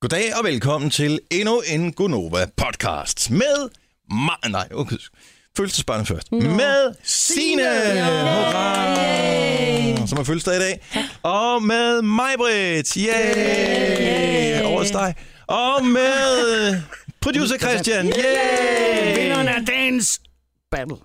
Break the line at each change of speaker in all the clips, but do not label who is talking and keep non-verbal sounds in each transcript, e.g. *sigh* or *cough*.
Goddag og velkommen til endnu en Gonova podcast med Ma- nej, okay. Følelsesbarnet først. Nå. Med Signe! Hurra! Som har fødselsdag i dag. Og med Majbrit! Yay! Over hos dig. Og med producer Christian! Yay!
Vinderen af dagens battle.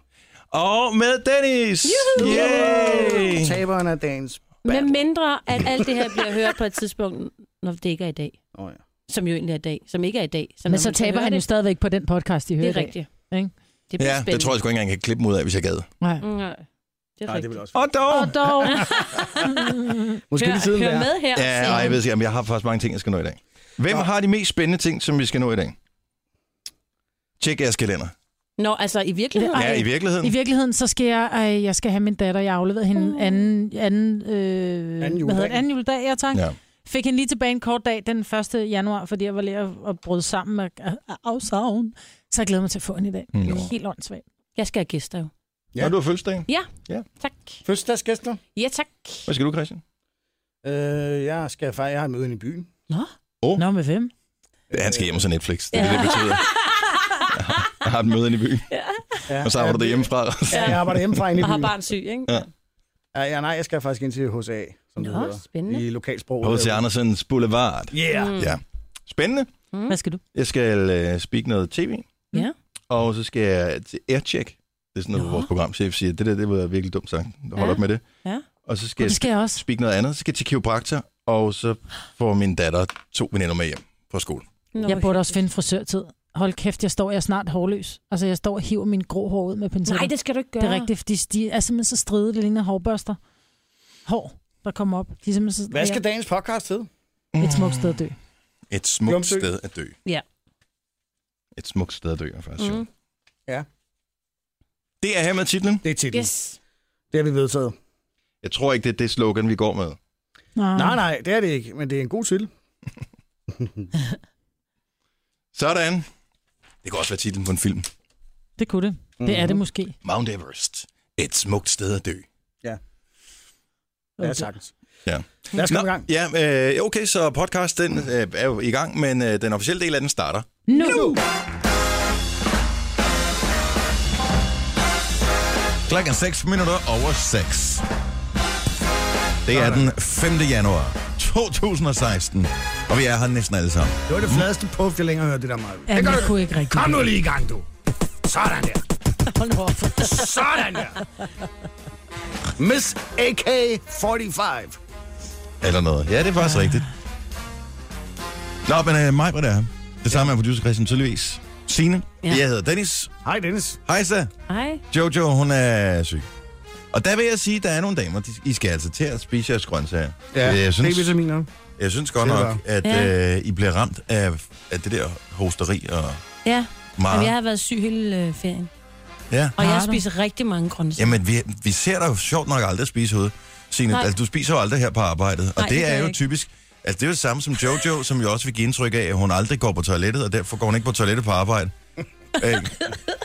Og med Dennis! Yay!
Taberen af dagens
Med mindre, at alt det her bliver hørt på et tidspunkt, når det ikke er i dag.
oh, ja.
Som jo egentlig er i dag. Som ikke er i dag. Så når
Men
man
så
skal
taber
høre
han jo
det,
stadigvæk på den podcast, de hører
Det
i
er
dag.
rigtigt.
Ikke?
Det bliver
Ja,
spændende.
det tror jeg sgu ikke engang, jeg kan klippe mig ud af, hvis jeg gad.
Nej,
Nej.
det er
Nej, det
rigtigt.
vil også.
Og dog!
Og
*laughs*
dog. *laughs*
Måske lige siden
hør,
der.
hør med her.
Ja,
siger
nej, jeg
han.
ved ikke, om jeg har faktisk mange ting, jeg skal nå i dag. Hvem
Nå.
har de mest spændende ting, som vi skal nå i dag? Tjek jeres kalender.
Nå, altså i virkeligheden.
Ej.
Ja, i
I
virkeligheden.
virkeligheden, så skal jeg, ej, jeg skal have min datter. Jeg afleverede
Mm.
hende anden, anden, øh,
Anden
hvad hedder
juledag.
det? anden juledag. Ja, tak.
Ja.
Fik hende lige tilbage en kort dag den 1. januar, fordi jeg var lige at, at bryde sammen med afsavn. Så jeg glæder mig til at få hende i dag.
Nå.
Det er Helt åndssvagt.
Jeg skal have gæster jo.
Ja.
Ja.
Når du har fødselsdag.
Tak.
Fødselsdagsgæster.
Ja, tak.
Hvad skal du, Christian?
Øh, jeg skal fejre, jeg har et møde inde i byen.
Nå, med hvem?
Han skal hjem og se Netflix. Det er det, det
*laughs*
betyder. Jeg har et møde inde i byen, *laughs*
Ja,
og så har du det
jeg-
hjemmefra.
Ja, jeg arbejder hjemmefra inde i
Og har
byen.
barn syg, ikke?
Ja.
Ja, ja, nej, jeg skal faktisk ind til HCA, som det
Nå,
hedder.
spændende.
I lokalsprog.
H.C. Andersens Boulevard.
Yeah.
Mm.
Ja. Spændende.
Hvad skal du?
Jeg skal øh, speak noget tv,
Ja.
og så skal jeg til aircheck. Det er sådan noget, hvor
Nå.
vores programchef siger, det der, det var virkelig dumt sagt. Hold
Ja.
op med det.
Ja.
Og så skal
Yes.
jeg
Det skal jeg også.
speak noget andet, så skal jeg til kiropraktor, og så får min datter to veninder med hjem fra skole.
Nå,
Jeg burde også finde frisørtid. Hold kæft, jeg står, jeg er snart hårløs. Altså, jeg står og hiver min grå hår ud med pincetter.
Nej, det skal du ikke gøre.
Det er rigtigt, fordi de er simpelthen så stride, det ligner hårbørster. Hår, der kommer op. De er simpelthen så,
Hvad skal dagens podcast hedde?
ja, et smukt sted at dø.
Et smukt
Blomsø.
sted at dø.
Ja.
Et smukt sted at dø, er faktisk mm.
Mm.
Det er her med titlen.
Det er titlen.
Yes.
Det har vi vedtaget.
Jeg tror ikke, det er det slogan, vi går
*laughs*
med.
Nej,
Nej, nej, det er det ikke, men det er en god titel.
Sådan. Det kan også være titlen på en film.
Det kunne det. Det er det måske.
Mount Everest. Et smukt sted at då.
Ja,
Okay.
sagtens.
Ja.
Lad os komme i gang.
ja, øh, okay, så podcast den øh, er jo i gang, men øh, den officielle del af den starter.
Nu!
Klokken 6 minutter over 6. Det er den 5. januar 2016, og vi er her næsten alle sammen.
Det var det fladeste puff, jeg længere hørte det der meget.
Ja,
Det gør
jeg
du.
kunne ikke rigtig.
Kom nu lige i gang, du. Sådan der.
Hold nu op.
Sådan der. Miss AK-45.
Eller noget. Ja, det er faktisk
Ah.
ja. rigtigt. Nå, men uh, mig var det her. Det samme er producer Christian tydeligvis. Signe. Ja.
Ja.
Jeg hedder Dennis.
Hej, Dennis.
Hejsa.
Hej.
Jojo, hun er syg. Og der vil jeg sige, at der er nogle damer, de, I skal altså til at spise jeres grøntsager. Øh, jeg, synes,
D-vitaminer.
jeg synes godt
Det er
nok, at ja.
Ja.
øh, I bliver ramt af, af det der hosteri og
Ja,
meget.
Jamen, jeg har været syg hele øh, ferien.
Ja.
Og jeg
Har du?
spiser rigtig mange grøntsager.
Jamen, vi, vi ser dig jo sjovt nok aldrig spise hovedet. Signe,
Nej.
altså, du spiser jo aldrig her på arbejdet, og
Nej,
det
det gør
er
jeg
jo
ikke.
typisk... Altså, det er jo det samme som Jojo, som jo også vil give indtryk af, at hun aldrig går på toilettet, og derfor går hun ikke på toilettet på
*laughs*
arbejde. Øh,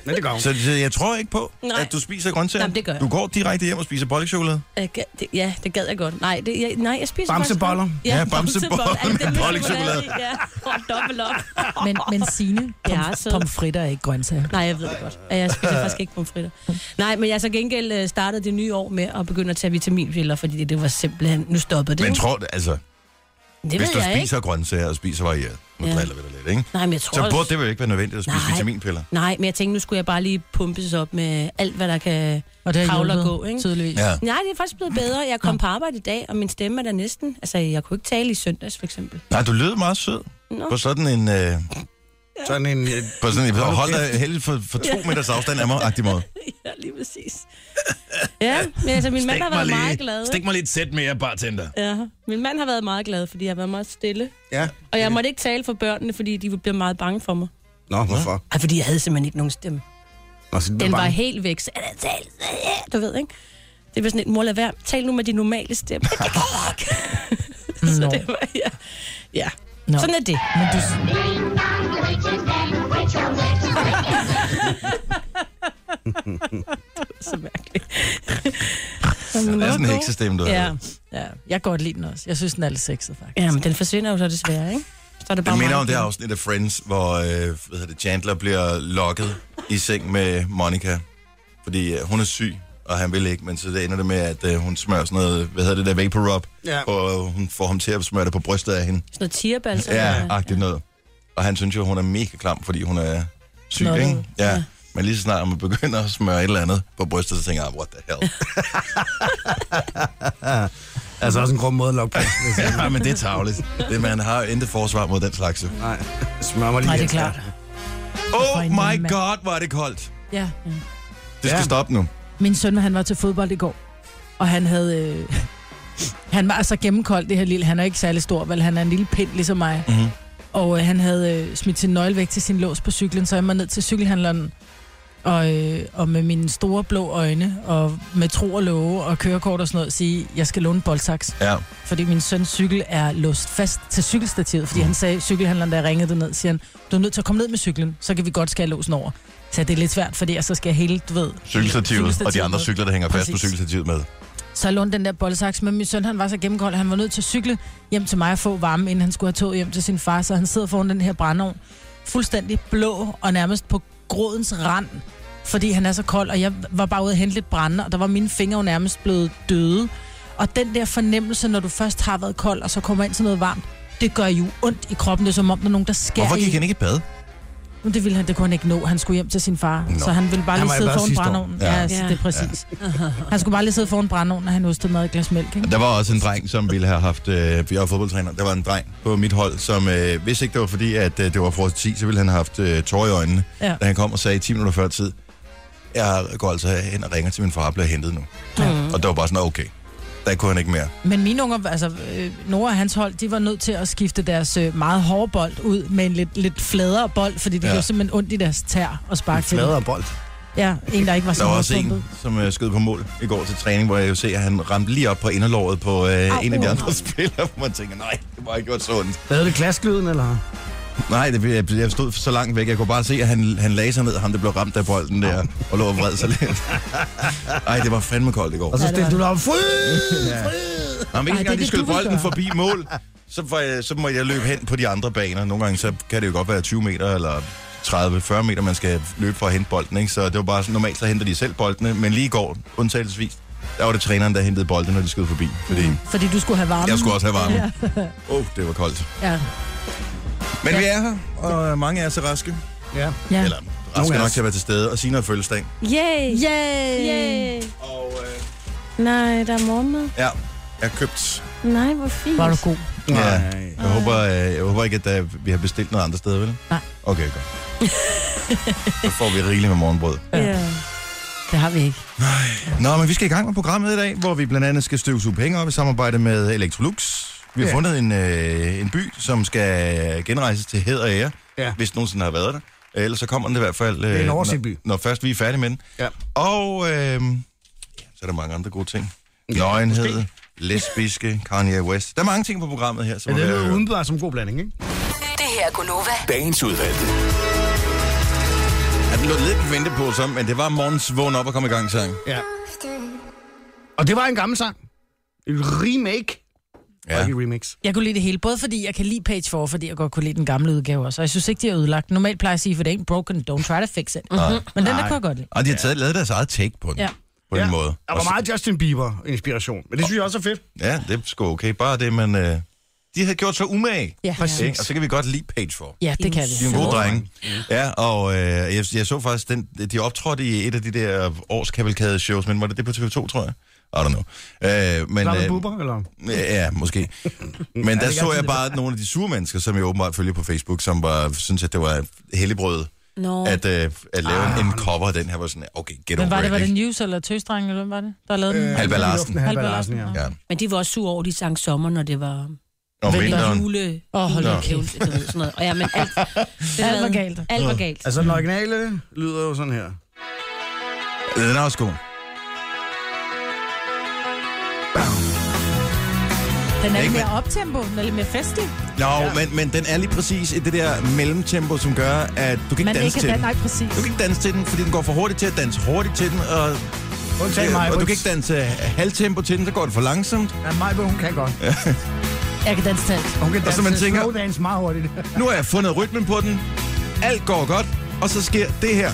Men det gør hun.
så så jeg tror ikke på,
Nej.
at du spiser grøntsager.
Jamen, det gør jeg.
Du går direkte hjem og spiser bollechokolade.
Jeg gad, Øh, det, ja, det gad jeg godt. Nej, det, jeg, nej jeg spiser
Bamseboller.
faktisk- *laughs*
Ja, bamseboller
bamseboller.
med
Er det dem,
bollingchokolade?
chokolade i? Ja, og dobbelt op.
*laughs* Men, men Signe,
Jeg
pom,
er sød.
pomfritter er ikke grøntsager.
Nej, jeg ved det godt. Ja, Jeg spiser faktisk ikke pomfritter. Nej, men jeg så gengæld øh, startede det nye år med at begynde at tage vitaminpiller, fordi det var simpelthen... Nu stoppede det.
Men
ikke?
tror du, altså,
det
hvis
ved
du
jeg
spiser grøntsager og spiser varieret, nu
Ja.
driller vi dig lidt, ikke?
ikke. Nej, men jeg tror
Så burde
også-
det vel ikke være nødvendigt at spise
Nej.
vitaminpiller.
Nej, men jeg tænkte, nu skulle jeg bare lige pumpes op med alt, hvad der kan...
Og det har
Kravler
hjulpet,
gå, ikke?
tydeligvis.
Ja.
Nej, det er faktisk blevet bedre. Jeg kom på arbejde i dag, og min stemme er der næsten... Altså, jeg kunne ikke tale i søndags, for eksempel.
*laughs*
Nej, du lød meget sød
Nå.
på sådan en... Øh,
Sådan en... øh,
på sådan en hold dig heldigt for, for to meters afstand af mig-agtig
*laughs*
måde.
Ja, lige præcis. Ja, men altså, min mand har været meget glad.
stik mig lige et sæt mere, bartender.
Ja, min mand har været meget glad, fordi jeg har været meget stille.
Ja.
Og jeg måtte ikke tale for børnene, fordi de blev meget bange for mig.
Nå, hvorfor?
Ej, fordi jeg havde simpelthen ikke nogen stemme.
Nå, så
Den var
bange.
helt væk. Så, "Øh, tal, øh, du ved, ikke? Det var sådan et, mor, lad være. Tal nu med din normale
*laughs*
stemme. Det kan jeg ikke. *laughs* Så det var, ja. ja.
Nå.
Sådan er det.
Men du,
Ding dong, the witch is dead. Witch, oh, witch, witch is dead.
*laughs*
Mhm.
Så mærkeligt.
Det er sådan en heksestemme, du
Ja.
har.
ja, jeg kan godt lide den også. Jeg synes, den er lidt sexet, faktisk.
ja, men den forsvinder jo så desværre, ikke? Så er det bare
Jeg minder
mig
om det
igen.
afsnit af Friends, hvor øh, hvad hedder det, Chandler bliver lokket i seng med Monica, fordi øh, hun er syg, og han vil ikke, men så det ender det med, at øh, hun smører sådan noget, hvad hedder det der, vapor rub,
Ja.
og hun får ham til at smøre det på brystet af hende.
Sådan noget
Altså,
tierbalser.
Ja, agtigt noget. Og han synes jo, hun er mega klam, fordi hun er syg,
Nå,
ikke? Ja.
ja.
Men lige så snart man begynder at smøre et eller andet på brystet, så tænker jeg, what the hell?
*laughs* Altså også en grum måde at
*laughs*
lukke på.
ja, men det er tavligt. Det, man har jo intet forsvar mod den slags. jo.
Nej, smør mig lige.
Nej, det er
efter.
klart.
Oh
en lille
my
mand.
god, hvor er det koldt.
Ja.
Det skal
Ja.
stoppe nu.
Min søn, han var til fodbold i går, og han havde... Øh, *laughs* han var altså gennemkoldt, det her lille. Han er ikke særlig stor, vel? Han er en lille pind, ligesom mig.
Mm-hmm.
Mhm.
Og øh, han havde øh, smidt sin nøgle væk til sin lås på cyklen, så jeg var ned til cykelhandleren. Og, øh, og med mine store blå øjne, og med tro og love og kørekort og sådan noget, sige, jeg skal låne en boldsaks.
Ja.
Fordi min søns cykel er låst fast til cykelstativet.
Mm.
Fordi han sagde, cykelhandleren, der ringede ned, siger han, du er nødt til at komme ned med cyklen, så kan vi godt skære låsen over. Så det er lidt svært, fordi jeg så skal jeg hele, du ved...
Cykelstativet og de andre
med.
cykler, der hænger fast på
Præcis.
cykelstativet med.
Så jeg lånte den der boldsaks, men min søn han var så gennemkold, at han var nødt til at cykle hjem til mig og få varme, inden han skulle have toget hjem til sin far. Så han sidder foran den her brændeovn, fuldstændig blå og nærmest på grådens rand, fordi han er så kold. Og jeg var bare ude og hente lidt brænde, og der var mine fingre jo nærmest blevet døde. Og den der fornemmelse, når du først har været kold, og så kommer ind til noget varmt, det gør jo ondt i kroppen. Det er som om, der er nogen, der skærer
Hvorfor
i.
gik han ikke i bad?
Nu, det ville han, det kunne han ikke nå. Han skulle hjem til sin far.
Nå.
Nå. Så han ville bare
Han
lige
var i
sidde
bad
foran
sidste år.
brændeovnen.
Ja.
Ja, ja, det er præcis. Han skulle bare lige sidde foran brændeovnen, og han ostede mad i et glas mælk. Ikke?
Der var også en dreng, som ville have haft, øh, for jeg er fodboldtræner, der var en dreng på mit hold, som øh, hvis ikke det var fordi, at øh, det var frost 10, så ville han have haft øh, tårer i øjnene, ja.
Ja.
da han kom og sagde 10 minutter før tid, jeg går altså hen og ringer til min far og bliver hentet nu. Mm. Og det var bare sådan, okay, der kunne han ikke mere.
Men mine unger, altså øh, Nora og hans hold, de var nødt til at skifte deres øh, meget hårde bold ud med en lidt, lidt fladere bold, fordi det
Ja.
ja. gjorde simpelthen ondt i deres tær og sparke til.
Flader
dem.
og bold.
Ja, en, der ikke var
Der
så
var også
hårdpumpet.
en, som øh, skød på mål i går til træning, hvor jeg jo ser, at han ramte lige op på inderlåret på øh, en af de andre spillere, hvor man tænker, nej, det var ikke gjort så ondt.
Lavede det glasklyden, eller?
Nej, det, jeg, jeg stod så langt væk. Jeg kunne bare se, at han, han lagde sig ned, ham der blev ramt af bolden der, og lå og vred sig
*laughs*
lidt. Ej, det var fandme koldt i går.
Og så
Ja, det
stillede
var
du dig op. Fri!
Nå, men ikke
Ej, det er
engang de
det,
skød
du vil
bolden
gøre.
forbi mål, så, var jeg, så må jeg løbe hen på de andre baner. Nogle gange så kan det jo godt være 20 meter eller 30-40 meter, man skal løbe for at hente bolden. Ikke? Så det var bare sådan, normalt så henter de selv boldene, men lige i går, undtagelsesvis, der var det træneren, der hentede bolden, når de skød forbi. Fordi mm.
Fordi du skulle have varme.
jeg skulle også have varme. Åh, oh, det var koldt.
Ja.
Men vi er her, og mange af os er raske.
Ja.
*laughs* ja.
Eller raske
af
nok
os.
til at være til stede, og Signe har fødselsdag.
Yay!
Yay!
Yay!
Og øh,
Nej, der er morgenmad.
ja, jeg har købt...
Nej, hvor fint.
Var du god?
Ja,
Nej.
jeg håber, øh, jeg håber ikke, at øh, vi har bestilt noget andet sted, vel?
Nej.
Okay, godt. Så får vi rigeligt med morgenbrød.
Ja.
Det har vi ikke.
Nå, men vi skal i gang med programmet i dag, hvor vi blandt andet skal støvsuge penge op i samarbejde med Electrolux. Vi har
Ja.
fundet en, øh, en by, som skal genrejses til hed og ære,
Ja.
hvis den nogensinde har været der. Ellers så kommer den i hvert fald, øh,
er en
når,
overset by.
når først vi er færdige med den.
Ja.
Og øh, ja, så er der mange andre gode ting. Nøgenhed, lesbiske, Kanye West. Der er mange ting på programmet her, som
Men det
er
lyder
uden...
udenbart som en god blanding, ikke?
Det her er
*laughs*
Gunova.
Dagens udvalgte.
den lå lidt vente på, så, men det var morgens vågen op og komme i gang sang.
Ja. Og det var en gammel sang. En remake. Ja.
Ja.
Ikke remix.
Jeg kunne lide det hele, både fordi jeg kan lide Page 4, fordi jeg godt kunne lide den gamle udgave også. Og jeg synes ikke, de har ødelagt. den. Normalt plejer jeg at sige, for det ain't broken, don't try to fix it. Mm-hmm. Men den der kunne jeg godt lide.
Og de har taget, lavet deres eget take på den.
Ja.
På den måde.
Der
Og
var
så-
meget Justin Bieber-inspiration. Men det synes jeg også er fedt.
Ja, det er sgu okay. Bare det, man... Øh, de har gjort sig umage.
Ja. Præcis.
Ikke? Og så kan vi godt lide Page for.
Ja, det kan vi.
De er en god dreng. Ja, og øh, jeg, jeg så faktisk, den, de optrådte i et af de der årskavalkade shows, men var det det på TV2, tror jeg? I don't know. Øh, men,
Var det
øh,
buber, eller? *laughs*
Ja, måske. Men der så jeg bare nogle af de sure mennesker, som jeg åbenbart følger på Facebook, som var, synes, at det var helligbrød,
Nå.
at, øh, at lave en cover af den her. Var sådan, okay,
Ah.
get
Men
over
var det,
it.
var det
ikke?
News eller Tøsdreng, eller hvem var det, der lavede øh, den?
Halvard Larsen.
Halvard
Halvard
Larsen, ja.
Larsen,
Ja.
Men de var også sure over, de sang sommer, når det var
Om
vinter,
vinteren.
jule,
Åh, hold da
julekævle, du ved, sådan noget. Og ja, men
*laughs*
alt,
*laughs*
det
Alt
var-
var galt.
Alt var galt.
Altså, den originale lyder jo sådan her.
Den er også god.
Den er
Ikke
lidt mere optempo, den er lidt mere festlig.
Nå, ja. men, men den er lige præcis i det der mellemtempo, som gør, at du kan
Man
ikke danse
ikke
til
kan
den.
nej, præcis.
Du kan ikke danse til den, fordi den går for hurtigt til at danse hurtigt til den, og, Øh,
Undtagen mig. *laughs*
og du kan ikke danse halvtempo til den, så går det for langsomt.
Ja, mig, hun kan godt.
Jeg kan danse talt.
Hun kan
Og så man
danse
tænker-
slowdance meget hurtigt. *laughs*
Nu har jeg fundet rytmen på den. Alt går godt, og så sker det her.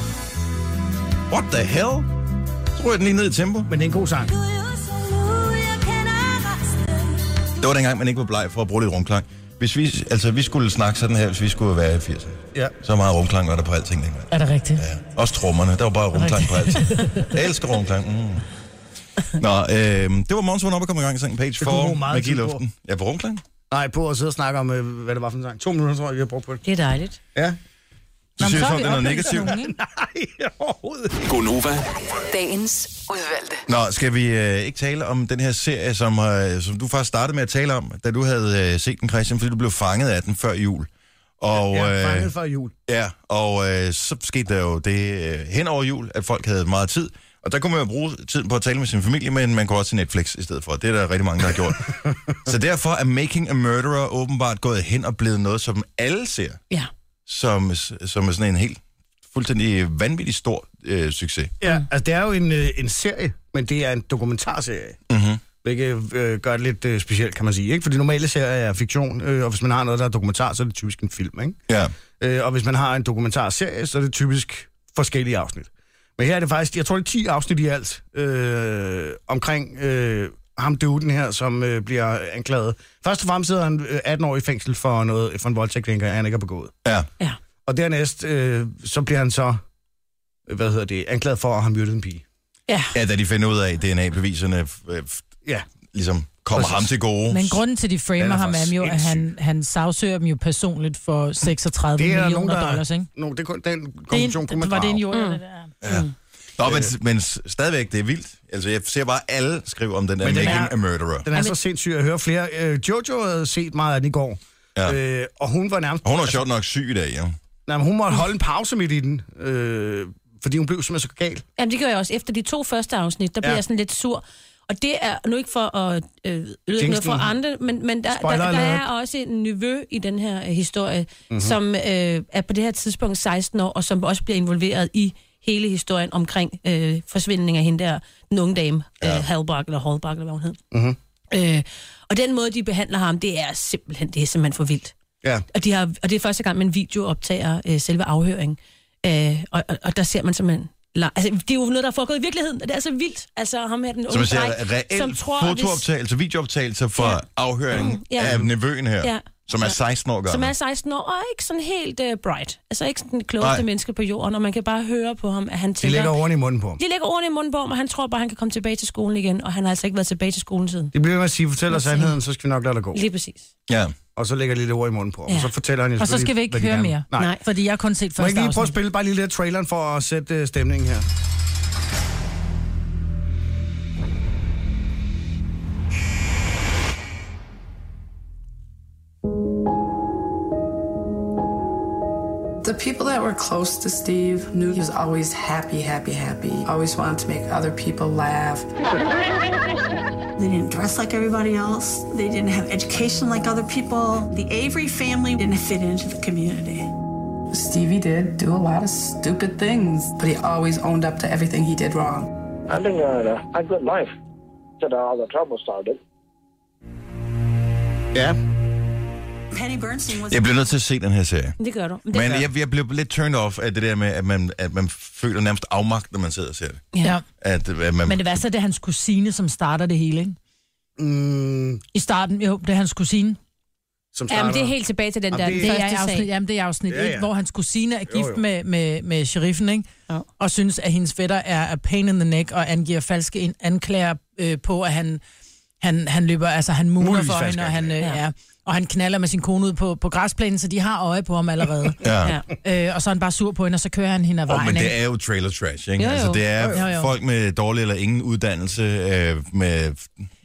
What the hell? Så ryger den lige ned i tempo.
Men det er en god sang.
Det var dengang, man ikke var bleg for at bruge lidt rumklang. Hvis vi, altså, vi skulle snakke sådan her, hvis vi skulle være i 80'erne.
Ja.
Så meget rumklang var der på alting dengang.
Er det rigtigt?
Ja. Også trommerne. Der var bare rumklang på alting. Jeg elsker rumklang. Mm. Nå, øh, det var Måns, hun op og kom i gang i sengen. Page
kunne vi
4,
bruge meget
Magi i
tid på.
luften. Ja, på rumklang.
Nej, på at sidde og snakke om, øh, hvad det var for en sang. To minutter, tror jeg, vi har brugt på det.
Det er dejligt.
Ja.
Du
men
siger,
så
som
har vi
det er noget
oplyst
negativt.
nogen, ikke?
Nej, overhovedet ikke.
Gonova,
Dagens udvalgte.
Nå, skal vi øh, ikke tale om den her serie, som, øh, som du faktisk startede med at tale om, da du havde øh, set den, Christian, fordi du blev fanget af den før jul. Og,
Ja,
øh,
fanget før jul.
Ja, og øh, så skete der jo det øh, hen over jul, at folk havde meget tid. Og der kunne man jo bruge tiden på at tale med sin familie, men man kunne også til Netflix i stedet for. Det er der rigtig mange, der har
*laughs*
gjort. så derfor er Making a Murderer åbenbart gået hen og blevet noget, som alle ser,
Ja.
som, som er sådan en helt fuldstændig vanvittig stor øh, succes.
Ja, altså det er jo en, øh, en serie, men det er en dokumentarserie.
Mm-hmm.
Hvilket øh, gør det lidt øh, specielt, kan man sige. Ikke? Fordi normale serier er fiktion, øh, og hvis man har noget, der er dokumentar, så er det typisk en film. Ikke?
Ja.
Øh, og hvis man har en dokumentarserie, så er det typisk forskellige afsnit. Men her er det faktisk, jeg tror det er 10 afsnit i alt, øh, omkring øh, ham duden her, som øh, bliver anklaget. Først og fremmest sidder han øh, 18 år i fængsel for, noget, for en voldtægt, tænker jeg, han ikke har begået.
Ja.
Ja.
Og dernæst, øh, så bliver han så, øh, hvad hedder det, anklaget for at have myrdet en pige.
Ja.
ja, da de finder ud af, at DNA-beviserne øh, f-
Ja,
ligesom kommer
Præcis.
ham til gode.
Men grunden til, de
Den
framer
er
ham,
for
er jo, at han, han sagsøger dem jo personligt for 36
det er
millioner
nogen, der...
dollars, ikke?
No, det, kunne- den
Det er
konklusion kunne man
var det en
drage.
jord, mm. det der?
Nå, men,
Øh.
men stadigvæk, det er vildt. Altså, jeg ser bare, alle skriver om den der
Men den
Making
er-
a Murderer.
Den er så sindssyg at høre flere. Øh, Jojo havde set meget af den i går,
Ja.
øh, og hun var nærmest... Altså,
Og hun er sjovt nok syg i dag, ja.
Nej, men hun måtte holde en pause midt i den, øh, fordi hun blev simpelthen så gal.
Jamen, det gjorde jeg også. Efter de to første afsnit, der blev
Ja.
ja. jeg sådan lidt sur. Og det er nu ikke for at øh, ødelægge noget for
Jinxen.
andre, men, men der, der,
Spoiler
der
alert. Mhm.
er også en nevø i den her øh, historie, mm-hmm. som øh, er på det her tidspunkt 16 år, og som også bliver involveret i hele historien omkring øh, forsvindingen af hende der, den unge dame, ja. øh, Halbach, eller Holbach, eller hvad hun hed.
Mhm.
Mm-hmm. Øh, og den måde, de behandler ham, det er simpelthen, det er simpelthen for vildt.
Ja.
Og, de har, og det er første gang, man video optager øh, selve afhøringen. Øh, og, og, og der ser man simpelthen... la- Altså, det er jo noget, der er foregået i virkeligheden. og Det er så vildt. Altså, ham her, den
Som
unge
jeg
dreng,
siger,
som
reelt
tror, hvis-
fotooptagelser, videooptagelser fra
Ja. Mm,
afhøringen
Ja.
af nevøen her,
Ja.
som er 16 år
Som er
gammel.
16 år, og ikke sådan helt uh, bright. Altså, ikke sådan den klogeste
Nej.
menneske på jorden, og man kan bare høre på ham, at han
De
tænker...
lægger ordene i munden på ham.
de lægger ordene i munden på ham, og han tror bare, han kan komme tilbage til skolen igen, og han har altså ikke været tilbage til skolen siden.
De bliver ved med at sige, fortæl os sandheden, så skal vi nok lade dig gå.
Lige præcis.
Ja.
Og så lægger de lidt ord i munden på ham.
Ja.
Ja. Så fortæller han jo
Og så skal vi
selvfølgelig,
ikke
hvad de
høre
gerne-
mere.
Nej.
Nej.
Fordi jeg har kun set
Må jeg
første
ikke lige prøve at
afsnit.
spille bare lige lidt af traileren for at sætte øh, stemningen her?
The people that were close to Steve knew he was always happy, happy, happy. Always wanted to make other people laugh.
*laughs*
They didn't dress like everybody else. They didn't have education like other people. The Avery family didn't fit into the community.
Stevie did do a lot of stupid things, but he always owned up to everything he did wrong.
I think I had a, a good life till all the trouble started.
Ja.
Penny Bernstein was
Jeg bliver nødt til at se den her serie.
Men Det gør du. Men det
Men
gør.
jeg, jeg blev lidt turned off af det der med, at man, at man føler nærmest afmagt, når man sidder og ser det.
Ja.
At, at man,
Men det værste er, det er hans kusine, som starter det hele, ikke?
Mm,
I starten, jo, det er hans kusine.
som
Ja, men
starter.
det er helt tilbage til den
Jamen,
der
det-
Det er i
første
afsnit,
sag.
jamen, det er i afsnit
Ja, ja.
1, hvor hans kusine er gift
jo.
Med, med, med sheriffen, ikke?
Jo.
og synes, at hendes fætter er a pain in the neck, og angiver falske in- anklager øh, på, at han, han, han løber, altså han muler
Muligvis
for
falske
hende, og han, øh,
anklager.
ja. og han knaller med sin kone ud på, på græsplænen, så de har øje på ham allerede.
ja.
Ja.
øh, og så er han bare sur på hende, og så kører han hende af
Oh,
vejen.
men
ikke?
det er jo trailer trash, ikke?
Jo, jo.
Altså, det er
Jo, jo.
folk med dårlig eller ingen uddannelse, øh, med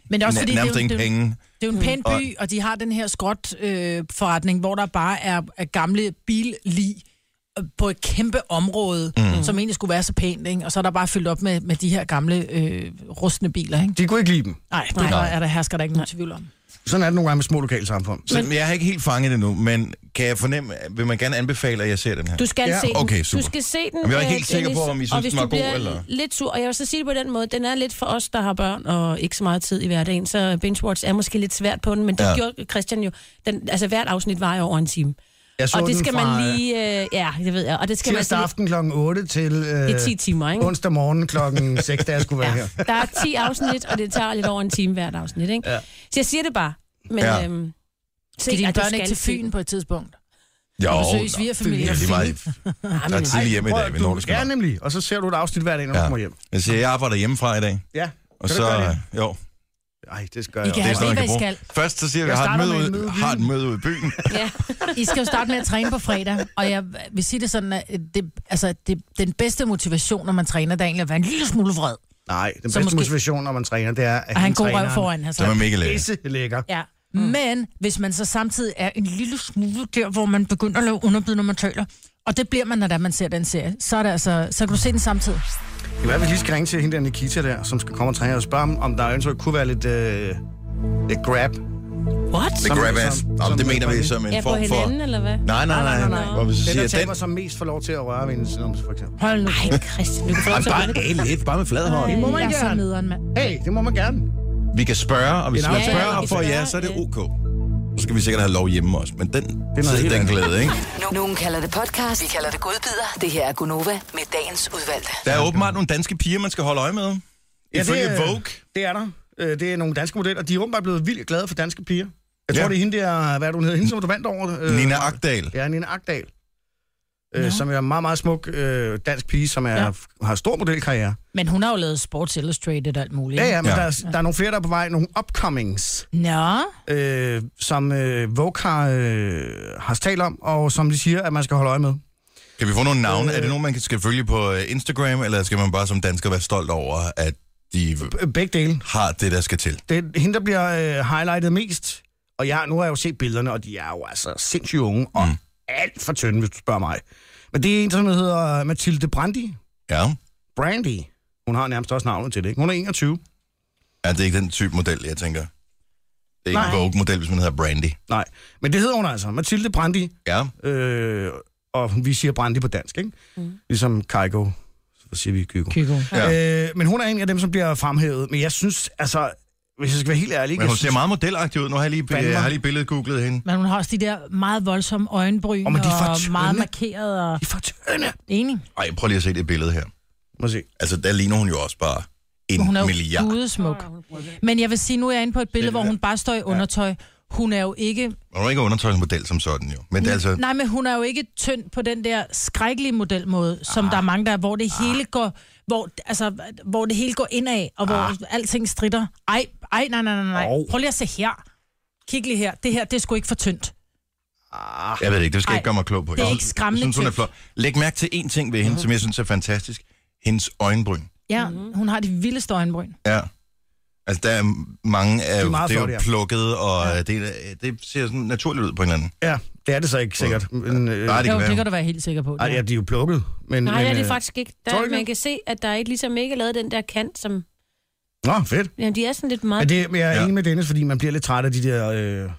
men det er også fordi, det er,
nærmest
jo, det,
ingen
er jo,
penge.
det er jo en
Mm.
pæn by, og de har den her skrot øh, forretning, hvor der bare er, er gamle billig øh, på et kæmpe område, mm. som egentlig skulle være så pænt, ikke? og så er der bare fyldt op med, med de her gamle øh, rustne biler. Ikke?
De kunne ikke lide dem.
Nej, det Nej. er der hersker der ikke nogen tvivl om.
Sådan er det nogle gange med små lokale samfund.
Så, men, jeg har ikke helt fanget det nu, men kan jeg fornemme, vil man gerne anbefale, at jeg ser den her?
Du skal
Ja.
ja. se den.
Okay, super.
Du skal se den.
Jamen, jeg er
øh,
ikke helt sikker
Dennis,
på, om I
og
synes,
hvis
den var
du
god,
bliver
eller?
lidt sur, og jeg vil så sige det på den måde, den er lidt for os, der har børn og ikke så meget tid i hverdagen, så binge-watch er måske lidt svært på den, men det
Ja.
ja. gjorde Christian jo. Den, altså, hvert afsnit var jo over en time.
Jeg så
Og det
den
skal
fra,
man
øh,
lige... Øh, ja, det ved jeg. Og det skal man
Tirsdag
sådan,
aften kl. 8 til øh,
Det er 10 timer, ikke?
onsdag morgen kl. 6, da jeg skulle være ja. her.
ja. Der er 10 afsnit, og det tager lidt over en time hvert afsnit, ikke?
Ja.
Så jeg siger det bare. Men,
Ja.
ja. øhm, se,
Skal dine
at du
børn ikke til
se den.
Fyn på et tidspunkt?
Jo,
Og besøge
nå,
svigerfamilien.
det er lige meget. Der er tidlig hjemme i dag, men når det skal
Ja,
nok.
nemlig. Og så ser du et afsnit hver dag, når ja.
Ja.
du kommer hjem.
Jeg siger, jeg arbejder hjemmefra i dag.
Ja. kan
Og så,
Du gøre det?
jo,
Ej, det skal
I
jeg
kan
det er
Ja,
også.
sådan, noget,
ved,
jeg kan
hvad I
bruge. Først så siger vi,
Jeg
jeg har et
starter
møde,
med et møde
ud,
i
har et møde ude i byen.
*laughs*
Ja.
I skal jo starte med at træne på fredag, og jeg vil sige det sådan, at det, altså, det, den bedste motivation, når man træner, det er egentlig at være en lille smule vred.
Nej, den
Så
bedste
måske-
motivation, når man træner, det er, at
Og have en god røv
træneren
foran. Altså.
Så er man mega lækker.
pisse lækker.
Ja. Mm. Men hvis man så samtidig er en lille smule der, hvor man begynder at lave underbid, når man tøler, og det bliver man, når det er, man ser den serie, så, er det altså, så kan du se den samtidig.
Det var, at vi lige skal ringe til hende der Nikita der, som skal komme og træne og spørge, om- om der eventuelt kunne være lidt, øh, lidt grab.
What?
Det grab ass.
som-
Nå, men det
som-
mener vi
som-
som
Ja,
en
på
form for...
hinanden, eller hvad?
Nej, nej, nej.
nej,
nej.
nej.
Hvor vi så
Den,
siger,
der
at
taber
den...
sig mest, får lov til at røre ved hendes om, for eksempel.
Hold nu.
Ej, Christian, du kan få lov
Ej,
til at
bare
gøre det. altså,
æl lidt, bare med flad hånd.
må man
jeg er så
gerne.
nederen, mand.
Hey, det må man gerne.
Vi kan spørge, og hvis
En
man
aftale.
spørger
Ja,
og
vi
får
kan
ja,
spørge,
så er det
ja.
ok. Så skal vi sikkert have lov hjemme også, men den,
noget
tid,
helt
den
andet.
glæde,
*laughs*
ikke?
No- Nogen kalder det podcast, vi kalder det godbider. Det her er Gunova med dagens udvalgte.
Der er åbenbart nogle danske piger, man skal holde øje med.
Ja, det
Ifølge
er-
Vogue.
Det er der. Øh, Det er nogle danske modeller. De er åbenbart blevet vildt glade for danske piger. Jeg
Ja.
tror, det er hende der, hvad er det, hun hedder, hende som du vandt over. øh,
Nina Agdal.
Ja, Nina Agdal. Øh, som er en meget, meget smuk øh, dansk pige, som er,
Ja.
har stor modelkarriere.
Men hun har jo lavet Sports Illustrated og alt muligt.
Ja, ja, men
Ja.
ja. Der, er, der er nogle flere, der er på vej. Nogle upcomings,
Nå,
øh, som øh, Vogue har, øh, har talt om, og som de siger, at man skal holde øje med.
Kan vi få nogle navne?
Øh.
Er det nogen, man skal følge på øh, Instagram, eller skal man bare som dansker være stolt over, at de
Øh, Begge dele.
har det, der skal til?
Det er hende, der bliver øh, highlightet mest. Og jeg, nu har jeg jo set billederne, og de er jo altså sindssygt unge, og
Mm.
mm. alt for tynde, hvis du spørger mig. Men det er en, som hedder Mathilde Brandy.
Ja.
Brandy. Hun har nærmest også navnet til det, ikke? Hun er 21.
Ja, det er ikke den type model, jeg tænker. Det er ikke en
Nej.
Vogue-model, hvis man hedder Brandy.
Nej, men det hedder hun altså. Mathilde Brandy.
Ja.
Øh, og vi siger Brandy på dansk, ikke? Mm. Ligesom Kygo. Så siger vi Kygo.
Kygo.
Ja. Øh, men hun er en af dem, som bliver fremhævet. Men jeg synes, altså, hvis jeg skal være helt ærlig...
Men hun
jeg
ser
synes,
meget modelagtig ud. Nu har jeg lige,
Fandme.
jeg har lige billedet googlet hende.
Men hun har også de der meget voldsomme øjenbryn,
Åh, men de er for
og
tynde.
meget markeret og
de er for tynde.
enig.
Ej, prøv lige at se det billede her.
Må se.
Altså, der ligner hun jo også bare en
Hun er jo
milliard.
gudesmuk. Men jeg vil sige, nu er jeg inde på et billede, hvor hun bare står i undertøj. Hun er jo ikke
Og hun er ikke undertøjsmodel som sådan, jo. Men det er altså...
Nej, men hun er jo ikke tynd på den der skrækkelige modelmåde, som
Ah.
der er mange, der er, hvor det hele går, hvor, altså, hvor det hele går indad, og hvor
Ah.
alting stritter. Ej, ej, nej, nej, nej, nej.
Au.
Prøv lige at se her. Kig lige her. Det her, det er sgu ikke for tyndt.
Jeg ved det ikke, det skal jeg ikke
Ah. Ej,
gøre mig klog på.
det er
Jeg
ikke
synes-
skræmmende Mhm.
Jeg synes, hun er
tykt.
flot. Læg mærke til én ting ved hende, som jeg synes er fantastisk. Hendes øjenbryn.
Ja, hun har de vildeste øjenbryn.
Ja. Altså, der er mange af...
De
Det
er
er,
meget
det er jo
flotte, ja.
plukket, og øh, det, er- det ser sådan naturligt ud på en eller anden.
Ja, det er det så ikke sikkert. Men, øh,
Nej,
Nej,
det
Jo,
kan
det
være.
kan du være helt sikker på.
ej, ja, de er jo plukket. Men,
Nej,
men,
det er det
øh,
faktisk ikke.
tror du
Der,
ikke
man
det?
kan se, at der er ikke ligesom ikke er lavet den der kant, som...
Nå, fedt.
Jamen, de er sådan lidt
Men
meget...
det, men jeg er
Ja.
ja. enig med Dennis, fordi man bliver lidt træt af de der... Øh,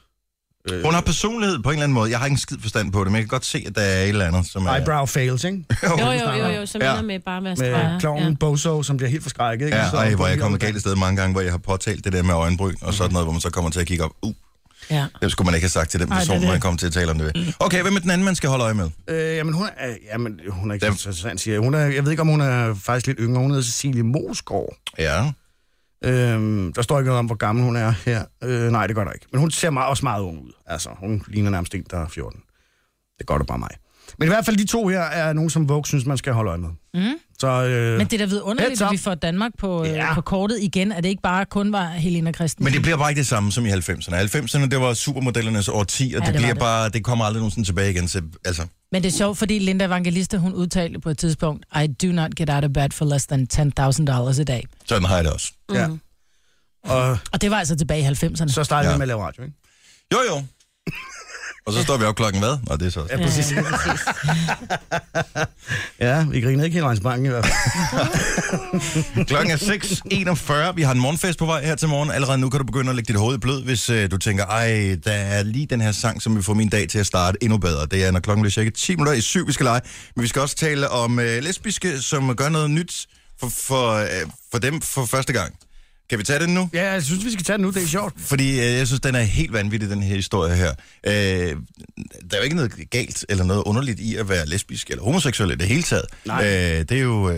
Hun har personlighed på en eller anden måde. Jeg har ikke en skid forstand på det, men jeg kan godt se, at der er et eller andet, som er...
eyebrow
*laughs*
fails, ikke?
Jo, jo, jo, jo, som
Ja.
ender med bare med at
Med
strege.
kloven ja. Bozo, som bliver helt forskrækket. Ikke?
Ja,
Så-
ej, hvor jeg er kommet galt i stedet mange gange, hvor jeg har påtalt det der med øjenbryn og
Mhm.
sådan noget, hvor man så kommer til at kigge op. Uh,
Ja.
det skulle man ikke have sagt til den
Ej, det er
person,
det.
man kommer til at tale om det. ved. Okay, hvem er den anden, man skal holde øje med?
Øh, jamen, hun er, jamen, hun er ikke
Dem.
så interessant, siger jeg. Hun er, jeg ved ikke, om hun er faktisk lidt yngre. Hun hedder Cecilie Mosgaard.
Ja.
Øhm, der står ikke noget om, hvor gammel hun er her. Øh, nej, det gør der ikke. Men hun ser meget, også meget ung ud. Altså, hun ligner nærmest en, der er 14. Det gør det bare mig. Men i hvert fald de to her er nogen, som Vogue synes, man skal holde øje med. Mm. Så, øh,
Mhm. Men det er da vidunderligt,
Heads up.
at vi får Danmark på,
Ja.
ja. på kortet igen, at det ikke bare kun var Helena Christensen.
Men det bliver bare ikke det samme som i 90'erne. 90'erne, det var supermodellernes årti, og ja,
Ja,
det, det
det var
bliver
det.
bare, det kommer aldrig nogensinde tilbage igen. Så, altså,
Men det er sjovt, fordi Linda Evangelista, hun udtalte på et tidspunkt, I do not get out of bed for less than $10,000 a day.
sådan har jeg det også.
ja. Og
Og det var altså tilbage i 90'erne.
så startede vi
Ja.
med at lave radio, ikke?
Jo, jo. Og så står vi op klokken hvad? Nå, det er så også.
Ja, præcis.
Ja,
*laughs*
præcis.
Ja, vi griner ikke helt Hans Banken i hvert fald.
Klokken er 6.41. Vi har en morgenfest på vej her til morgen. Allerede nu kan du begynde at lægge dit hoved i blød, hvis øh, du tænker, ej, der er lige den her sang, som vil få min dag til at starte endnu bedre. Det er, når klokken bliver cirka 10 minutter i syv, vi skal lege. Men vi skal også tale om øh, lesbiske, som gør noget nyt for, for, øh, for dem for første gang. Kan vi tage den nu?
Ja, jeg synes, vi skal tage den nu, det er sjovt.
Fordi øh, jeg synes, den er helt vanvittig, den her historie her. Øh, der er jo ikke noget galt eller noget underligt i at være lesbisk eller homoseksuel i det hele taget.
Nej.
Øh, det er jo øh,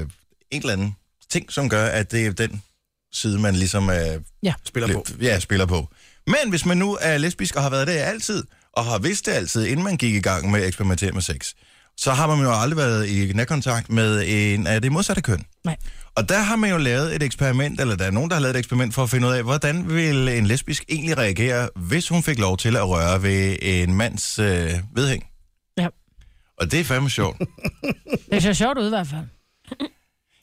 en eller anden ting, som gør, at det er den side, man ligesom øh,
Spiller på.
lidt- Ja, spiller på. Men hvis man nu er lesbisk og har været det altid, og har vidst det altid, inden man gik i gang med at eksperimentere med sex, så har man jo aldrig været i nærkontakt med en af det modsatte køn.
Nej.
Og der har man jo lavet et eksperiment, eller der er nogen, der har lavet et eksperiment for at finde ud af, hvordan vil en lesbisk egentlig reagere, hvis hun fik lov til at røre ved en mands øh, vedhæng.
Ja.
Og det er fandme sjovt.
Det ser sjovt ud i hvert fald. De
Jamen,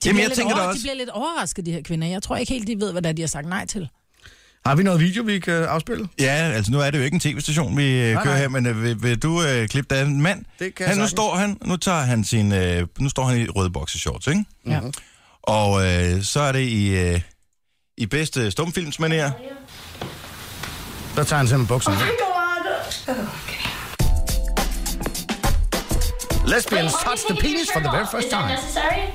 bliver
jeg
lidt
tænker da
over,
også-
De bliver lidt overrasket, de her kvinder. Jeg tror ikke helt, de ved, hvad det er, de har sagt nej til.
Har vi noget video, vi kan afspille?
Ja, altså nu er det jo ikke en tv-station, vi øh,
Nej,
kører
nej.
her, men øh, vil, vil du øh, klippe dig en mand?
Det kan jeg
han, nu
sagtens.
står han, nu tager han sin, øh, nu står han i røde boxershorts, ikke?
Ja.
Og øh, så er det i, øh, i bedste stumfilmsmanér.
Der tager han simpelthen bukserne. *laughs* Lesbians touch the penis for the very first time.
necessary?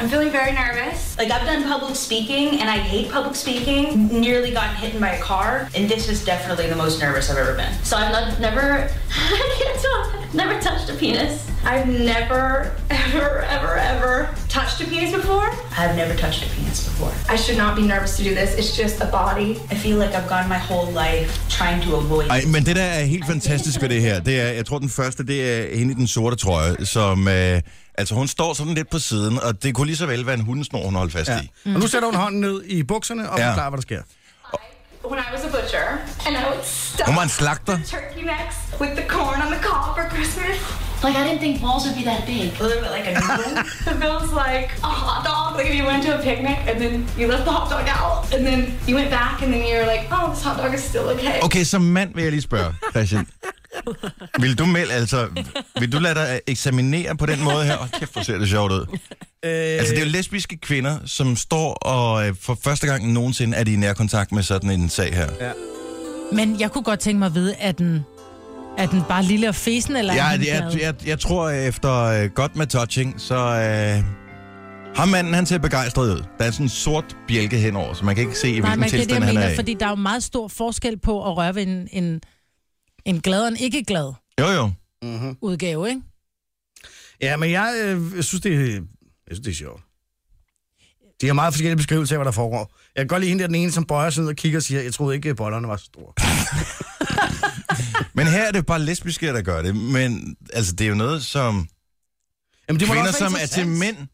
I'm feeling very nervous. Like I've done public speaking and I hate public speaking. Nearly gotten hit by a car, and this is definitely the most nervous I've ever been. So I've not, never, *laughs* I can't talk. Never touched a penis. I've never, *laughs* ever, ever, ever touched a penis before. I've never touched a penis before. I should not be nervous to do this. It's just a body. I feel like I've gone my whole life trying to avoid.
Ej, men det der er helt fantastisk ved det her, det er, jeg tror den første, det er hende i den sorte trøje, som, øh, altså hun står sådan lidt på siden, og det kunne lige så vel være en hundesnor, hun holdt fast ja. i.
Og nu sætter hun hånden ned i bukserne og
Ja.
forklarer, hvad der sker.
when I was a butcher, and I would stuff
Hun var en slagter.
turkey necks with the corn on the cob for Christmas. Like I didn't think balls would be that big. A little bit like a *laughs* noodle. it feels like a hot dog. Like if you went to a picnic and then you left the hot dog out, and then you went back, and then you were like, oh, this hot dog is still okay.
Okay, som mand vil jeg lige spørge, Christian. Vil du melde, altså, vil du lade dig øh, eksaminere på den måde her? Oh, kæft, hvor ser det sjovt ud. Øh... Altså, det er jo lesbiske kvinder, som står og øh, for første gang nogensinde er de i nærkontakt med sådan en sag her. Ja,
Men jeg kunne godt tænke mig at vide, at den, er den bare lille og fesen, eller er
jeg,
den
jeg,
glad?
jeg, jeg tror, efter øh, godt med touching, så... Øh, ham manden, han ser begejstret ud. Der er sådan en sort bjælke henover, så man kan ikke se, i
Nej,
hvilken
men det er det, jeg
tilstand han er
mener,
i.
fordi der er jo meget stor forskel på at røre ved en, en, en glad og en ikke glad
Jo, jo.
Mm-hmm.
udgave, ikke?
Ja, men jeg, øh, jeg, synes, det, er- jeg synes, det er sjovt. De har meget forskellige beskrivelser af, hvad der foregår. Jeg kan godt lide hende der, den ene, som bøjer sig ned og kigger og siger, jeg troede ikke, at bollerne var så store.
Men her er det bare lesbiske, der gør det. Men altså, det er jo noget, som...
Jamen, det må da
kvinder,
også være
som er til
interessant.
mænd,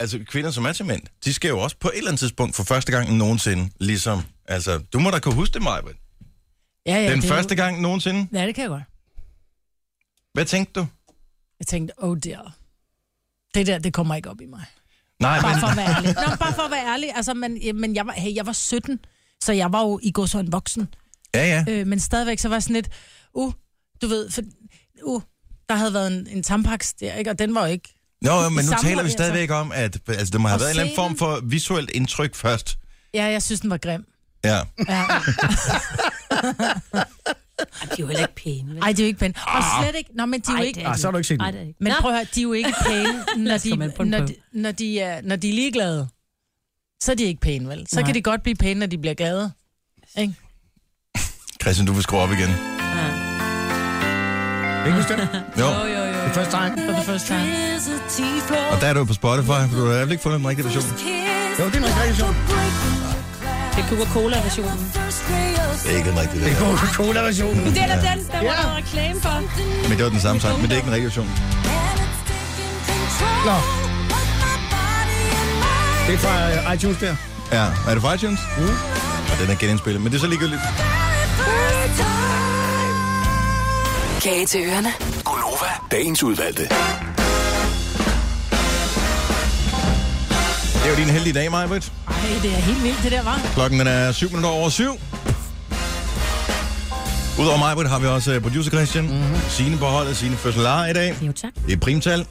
altså kvinder, som er til mænd, de skal jo også på et eller andet tidspunkt for første gang nogensinde, ligesom, altså, du må da kunne huske det, Majbrit.
Ja, ja,
Den
det er
første gang nogensinde,
Jo... Ja, det kan jeg godt.
hvad tænkte du?
Jeg tænkte, oh dear. Det der, det kommer ikke op i mig.
Nej,
Bare
men,
for at være ærlig. Nå, bare for at være ærlig. Altså, men, ja, men jeg, var, hey, jeg var 17, så jeg var jo i går så en voksen.
ja, ja.
Øh, men stadigvæk, så var jeg sådan lidt, uh, du ved, for, uh, der havde været en, en tampaks der, ikke? Og den var jo ikke...
Nå, men nu
samler
taler
vi
vi
altså.
stadigvæk om, at altså, der må have
Og
været en eller anden form
scenen.
for visuelt indtryk først.
Ja, jeg synes, den var grim.
Ja.
Ja.
*laughs* Ej, de er jo heller ikke pæne. vel? Ah.
Ej, de er jo ikke pæne. Og slet ikke... Nå, men de er jo
Ej,
ikke...
det er
Ah, så har du ikke set
Ej,
den.
det er ikke.
Men
Nå,
prøv at høre, de er jo ikke
*laughs*
pæne, når de,
skal man på en
når,
prøve.
de, når, de er, når de er ligeglade. Så er de ikke pæne, vel? Så
Nej.
kan de godt blive pæne, når de bliver glade. Ikke?
Christian, du vil skrue op igen.
Ikke bestemt.
Jo,
jo, jo.
Det er første time.
For the first time.
og der er du på Spotify, for du har i hvert fald ikke fundet den rigtige version.
Jo, det er en rigtig, rigtig sjovt.
Det er Coca-Cola-versionen.
Det er ikke den rigtige,
Det
det
er
der.
Coca-Cola-versionen.
Det er da den, der var noget reklame for.
Men det var den samme sang, men det er ikke den rigtige version.
Nå. Det er fra øh, iTunes der.
Ja, er det fra iTunes? Mm. Og den er genindspillet, men det er så ligegyldigt.
Kage til ørerne.
Gunova, dagens udvalgte.
Det er jo din heldige dag, Majbrit.
Ej, det er helt vildt, det der, var.
Klokken den er 7 minutter over syv. Udover mig, Britt, har vi også øh, producer Christian.
Mhm.
Mm-hmm. Signe på holdet, Signe fødselar i dag.
Jo, tak. Øh,
Det er primtal,
det...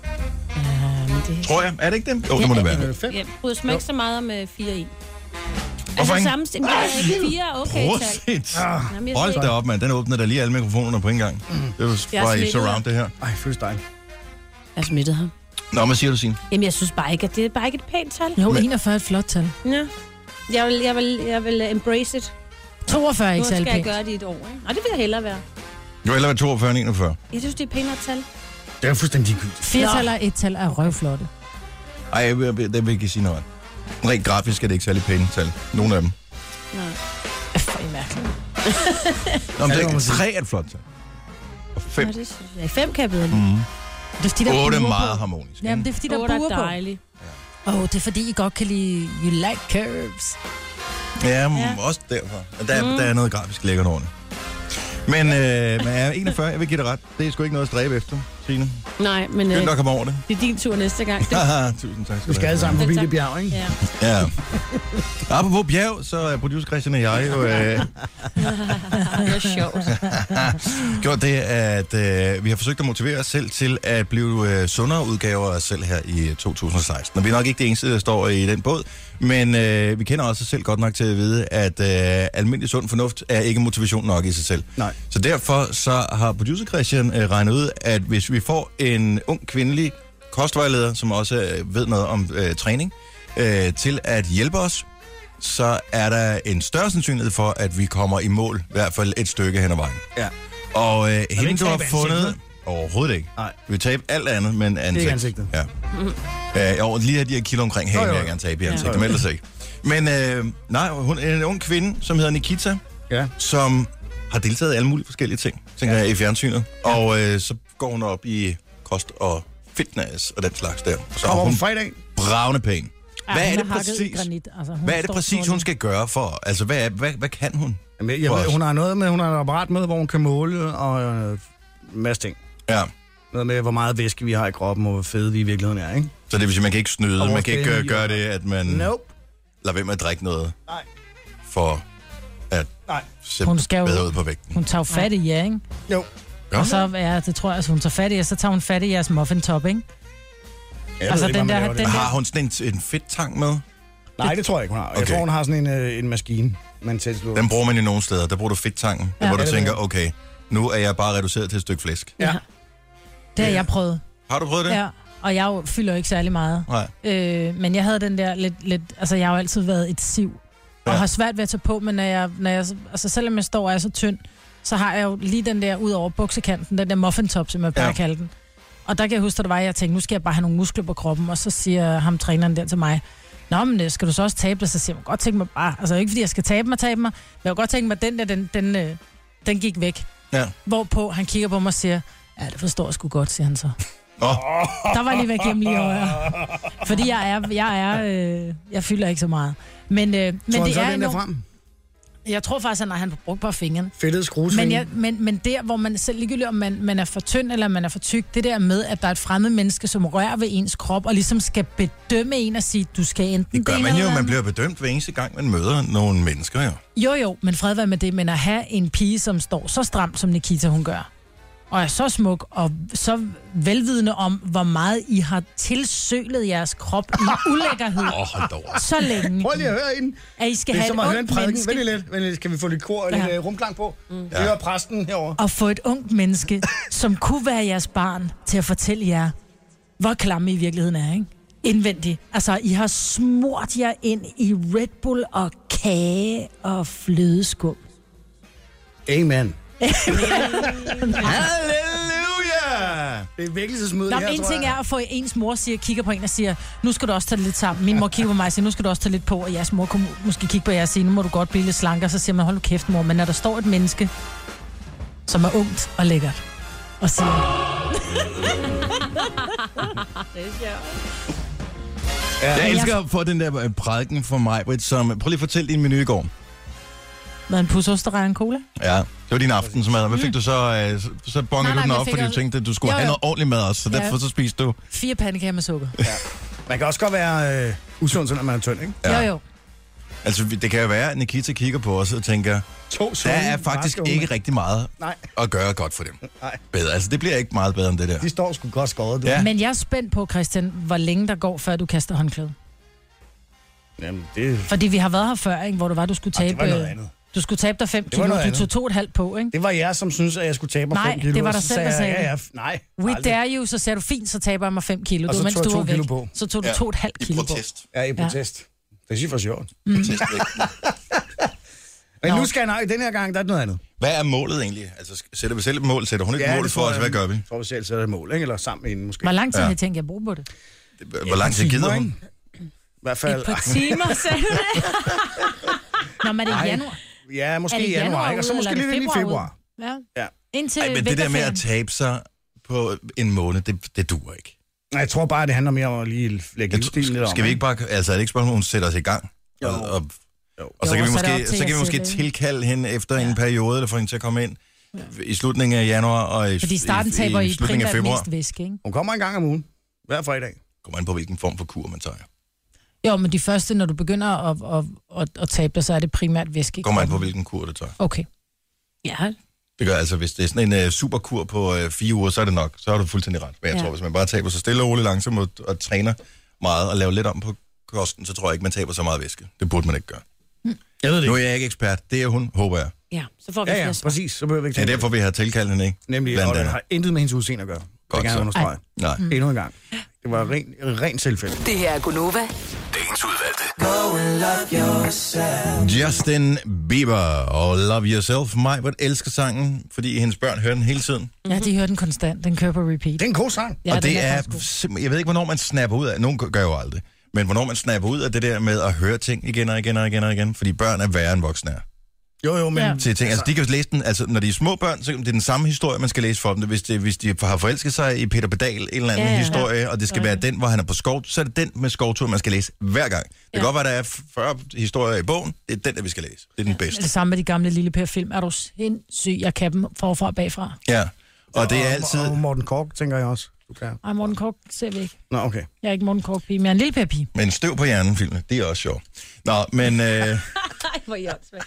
tror jeg. Er det ikke det? Jo, det må det være.
Ja, bryder mig ikke så meget om øh, fire i.
Hvorfor
altså,
ikke?
samme stemning. Fire er okay Ah. tal.
Prosit.
Jamen, jeg
Ah, Hold
ved
da op, mand. Den åbnede da lige alle mikrofonerne på en gang. Det var
Jeg er
bare i
smittet.
surround, det her.
Mm. Ej, føles dejligt.
Jeg har smittet ham.
Nå, hvad siger du, Signe?
Jamen, jeg synes bare ikke, at det er bare ikke et pænt tal.
Jo,
Men-
41 er et flot tal.
Ja. Jeg vil, jeg vil, jeg vil øh, embrace it.
42 er
Nu
ikke
skal
særlig
jeg
pænt.
gøre det i et år, ikke? Og det vil jeg hellere være.
Du vil hellere være 42 end 41.
Jeg synes, det er et pænere tal.
Det er fuldstændig ligegyldigt.
Fire tal og et tal er røvflotte.
Ej, jeg vil, jeg vil- det vil ikke sige noget. Rent grafisk er det ikke særlig pæne tal. Nogle af dem.
For I
*laughs*
mærkeligt.
Nå, men
det må man
det,
sige.
tre er et flot tal.
Nå,
Og fem. Mm.
det synes jeg. Fem kan jeg bedre lide.
Det er fordi, der er
Otte er
buer på.
meget harmonisk. ikke?
Jamen, det er fordi, der er
Otte
buer
er
på.
dejligt.
Åh, oh, det er fordi, I godt kan lide... You like curves.
Ja, ja. også derfor. Og Der, mm. der er noget grafisk lækkert over det. Men, øh, men jeg er 41, jeg vil give dig ret. Det er sgu ikke noget at stræbe efter, Signe.
Nej, men øh,
Skynd dig at komme over det.
det er din tur næste gang. Det,
*laughs* Haha, Tusind tak.
Vi skal alle sammen
Ja,
forbi
tak.
det bjerg, ikke?
ja.
Ja. Apropos bjerg, så er producer Christian og jeg jo
*laughs*
øh,
det er sjovt.
*laughs* gjort det, at øh, vi har forsøgt at motivere os selv til at blive øh, sundere udgaver af os selv her i 2016. Og vi er nok ikke det eneste, der står i den båd, men øh, vi kender også os selv godt nok til at vide, at øh, almindelig sund fornuft er ikke motivation nok i sig selv.
Nej.
Så derfor så har producer Christian øh, regnet ud, at hvis vi får en ung kvindelig kostvejleder, som også øh, ved noget om øh, træning, øh, til at hjælpe os, så er der en større sandsynlighed for, at vi kommer i mål, i hvert fald et stykke hen ad vejen.
Ja.
Og øh,
vil
hende,
ikke
du har
tabe
fundet...
ansigtet.
Overhovedet ikke.
Nej.
Vi vil tabe alt andet, men ansigt.
ansigtet.
Ja. Øh, jo, lige her de her kilo omkring her,
Jo, jo,
vil jeg
jo.
gerne tabe i
Ja.
ansigtet, men ellers ikke. Men øh, nej, hun er en ung kvinde, som hedder Nikita,
Ja.
som har deltaget i alle mulige forskellige ting, tænker ja. jeg, i fjernsynet. Og øh, så går hun op i kost og fitness og den slags der. Så er
Kommer
hun
på fredag.
bravende pæn. Hvad er det præcis,
Granit. Altså, hun
hvad er det
står
præcis
snorlig.
hun skal gøre for? Altså, hvad, er, hvad, hvad kan hun?
Jamen, jeg
For
ved,
os.
hun har noget med, hun har et apparat med, hvor hun kan måle og øh, en masse ting.
Ja.
Noget med, hvor meget væske vi har i kroppen, og hvor fede vi i virkeligheden er, ikke?
Så det vil sige, man kan ikke
Og
snyde, man
vores
kan ikke
BMI
øh, gøre
og-
det, at man
Nope.
lader være med at drikke noget
Nej.
for at
Nej.
se
Hun skal jo-
bedre ud på vægten.
Hun tager jo fat i jer, ikke?
Jo.
Ja.
Og så er det, tror jeg, at hun tager fat i jer, så tager hun fat i jeres muffintop, ikke?
Jeg
Altså,
ved ikke,
den
hvordan
der-
man laver
den-
det.
Har hun sådan en, en fedtang med?
Nej, det tror jeg ikke, hun har. Jeg
Okay.
tror, hun har sådan en, øh, en maskine, man tilslutter.
Den bruger man jo nogle steder. Der bruger du fedttangen, ja,
Ja.
hvor du
Ja, det
tænker, okay, nu er jeg bare reduceret til et stykke flæsk.
Ja.
Det har jeg prøvet.
Har du prøvet det?
Ja. Og jeg jo fylder jo ikke særlig meget.
Nej.
Øh, men jeg havde den der lidt, lidt... Altså, jeg har jo altid været et siv. Og
Ja.
har svært ved at tage på, men når jeg, når jeg, altså, selvom jeg står og er så tynd, så har jeg jo lige den der ud over buksekanten, den der muffintop, som jeg plejer
Ja.
ja. at kalde den. Og der kan jeg huske, at der var, jeg tænkte, nu skal jeg bare have nogle muskler på kroppen, og så siger ham træneren der til mig, Nå, men øh, skal du så også tabe dig? Så siger jeg, "Jeg kunne godt tænke mig bare, altså ikke fordi jeg skal tabe mig, tabe mig, men jeg kunne godt tænke mig, at den der, den, den, øh, den gik væk.
Ja.
Hvorpå han kigger på mig og siger, ja, det forstår jeg sgu godt, siger han så.
Åh.
Der var jeg lige ved at gemme lige over. Fordi jeg er, jeg er, øh, jeg fylder ikke så meget. Men, øh, men
Tror han
det
så
er
den der
enormt,
frem?
jeg tror faktisk, at når han har brugt bare fingeren.
Fedtet
Men,
*laughs*
skruesving.
jeg, men, men der, hvor man selv ligegyldigt, om man, man er for tynd eller man er for tyk, det der med, at der er et fremmed menneske, som rører ved ens krop, og ligesom skal bedømme en og sige, du skal enten
Det gør
ene
man jo.
eller
Man
andet."
bliver bedømt hver eneste gang, man møder nogle mennesker, jo.
Jo, jo, men fred være med det, men at have en pige, som står så stramt, som Nikita hun gør, og er så smuk, og så velvidende om, hvor meget I har tilsølet jeres krop
*laughs*
i ulækkerhed
Åh, oh, hold da op.
så længe,
Prøv lige at høre hende.
at I skal
Det er
have
som
et
at høre en
ungt
prædiken. Vent
menneske.
lige lidt. Vent lige lidt. Skal vi få lidt kor og lidt
Ja. Mm.
øh, rumklang på? Det hører præsten herovre.
at få et ungt menneske, som kunne være jeres barn, til at fortælle jer, hvor klamme I i virkeligheden er, ikke? Indvendigt. Altså, I har smurt jer ind i Red Bull og kage og
*laughs*
flødeskum.
Amen.
Halleluja!
Det er virkelig
Nå, men en ting er at få ens mor siger, kigger på en og siger, nu skal du også tage det lidt sammen. Min mor kigger på mig og siger, nu skal du også tage lidt på, og jeres mor kunne måske kigge på jer og sige, nu må du godt blive lidt slankere. Så siger man, hold nu kæft, mor. Men når der står et menneske, som er ungt og lækkert, og siger,
Jeg elsker at få den der øh, prædiken for mig, Britt, som... Prøv lige at fortælle din menu i går.
hvad en pusoster og en cola?
Ja, det var din aften, som Hvad fik du så? øh, Så, så
Nej,
bongede du
nej,
den
men jeg
op,
fik
fordi du
også-
tænkte, at du skulle
Jo,
have
jo.
noget ordentligt med os, så
Ja.
derfor så spiste du.
Fire pandekager med sukker.
Man kan også godt være øh, usund, selvom man er tynd, ikke?
Ja. Jo, jo.
Altså, vi- det kan jo være, at Nikita kigger på os og tænker,
To
der
sunde,
er faktisk
raske
ikke
unge."
rigtig meget
Nej.
at gøre godt for dem.
Nej.
Bedre. Altså, det bliver ikke meget bedre end det der.
De står sgu godt skåret, du.
Ja.
Men jeg er spændt på, Christian, hvor længe der går, før du kaster håndklæde.
Jamen, det,
Fordi vi har været her før, ikke? hvor det var, du skulle
Ej,
tabe...
det var noget
øh,
andet.
Du skulle tabe dig 5
Det var
kilo,
noget
du
andet.
tog to og et halvt på, ikke?
det var jeg, som synes at jeg skulle tabe mig
Nej,
5 kilo.
det var
og
dig
så
selv,
sagde
der sagde
jeg, ja, ja,
det.
f- Nej,
We
aldrig.
dare you, så sagde du, fint, så taber jeg mig 5 kilo.
Og
Det
så
var, mens
tog jeg
du
to
var væk.
kilo på.
Så tog du
Ja.
2,5 kilo på.
Ja, i
Ja. Mm.
protest. Det er sige for sjovt.
Protestvægt.
*laughs* Men
Nå.
nu skal jeg nej, den her gang, der er det noget andet.
Hvad er målet egentlig? Altså, sætter vi selv et mål? Sætter hun et mål
det
for
tror
os?
jeg.
Hvad gør vi?
Jeg tror, vi selv sætter et mål, ikke? Eller sammen inden måske.
Hvor lang tid
Ja.
har I tænkt, jeg bruger på det?
Hvor lang tid gider
Timer,
hun?
ikke? I hvert fald...
På
*laughs*
timer, sagde du det?
Nå, men er det i januar?
Ja, måske
Er det
i januar,
januar
ikke? Og så
ud,
måske
eller er
lidt
det
ind i
februar
februar.
Ja.
Ja.
Indtil
Ej, men det der med at tabe sig på en måned, det, det duer ikke.
Nej, jeg tror bare, det handler mere om at lige lægge
Jeg
livsstilen lidt
tror,
om.
skal vi ikke bare... Altså, er det ikke et spørgsmål, hun sætter os i gang? Og,
Jo.
og,
Jo.
og så
Jo,
kan vi
så er det op
måske,
til
så
jer
kan vi måske
selv, ikke?
tilkalde hende efter en periode, eller få hende til at komme ind i slutningen af januar og i,
Fordi i starten taber
i,
I,
i slutningen af
primært
februar.
mest væske, ikke?
Hun kommer en gang om ugen. Hver fredag.
Kommer an på, hvilken form for kur man tager.
Jo, men de første, når du begynder at, at, at, at tabe dig, så er det primært væske. i
Kommer an på,
kroppen.
hvilken kur du tager.
Okay.
Ja,
Det gør altså, hvis det er sådan en uh, superkur på uh, fire uger, så er det nok. Så har du fuldstændig ret. Men jeg
Ja.
ja. tror, hvis man bare taber sig stille og roligt langsomt og, og træner meget og laver lidt om på kosten, så tror jeg ikke, man taber så meget væske. Det burde man ikke gøre.
Jeg ved det
Nu er
ikke.
jeg ikke ekspert. Det er hun, håber jeg.
ja, så får vi
Ja, ja,
flere svar.
præcis. Så behøver vi ikke
Det er
tænke
derfor, vi har tilkaldt hende, ikke?
på det. Nemlig,
Blandt
og det
andet.
har intet med hendes udseende at gøre. det
Godt
kan jeg
så.
understrege.
Nej.
Endnu en gang. Det var ren, ren tilfælde.
Det her er Gunova.
Dagens udvalgte.
Justin Bieber og Love Yourself. Mig, hvor elsker sangen, fordi hendes børn hører den hele tiden.
Ja, de hører den konstant. Den kører på repeat.
Det er en god sang.
Ja,
og
den
det er,
faktisk god.
simpelthen- jeg ved ikke, hvornår man snapper ud af, nogen gør jo aldrig, men hvornår man snapper ud af det der med at høre ting igen og igen og igen og igen, fordi børn er værre end voksne er.
Jo, jo, men...
Ja.
Ja.
til ting. Altså, de kan jo læse den, altså, når de er små børn, så det er den samme historie, man skal læse for dem. Hvis, det, hvis de har forelsket sig i Peter Pedal, en eller anden
Ja,
ja,
ja.
historie, og det skal være den, hvor han er på skov, så er det den med skovtur, man skal læse hver gang. Det
Ja.
kan godt være, der er 40 historier i bogen. Det er den, der vi skal læse. Det er den bedste.
Det samme med de gamle Lille Per-film. Er du sindssyg? Jeg kan dem forfra og bagfra.
Ja. Og det er altid...
Og Morten Kork, tænker jeg også. Du kan.
Ej, Morten Kork ser vi ikke.
Nå, okay.
Jeg er ikke Morten Kork pige, men jeg er en Lille
*laughs*
Per-pige.
Men støv på hjernen, filmen, det er også sjovt. Nå, men, øh,
Ej, hvor I åndssvagt.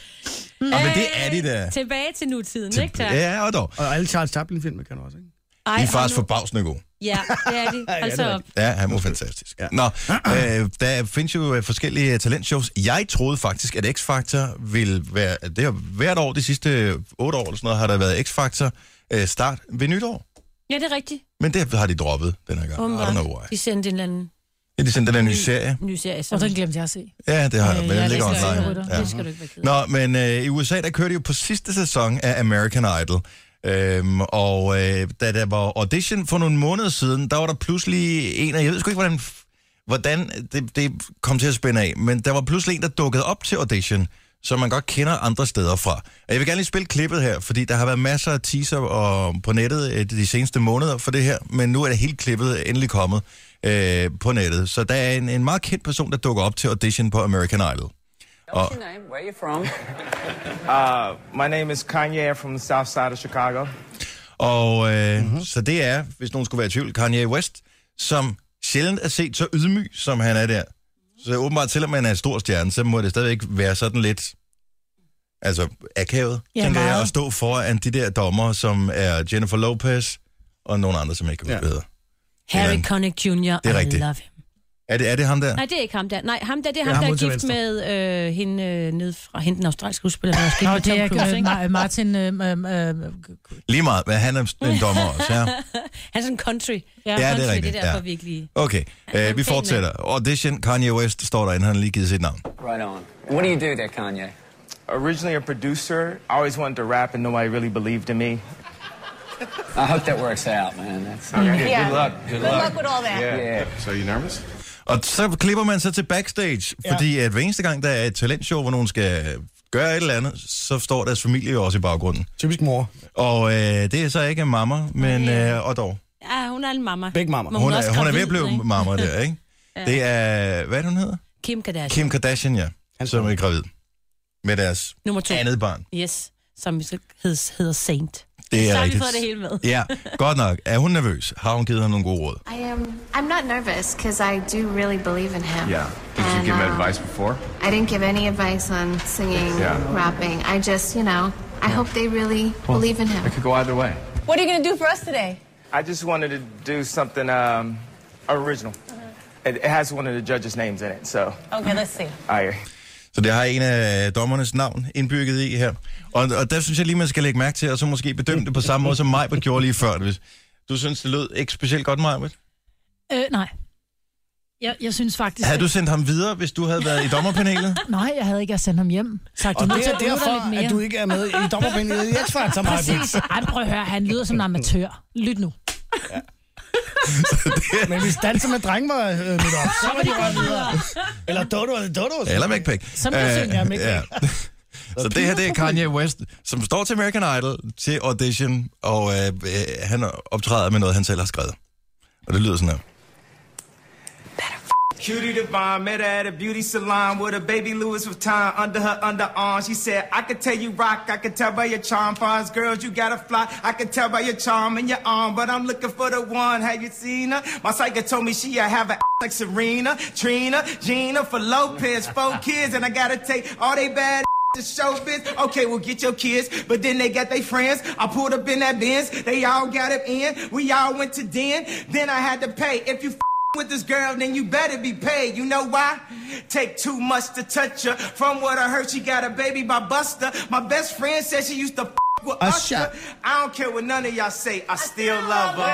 og, men det er de der.
Øh, Tilbage til nutiden, ikke tak?
Ja, og dog.
Og alle Charles Chaplin-filmer kan du også, ikke?
Ej,
De er
og
faktisk
nu-
forbavsende gode.
Ja, det er de.
Ja,
Hold
Altså-
det
så
er
op.
Ja, han var fantastisk. Ja. Nå, øh, der findes jo øh, forskellige øh, talentshows. Jeg troede faktisk, at X-Factor ville være... at Det har, hvert år, de sidste øh, otte år eller sådan noget, har der været X-Factor øh, start ved nytår.
Ja, det er rigtigt.
Men det har de droppet den her gang. I don't
Åbenbart.
know why.
De sendte en eller anden
Ja, de sendte den her nye serie.
ny serie. Som...
Og den glemte jeg at se.
Ja, det har
Øh,
øh,
ja,
været
det
ligger
skal jeg
online.
ikke rytte.
Ja.
Det skal du ikke være ked af.
Nå, men øh, i USA, der kørte de jo på sidste sæson af American Idol. Øhm, og øh, da der var audition for nogle måneder siden, der var der pludselig en, og jeg ved sgu ikke, hvordan, hvordan det, det kom til at spænde af, men der var pludselig en, der dukkede op til audition, som man godt kender andre steder fra. Og jeg vil gerne lige spille klippet her, fordi der har været masser af teaser og, på nettet øh, de seneste måneder for det her, men nu er det hele klippet endelig kommet øh, på nettet. Så der er en, en meget kendt person, der dukker op til audition på American Idol. Og,
Where you
*laughs*
from?
Uh, My name is Kanye from the south side of Chicago.
Og øh, mm-hmm. så det er, hvis nogen skulle være i tvivl, Kanye West, som sjældent er set så ydmyg, som han er der. Så åbenbart, selvom man er en stor stjerne, så må det stadigvæk være sådan lidt altså akavet,
Ja,
ja, tænker jeg,
meget.
at stå foran de der dommer, som er Jennifer Lopez og nogle andre, som jeg ikke kan
Ja.
ja. bedre.
Harry
Eller-
Connick Jr.
Det er
I
rigtigt.
love him.
Er det, er det ham der?
Nej, det er ikke ham der. Nej, ham der, det er
Ja,
ham,
ham
der
ude til
er gift
venstre.
med øh, hende øh, ned fra hende den australske skuespiller, der også gift
Nå,
med
det
Tom
er
Cruise,
øh,
ikke?
Ma- Martin... Øh, øh, øh,
Lige meget, men han er
*laughs*
en dommer også, ja.
Han er sådan country.
Ja,
det er
country,
rigtigt,
Det er derfor
ja.
virkelig...
Okay,
er en
øh, vi
pæn
fortsætter. Audition, Kanye West står derinde, han har lige givet sit navn.
Right on. What do you do there, Kanye?
Originally a producer, I always wanted to rap and nobody really believed in me.
I hope that works out, man. That's
Good luck. Good luck.
with all that.
yeah.
Og så klipper man så til backstage, ja. fordi at hver eneste gang, der er et talentshow, hvor nogen skal gøre et eller andet, så står deres familie jo også i baggrunden.
Typisk mor.
Og øh, det er så ikke mamma, men øh, og dog.
Ja, hun er en mamma.
Big mamma.
Men
Hun
også
er, hun er ved
gravid,
at blive
ikke?
mamma der, ikke? ja. Det er, hvad er det, hun hedder?
Kim Kardashian.
Kim Kardashian, ja, som er gravid med deres
Nummer to.
andet barn.
Yes, som så hed- hedder Saint.
Det er
Så har vi
rigtigt.
fået det hele med.
Ja, godt nok. Er hun nervøs? Har hun givet ham nogle gode råd?
I am.
I'm not nervous because I do really believe in him.
Yeah. Did
And,
you give him
uh,
advice before?
I didn't give any advice on singing,
Yeah.
rapping. I just, you know, I hope they really
Well,
believe in him.
It could go either way.
What are you going to do for us today?
I just wanted to do something um, original. It, it has one of the judges' names in it, so.
Okay, let's
Ah!
see.
*laughs*
I,
Så det har en af dommernes navn indbygget i her. Og, og der synes jeg lige, man skal lægge mærke til, og så måske bedømme det på samme måde, som Majbert gjorde lige før. Hvis du synes, det lød ikke specielt godt, Majbert?
Øh, nej. Jeg, jeg synes faktisk...
Havde
at-
du sendt ham videre, hvis du havde været i dommerpanelet?
Nej, jeg havde ikke at sende ham hjem. Sagt,
Og
du er nødt
det
til
er
at øve dig
derfor,
lidt mere.
at du ikke er med i dommerpanelet i X Factor, Maja Brix.
Præcis. Ej, prøv at høre, han lyder som en amatør. Lyt nu.
*laughs* Men hvis danser med dreng var øh, mødt op, så var de godt videre. *laughs* Eller Dodo eller Dodo.
Eller Øh, McPick.
Som jeg synes, jeg er *laughs* McPick.
Så det her, det er Kanye West, som står til American Idol til audition, og øh, øh, han optræder med noget, han selv har skrevet. Og det lyder sådan her.
Cutie the bomb, met her at a beauty salon with a baby Louis Vuitton under her underarm. She said, I could tell you rock, I could tell by your charm. Fonz, girls, you gotta fly. I could tell by your charm and your arm, but I'm looking for the one. Have you seen her? My psychic told me she I have a like Serena, Trina, Gina, for Lopez, four kids, and I gotta take all they bad. *laughs* To show biz, okay, well get your kids, but then they got their friends. I pulled up in that Benz, they all got it in. We all went to den, then I had to pay. If you *laughs* with this girl, then you better be paid. You know why? Take too much to touch her. From what I heard, she got a baby by Buster. My best friend said she used to *laughs* f- with Usher. I don't care what none of y'all say. I, still, love her.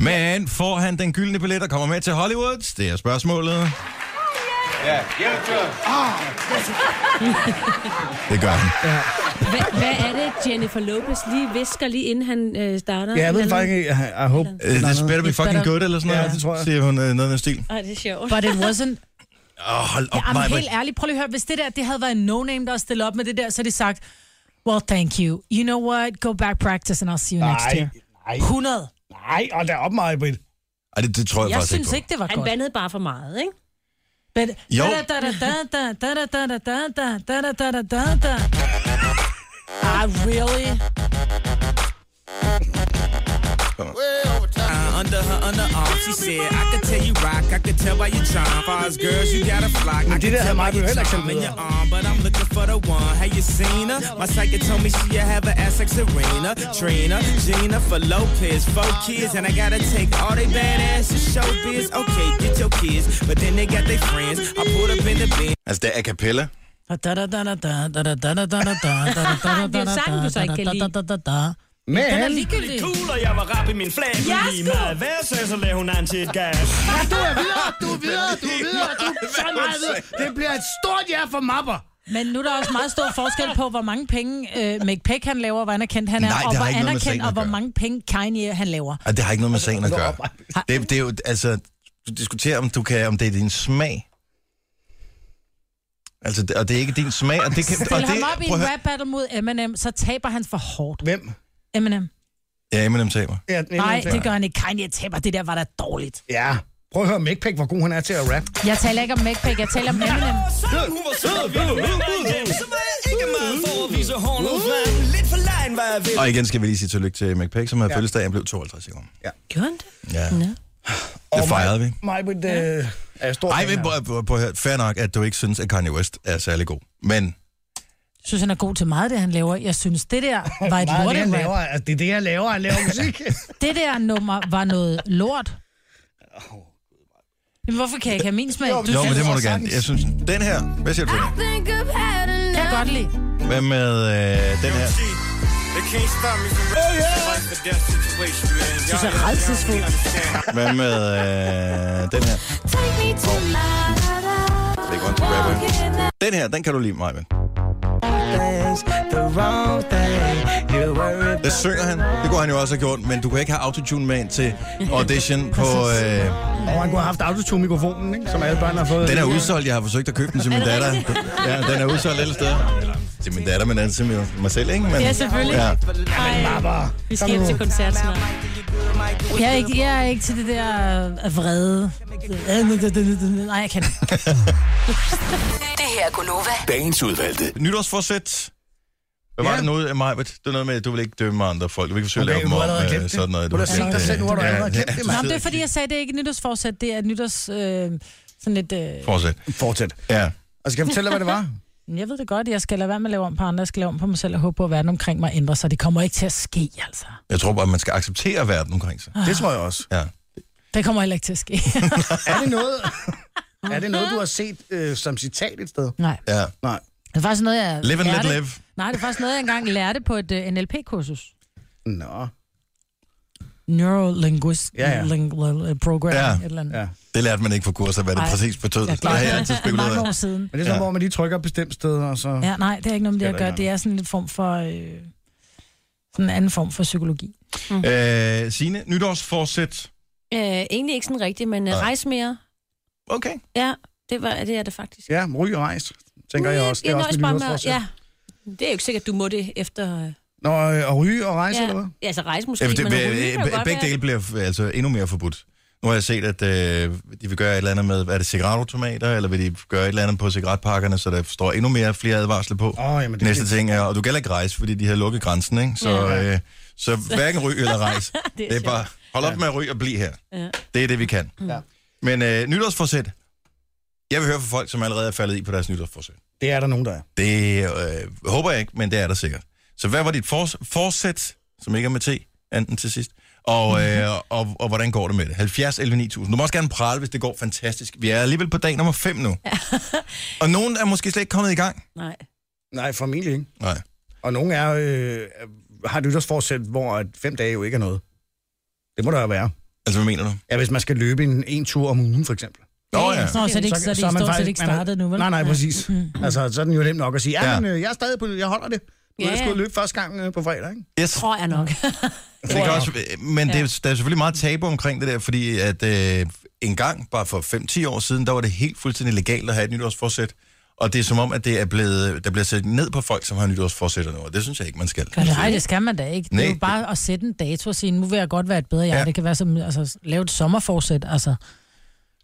Men får han den gyldne billet og kommer med til Hollywood? Det er spørgsmålet.
*laughs* Yeah, give it to him.
Det gør han.
Hvad, hvad er det, Jennifer Lopez lige visker lige inden han øh, starter?
Ja, jeg ved
Eller-
faktisk ikke, I, I hope...
Uh, this better be fucking good, eller sådan noget.
Ja, det tror jeg.
Siger hun øh, noget af den stil.
Ej, det er sjovt.
But it
*laughs*
wasn't...
Åh, oh, hold op,
Ja,
Maja
men
Britt.
helt ærligt, prøv lige at høre, hvis det der, det havde været en no-name, der stillede op med det der, så havde de sagt, well, thank you. You know what? Go back practice, and I'll see you next
Nej,
year.
nej.
100.
Nej, og der er op mig, Britt.
Ej, det, det tror jeg,
Jeg
faktisk
synes
på.
ikke, det var
Han
godt.
bandede bare for meget, ikke?
Men,
Jo.
Da, da, da, da, da, da, da, da, da, da, da, da, da, da, da, da, da. Ah, really?
Uh, under her underarm, she said, I could tell you rock, I could tell by your charm. Fars girls, you got a flock. I could
did that
tell
at
by
my
your
Britt
charm
accent
in
video.
your arm, but I'm looking for the one. Have you seen her? My psychic told me she have an ass like Serena, Trina, Gina for Lopez, four kids, and I gotta take all they badass to show biz. Okay, get your kids, but then they got their friends. I pulled up in the bin.
Altså, det er a cappella.
Da, da, da, da, da, da, da, da, da, da, da, da, da, da, da, da,
Det er sangen, du så ikke kan
da, da,
lide.
da, da, da.
Men...
Den er ligegyldig.
Cool, og jeg var rap i min flag.
Ja,
lige
sgu.
meget hvad, så så lagde hun an til et gas.
Du er videre, du er videre, du er videre, du er så meget videre. Det bliver et stort ja for mapper.
Men nu er der også meget stor forskel på, hvor mange penge øh, Mick Peck han laver, hvor anerkendt han er,
Nej, det
og
har
hvor
ikke noget med sagen
anerkendt,
at
og hvor
gøre.
mange penge Kanye han laver.
Ej, det har ikke noget med
Altså,
sagen at gøre. Det, det er jo, altså, du diskuterer, om, du kan, om det er din smag. Altså, det- og det er ikke din smag, og det kan...
Stil
og det,
ham op i
prøv at
en
høre-
rap battle mod Eminem, så taber han for hårdt.
Hvem?
Eminem.
Ja, Eminem taber.
Ja,
Nej, det gør han ikke. Kanye taber. Det der var da dårligt.
Ja, prøv at høre Mickpack, hvor god han er til at rap.
Jeg taler ikke om Mick Peck, jeg taler om Eminem.
Hun var sød og vild med mig, så var jeg ikke meget for at vise hånden og fladen. Lidt for lejen var jeg vild.
Og igen skal vi lige sige tillykke til McPack, som har
Ja.
ja. fødselsdag. Han blev 52 i år.
Ja.
Gjorde han det?
Ja.
Nå.
Det fejrede vi.
Mig, men øh, det er stor.
Ej, men prøv, prøv, prøv, at høre. fair nok, at du ikke synes, at Kanye West er særlig god. Men
Jeg synes, han er god til meget, det han laver. Jeg synes, det
*laughs*
der var et
Meget af det, han
lortet
laver,
rap.
altså, det er det, jeg laver. Han laver *laughs* musik.
*laughs* Det der nummer var noget lort. Men hvorfor kan jeg ikke have min smag?
jo, men det må du
altså
gerne. Jeg synes, den her... Hvad siger du til den?
Kan jeg godt lide.
Hvad med øh, den her?
Jeg Oh, synes, jeg er redselsfuld.
Hvad med øh, den her? Det er ikke ondt, du rapper. Den her, den kan du lide mig, men. Det synger han. Det kunne han jo også have gjort, men du kan ikke have autotune med ind til audition på... Øh,
Og han kunne have haft autotune-mikrofonen, ikke? som alle børn har fået.
den er udsolgt. Jeg har forsøgt at købe den til min
Er det
datter.
rigtigt?
Ja, den er udsolgt alle steder. Eller til min datter, men den er til min- mig selv, ikke? Men,
Ja, selvfølgelig.
Ja.
Ej, vi skal hjem til koncert snart.
Jeg er, ikke, jeg er ikke til det der øh, vrede. Nej, jeg kan ikke.
Det her er Gunova.
Dagens udvalgte.
Nytårsforsæt. Hvad var det nu, Majbet? Det var noget med, at du vil ikke dømme andre folk. Du vil ikke forsøge
Okay,
at lave
nu
dem
har
om.
jeg allerede
øh,
glemt det.
Sådan noget,
Må
har
du sige
set,
dig selv, nu har du
øh,
allerede
ja,
glemt *laughs* det,
Nå,
ja,
men det er
du sidder-
fordi, jeg sagde, det er ikke et nytårsforsæt, det er et nytårs... Øh, sådan et... Øh,
Fortsæt.
Fortsæt. Altså-
Ja.
Og skal jeg fortælle dig, hvad det var?
*laughs* jeg ved det godt, jeg skal lade være med at lave om på andre, jeg skal lave om på mig selv og håbe på, at verden omkring mig ændrer sig. Det kommer ikke til at ske, altså.
Jeg tror bare, man skal acceptere verden omkring sig.
Det tror jeg også.
Ja.
Det kommer heller ikke til at ske.
*laughs* er det noget, er det noget du har set øh, som citat et sted?
Nej.
ja.
Nej.
Det er faktisk noget, jeg
Live and let
lærte.
live.
Nej, det er faktisk noget, jeg engang lærte på et uh, NLP-kursus.
Nå.
Neurolinguist
Ja, ja.
ling- l- l- program.
Ja.
Et eller andet.
Ja.
Det lærte man ikke på kurser, hvad det
Nej.
præcis betød.
Jeg
Det har jeg altid spekuleret
Mange
i.
år siden.
Men det er sådan, ja. hvor man lige trykker et bestemt sted, og så...
Ja, nej, det er ikke noget, med det
Skal
jeg
der
gør.
ikke
Det er sådan en form for... Øh, sådan en anden form for psykologi.
Øh, Signe, nytårsforsæt.
Øh, egentlig ikke sådan rigtigt, men øh,
Nej.
rejse mere.
Okay.
Ja, det, var, det er det faktisk.
Ja, ryg og rejs, tænker jeg også. Det er
jeg
også
nøjes
mit
bare med-
nytårsforsæt.
Ja, det er jo ikke sikkert, du må det efter... øh,
Nå, øh, og ryge og rejse,
ja,
eller hvad?
Ja, altså rejse måske,
Ja,
men
det,
ryge kan jo
be,
godt
be, begge
være-
dele bliver øh, altså endnu mere forbudt. Nu har jeg set, at øh, de vil gøre et eller andet med, er det cigaretautomater, eller vil de gøre et eller andet på cigaretpakkerne, så der står endnu mere flere advarsler på.
Oh, jamen, det er
Næste
fint.
ting er, og du kan heller ikke rejse, fordi de har lukket grænsen, ikke? Så,
Ja.
øh, så hverken ryg eller
*laughs*
rejse.
Det er
det er bare, hold op med at ryge og blive her.
Ja.
Mm.
Det er det, vi kan.
Ja.
Men øh, nytårsforsæt. Jeg vil høre fra folk, som allerede er faldet i på deres nytårsforsæt.
Det er der nogen, der er.
Det øh, håber jeg ikke, men det er der sikkert. Så hvad var dit fors- forsæt, som ikke er med T, anden til sidst?
Mhm.
Og, øh, og, og hvordan går det med det? 70 11 9000. Du må også gerne prale, hvis det går fantastisk. Vi er alligevel på dag nummer 5 nu. og nogen er måske slet ikke kommet i gang.
Nej.
Nej, formentlig ikke.
Nej.
Og nogen er, øh, har et nytårsforsæt, hvor at fem dage jo ikke er noget. Det må der jo være.
Altså, hvad mener du?
Ja, hvis man skal løbe en, en tur om ugen, for eksempel.
Nå ja.
Nå, så er det ikke, så, er det
er
så,
man
så, så
faktisk-
ikke
man er-
startet nu, vel?
Nej, nej,
Ja. Mm.
præcis. Altså, så er den jo nem nok at sige, ja,
Ja.
men øh, jeg er stadig på, jeg holder det. Nu er
Ja,
jeg
ja.
skulle løbe første gang øh, på fredag, ikke?
Yes.
Tror jeg nok.
Det *laughs* kan også, men det er, der er selvfølgelig meget tabu omkring det der, fordi at øh, en gang, bare for 5-10 år siden, der var det helt fuldstændig legalt at have et nytårsforsæt. Og det er som om, at det er blevet, der bliver set ned på folk, som har nytårsforsætter nu, og det synes jeg ikke, man skal.
Gør det, nej, det skal man da ikke. Det
Nej,
er jo bare at sætte en dato og sige, nu vil jeg godt være et bedre jeg.
Ja.
Ja. Det kan være som altså, lave et sommerforsæt. Altså.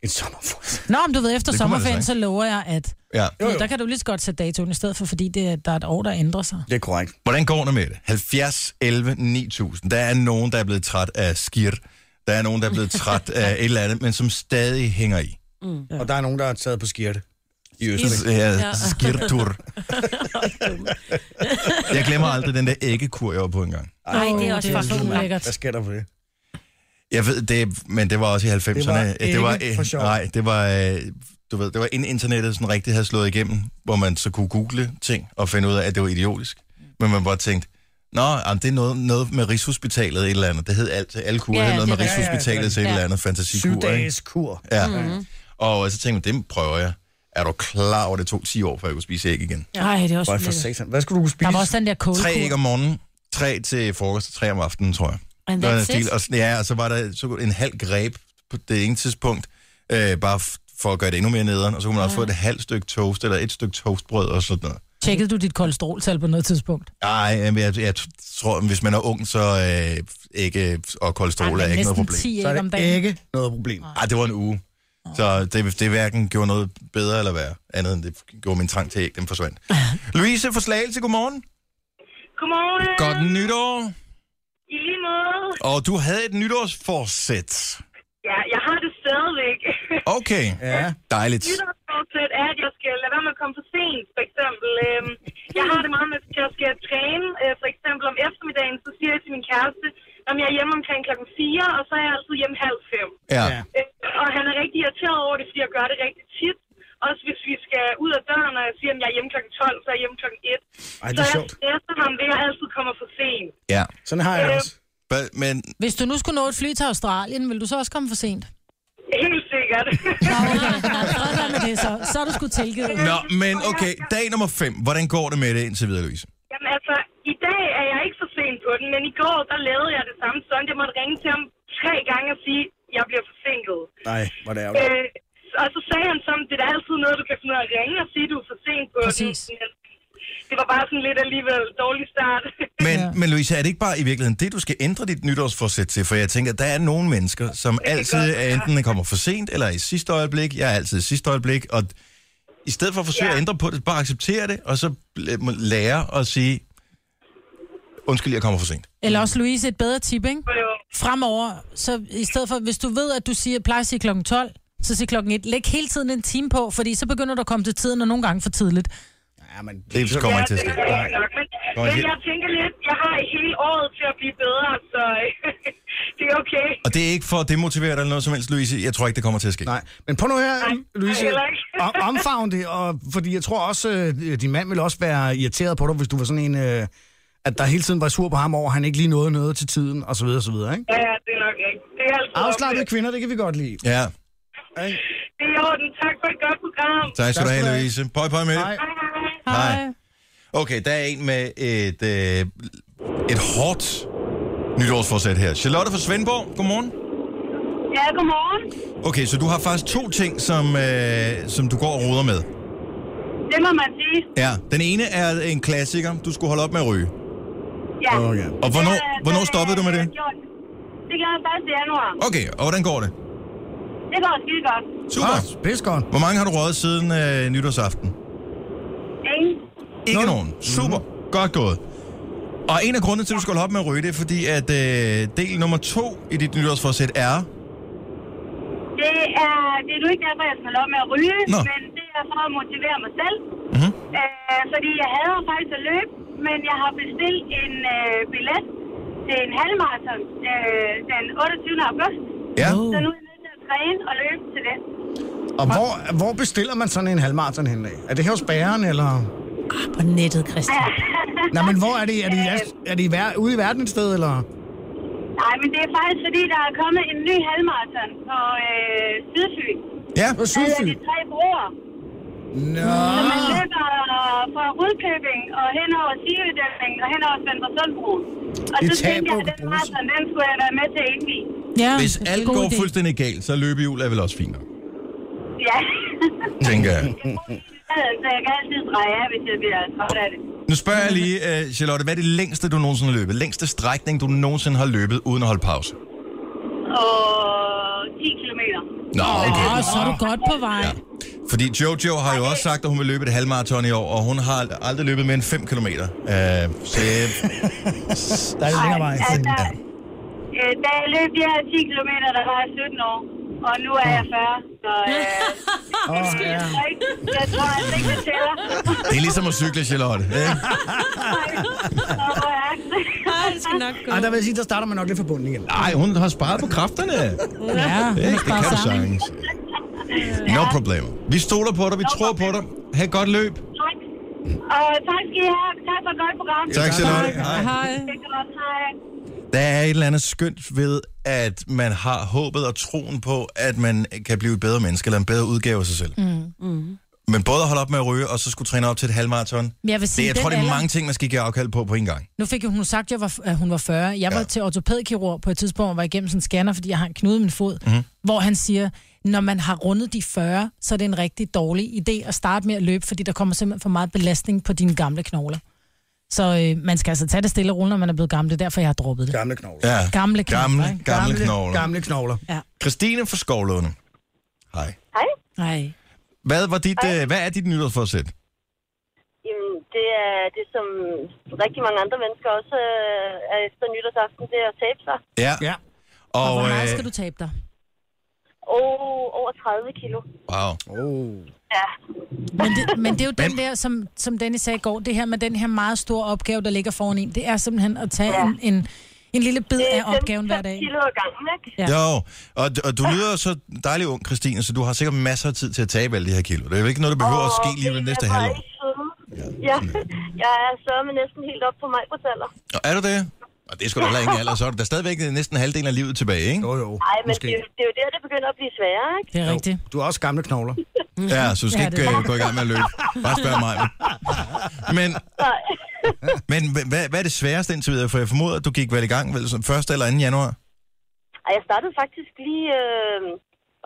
Et sommerforsæt.
Nå, men du ved, efter
Det kunne man
sommerferien,
altså
så lover jeg, at...
Ja.
Jo, jo. Der kan du lige så godt sætte datoen i stedet for, fordi det, er- der er et år, der ændrer sig.
Det er korrekt.
Hvordan går det med det? 70, 11, 9000. Der er nogen, der er blevet træt af skir. Der er nogen, der er
*laughs*
blevet træt af et eller andet, men som stadig hænger i.
Mm.
Og der er nogen, der er taget på skirte. I
Så-
Østrig.
Ja, skirtur. Jeg glemmer aldrig den der æggekur, jeg var på engang.
Nej, det er også
det er
fucking
ulækkert.
ulækkert.
Hvad sker der for det?
Jeg ved det, men det var også i 90'erne.
Det var
Ja, det var
ikke
øh,
for sjov.
Nej, det var, øh, du ved, det var inden internettet sådan rigtig havde slået igennem, hvor man så kunne google ting og finde ud af, at det var idiotisk. Men man bare tænkte, Nå, jamen, det er noget, noget med Rigshospitalet et eller andet. Det hed alt, alle kurer
Ja,
ja, noget
det er
med
rigtigt.
Rigshospitalet
Ja, ja,
til et
ja.
eller andet fantasikur.
Syv
ikke?
dages kur.
Ja.
Mhm.
Mm-hmm. Og så tænkte jeg, det prøver jeg. Er du klar over, det tog 10 år, før jeg kunne spise æg igen?
Nej, det er også
Røg for
ulækkert.
satan. Hvad skulle du kunne spise?
Der var også den der
Tre æg
kålkur.
om morgenen, tre til frokost og tre om aftenen, tror jeg.
And
Det var en
that's it.
stil. Og, sådan- ja, og så var der så en halv greb på det ene tidspunkt, øh, bare f- for at gøre det endnu mere nederen, og så kunne man også få et halvt stykke toast, eller et stykke toastbrød og sådan noget.
Tjekkede du dit kolesteroltal på noget tidspunkt?
Nej, jeg, jeg, jeg tror, hvis man er ung, så øh, ikke, og kolesterol
Ej,
er
men
ikke noget
næsten
problem.
10
Så er
æg om
det
dagen.
ikke noget problem.
Ej, det var en uge. Så det, det hverken gjorde noget bedre eller værre, andet end det gjorde min trang til æg, den forsvandt. Louise fra Slagelse, godmorgen.
Godmorgen.
Godt nytår.
I lige måde.
Og du havde et nytårsforsæt.
Ja, jeg har det stadigvæk.
Okay,
Ja.
dejligt.
Nytårsforsæt er, at jeg skal lade være med at komme for sent, for eksempel. Øhm, jeg har det meget med, at jeg skal træne. Øh, for eksempel om eftermiddagen, så siger jeg til min kæreste, om jeg er hjemme omkring klokken 4, og så er jeg altid hjemme halv fem.
Ja.
Øh, og han er rigtig irriteret over det, fordi jeg gør det rigtig tit. Også hvis vi skal ud af døren, og jeg siger, at jeg er hjemme klokken 12, så er jeg hjemme klokken 1.
Ej, det
så
er
jeg
sjovt.
stresser ham ved, at jeg altid kommer for sent.
Ja.
Sådan har jeg det også.
Ba- Men
Hvis du nu skulle nå et fly til Australien, vil du så også komme for sent?
Helt sikkert.
Nå, okay. Nå, fred være med det, så. Så er du sgu tilgivet.
Nå, men okay, dag nummer 5. Hvordan går det med det indtil videre, Louise?
Jamen altså, i dag er jeg ikke så sent på den, men i går, der lavede jeg det samme sådan. Jeg måtte ringe til ham tre gange og sige, jeg bliver forsinket.
Nej, hvor det er
Øh, og så sagde han sådan, det er da altid noget, du kan finde ud af at ringe og sige, du er for sent på
Præcis.
den. Men det var bare sådan lidt alligevel dårlig start.
Men, ja. men Louise, er det ikke bare i virkeligheden det, du skal ændre dit nytårsforsæt til? For jeg tænker, der er nogle mennesker, som altid er enten kommer for sent, eller i sidste øjeblik. Jeg er altid i sidste øjeblik. Og i stedet for at forsøge ja. at ændre på det, bare acceptere det, og så bl- lære at sige, undskyld, jeg kommer for sent.
Eller også, Louise, et bedre tip, ikke? Fremover, så i stedet for, hvis du ved, at du siger, plejer at sige kl. 12, så sig klokken 1. Læg hele tiden en time på, fordi så begynder du at komme til tiden, og nogle gange for tidligt.
Ja, men...
Det kommer ikke til at ske.
det er rigtig nok. Men,
Nå,
men
helt-
jeg tænker lidt, jeg har hele året til at blive bedre, så *laughs* det er okay.
Og det er ikke for at demotivere dig eller noget som helst, Louise. Jeg tror ikke, det kommer til at ske.
Nej, men på nu her, Louise,
heller ikke.
om- omfavn det, og, fordi jeg tror også, øh, din mand ville også være irriteret på dig, hvis du var sådan en, øh, at der hele tiden var sur på ham over, at han ikke lige nåede noget til tiden, og så videre, og så videre, ikke?
Ja, ja, det er nok rigtigt. Det er altid
Afslappede kvinder, det kan vi godt lide.
Ja,
Det er i orden. Tak for et godt program.
tak skal du have, Louise. Pøj, pøj med det.
Hej.
Okay, der er en med et, øh, et hårdt nytårsforsæt her. Charlotte fra Svendborg, godmorgen.
*laughs* Ja, godmorgen.
Okay, så du har faktisk to ting, som, øh, som du går og roder med.
Det må man sige.
Ja, den ene er en klassiker. Du skulle holde op med at ryge.
Ja.
Okay. Og hvornår-
Det, øh,
hvornår
det, øh,
stoppede du med det?
gjorde- Det gjorde jeg 1. januar.
Okay, og hvordan går det?
Det går skide godt.
Super.
Pis godt.
Hvor mange har du røget siden øh, nytårsaften?
Ingen.
Ikke nogen. Super. Godt gået. Og en af grundene til, at du skal holde op med at ryge, det er fordi, at øh, del nummer to i dit nytårsforsæt er...
Det er, det er nu ikke derfor, jeg skal holde op med at ryge,
Nå.
men det er for at motivere mig selv.
Mhm.
Øh, fordi jeg hader faktisk at løbe, men jeg har bestilt en øh, billet til en halvmarathon øh, den 28. august.
Ja.
Så nu er jeg nødt til at træne og løbe til det.
Og hvor, hvor bestiller man sådan en halvmarathon henad? Er det her hos bæren, eller... Ah,
på nettet, Christian.
Nej, men hvor er det? Er det, er det, er det i ver- ude i verden et sted, eller...
Nej, men det er faktisk fordi, der er kommet en ny halvmarathon på øh, Sydfyn.
Ja, på
Der hedder de tre broer.
Nå.
Så man løber fra Rudkøbing og hen over Sivedæmning og hen over Svendborgsundbroen. Og
I
så tænkte jeg,
Tabuk
at den marathon, den skulle jeg være med til indvi.
Ja,
Hvis alt går idé. fuldstændig galt, så løbehjul er vel også fint nok,
Ja, *laughs*
tænker jeg.
så jeg kan altid dreje af, hvis jeg bliver træt af det.
Nu spørger jeg lige, øh, Charlotte, hvad er det længste, du nogensinde har løbet? Længste strækning, du nogensinde har løbet uden at holde pause?
Og 10 kilometer.
Nå, okay.
Og så er du godt på vej. Ja.
Fordi Jojo har jo også sagt, at hun vil løbe et halvmarathon i år, og hun har ald- aldrig løbet mere end 5 km. Øh, så jeg...
Der er længere vej.
Altså, øh, da jeg løb de her 10 kilometer, der var jeg 17 år. Og nu er jeg 40, så øh,
Åh,
jeg, tror ikke, jeg tror altså ikke, det tæller.
Det er ligesom at cykle, Charlotte. Ikke?
Nej, det skal nok
Ej, Ah, der vil jeg sige, der starter man nok lidt fra bunden igen.
Nej, hun har sparet på kræfterne.
Ja,
Ikke? det kan du sagtens. No problem. Vi stoler på dig, vi tror på dig. Ha' et godt løb.
Tak. Og tak skal I have. Tak for et godt program.
Tak, Charlotte. Hej.
Hej. Det er godt. Hej.
Der er et eller andet skønt ved, at man har håbet og troen på, at man kan blive et bedre menneske, eller en bedre udgave af sig selv.
Mm. Mm.
Men både at holde op med at ryge, og så skulle træne op til et halvmarathon.
Men jeg vil sige,
det, jeg
den
tror, det er
alder-
mange ting, man skal give afkald på på en gang.
Nu fik hun jo sagt, at, jeg var, at hun var 40. Jeg var til ortopædkirurg på et tidspunkt, og var igennem sådan en scanner, fordi jeg har en knude i min fod,
Mhm.
mm. hvor han siger, når man har rundet de 40, så er det en rigtig dårlig idé at starte med at løbe, fordi der kommer simpelthen for meget belastning på dine gamle knogler. Så øh, man skal altså tage det stille og roligt, når man er blevet gammel. Det er derfor, jeg har droppet det.
Gamle knogler.
Ja.
Gamle knogler,
Gamle, gamle,
ikke?
gamle knogler.
Gamle knogler.
Ja.
Christine fra Skovlåne. Hej.
Hej.
Nej.
Hvad, var dit, øh, hvad er dit nytårsforsæt?
Jamen, det er det, som rigtig mange andre mennesker også øh, er efter nytårsaften, det er at tabe sig.
Ja.
ja.
Og,
Og hvor meget
øh,
skal du tabe dig?
Oh, over 30 kilo.
Wow.
Oh.
Ja.
Men det, men det er jo den der, som, som Dennis sagde i går, det her med den her meget store opgave, der ligger foran en, det er simpelthen at tage ja. en, en, en lille bid af opgaven hver dag.
kilo ad gangen, ikke?
Ja.
Jo, og, og du lyder så dejlig ung, Christine, så du har sikkert masser af tid til at tabe alle de her kilo. Det er jo ikke noget, der behøver oh, at ske lige ved det næste halvår.
Ja. ja. *laughs* Jeg er sørme næsten helt op på mig på taler.
Og er du det? Og det er sgu da heller ikke alder, så er du da stadigvæk næsten halvdelen af livet tilbage, ikke?
Jo, jo.
Nej, men det, er jo- det, er jo der, det begynder at blive sværere, ikke?
Det er rigtigt.
Du har også gamle knogler.
*laughs* Ja, så du skal
Ja,
ja,
det
ikke
er
øh, gå i gang med at løbe. Bare spørg
*laughs*
mig. Men, men hva- hvad, hvad er det sværeste indtil videre? For jeg formoder, at du gik vel i gang vel, som 1. eller 2. januar?
Og jeg startede faktisk lige øh,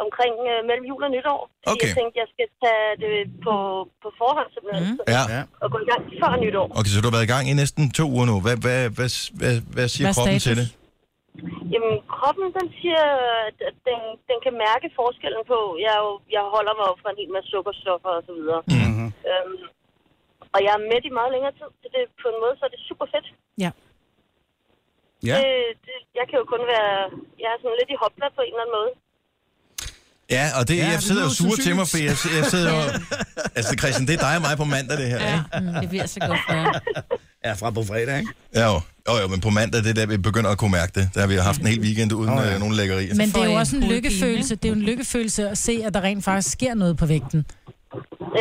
omkring øh, mellem jul og nytår. Fordi
Okay.
jeg tænkte, jeg skal tage det på, på forhånd simpelthen. Mm.
Ja.
Og gå i gang før nytår.
Okay, så du har været i gang i næsten to uger nu. Hvad, hvad, hvad, hvad, hvad siger hvad
Hvad er
kroppen til
status?
det?
Jamen, kroppen, den siger, at at den, den kan mærke forskellen på, jeg, er jo, jeg holder mig jo fra en hel masse sukkerstoffer og så videre. Mm-hmm. Øhm, og jeg er med i meget længere tid, så det, på en måde, så er det super fedt.
Ja.
Ja.
Det, det, jeg kan jo kun være... Jeg er sådan lidt i hopla på en eller anden måde.
Ja, og det,
Ja,
ja, jeg
det
sidder jo
lyder
sur til mig, for jeg,
sandsynligt.
jeg sidder
*laughs*
jo... Altså, Christian, det er dig og mig på mandag, det her, ja. ikke?
Mm,
Det bliver så godt for jer.
Ja, fra på fredag, ikke?
Ja, jo. Jo, jo, men på mandag, det er der, vi begynder at kunne mærke det. Der har vi haft en hel weekend uden oh, ja. øh, nogen lækkerier.
Men det er jo også en lykkefølelse. Det er jo en lykkefølelse at se, at der rent faktisk sker noget på vægten.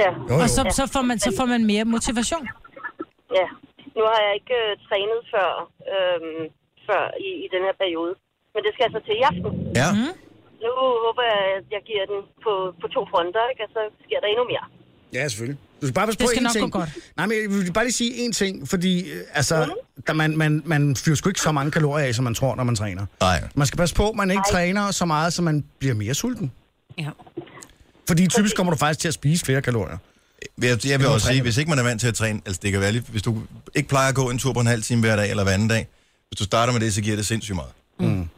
Jo, jo.
Og så, så, får man, så får man mere motivation.
Ja. Nu har jeg ikke øh, trænet før, øhm, før i, i den her periode. Men det skal jeg så til i aften.
Ja.
Mm.
Nu håber jeg, at jeg giver den på, på to fronter, ikke? Og så sker der endnu mere.
Ja, selvfølgelig. Du skal bare passe
Det
på
skal
én
nok
ting.
gå godt.
Nej, men jeg vil bare lige sige én ting, fordi øh, altså, der man, man, man fyrer sgu ikke så mange kalorier af, som man tror, når man træner.
Nej.
Man skal passe på, at man ikke træner så meget, så man bliver mere sulten.
Ja.
Fordi typisk kommer du faktisk til at spise flere kalorier.
Jeg, jeg vil
man
også sige,
træner.
hvis ikke man er vant til at træne, altså det kan være lige, hvis du ikke plejer at gå en tur på en halv time hver dag eller hver anden dag, hvis du starter med det, så giver det sindssygt meget.
Mm.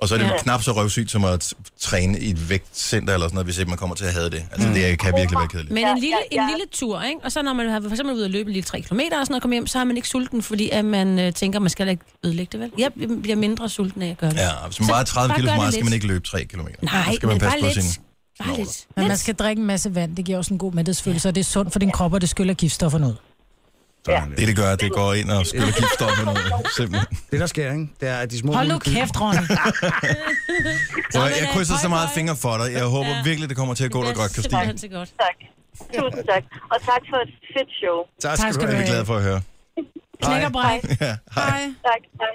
Og så er det
Ja.
knap så røvsygt som at t- træne i et vægtcenter eller sådan noget, hvis ikke man kommer til at have det.
Mm.
Altså det kan virkelig være kedeligt.
Men en lille, en lille tur, ikke? og så når man har for eksempel ude at løbe en lille 3 km og sådan noget, kommer hjem, så er man ikke sulten, fordi at man øh, tænker, man skal heller ikke ødelægge det, vel? Jeg bliver mindre sulten af at gøre det.
Ja, hvis man vejer 30
bare
kilo
gør
for
det
meget, skal
lidt.
man ikke løbe 3 km.
Nej,
skal man
men
passe
bare
på
lidt.
sin...
Bare lidt.
Men man skal drikke en masse vand. Det giver også en god mæthedsfølelse, og det er sundt for din krop, og det skyller giftstofferne ud.
Ja. Det, det gør, det går ind og spiller giftstofferne ud. Simpelthen.
Det, der sker, ikke? Det er, at de små...
Hold nu
molekyler-
kæft, Ronny.
Prøv, at høre, jeg krydser så meget fingre for dig. Jeg håber virkelig, det kommer til at gå dig godt, Christine.
så godt.
Tak. Tusind tak. Og tak for et fedt show.
Tak skal du have. Vi er glade for at høre.
Knækkerbræk.
*laughs* Ja,
Hej.
Tak, hej.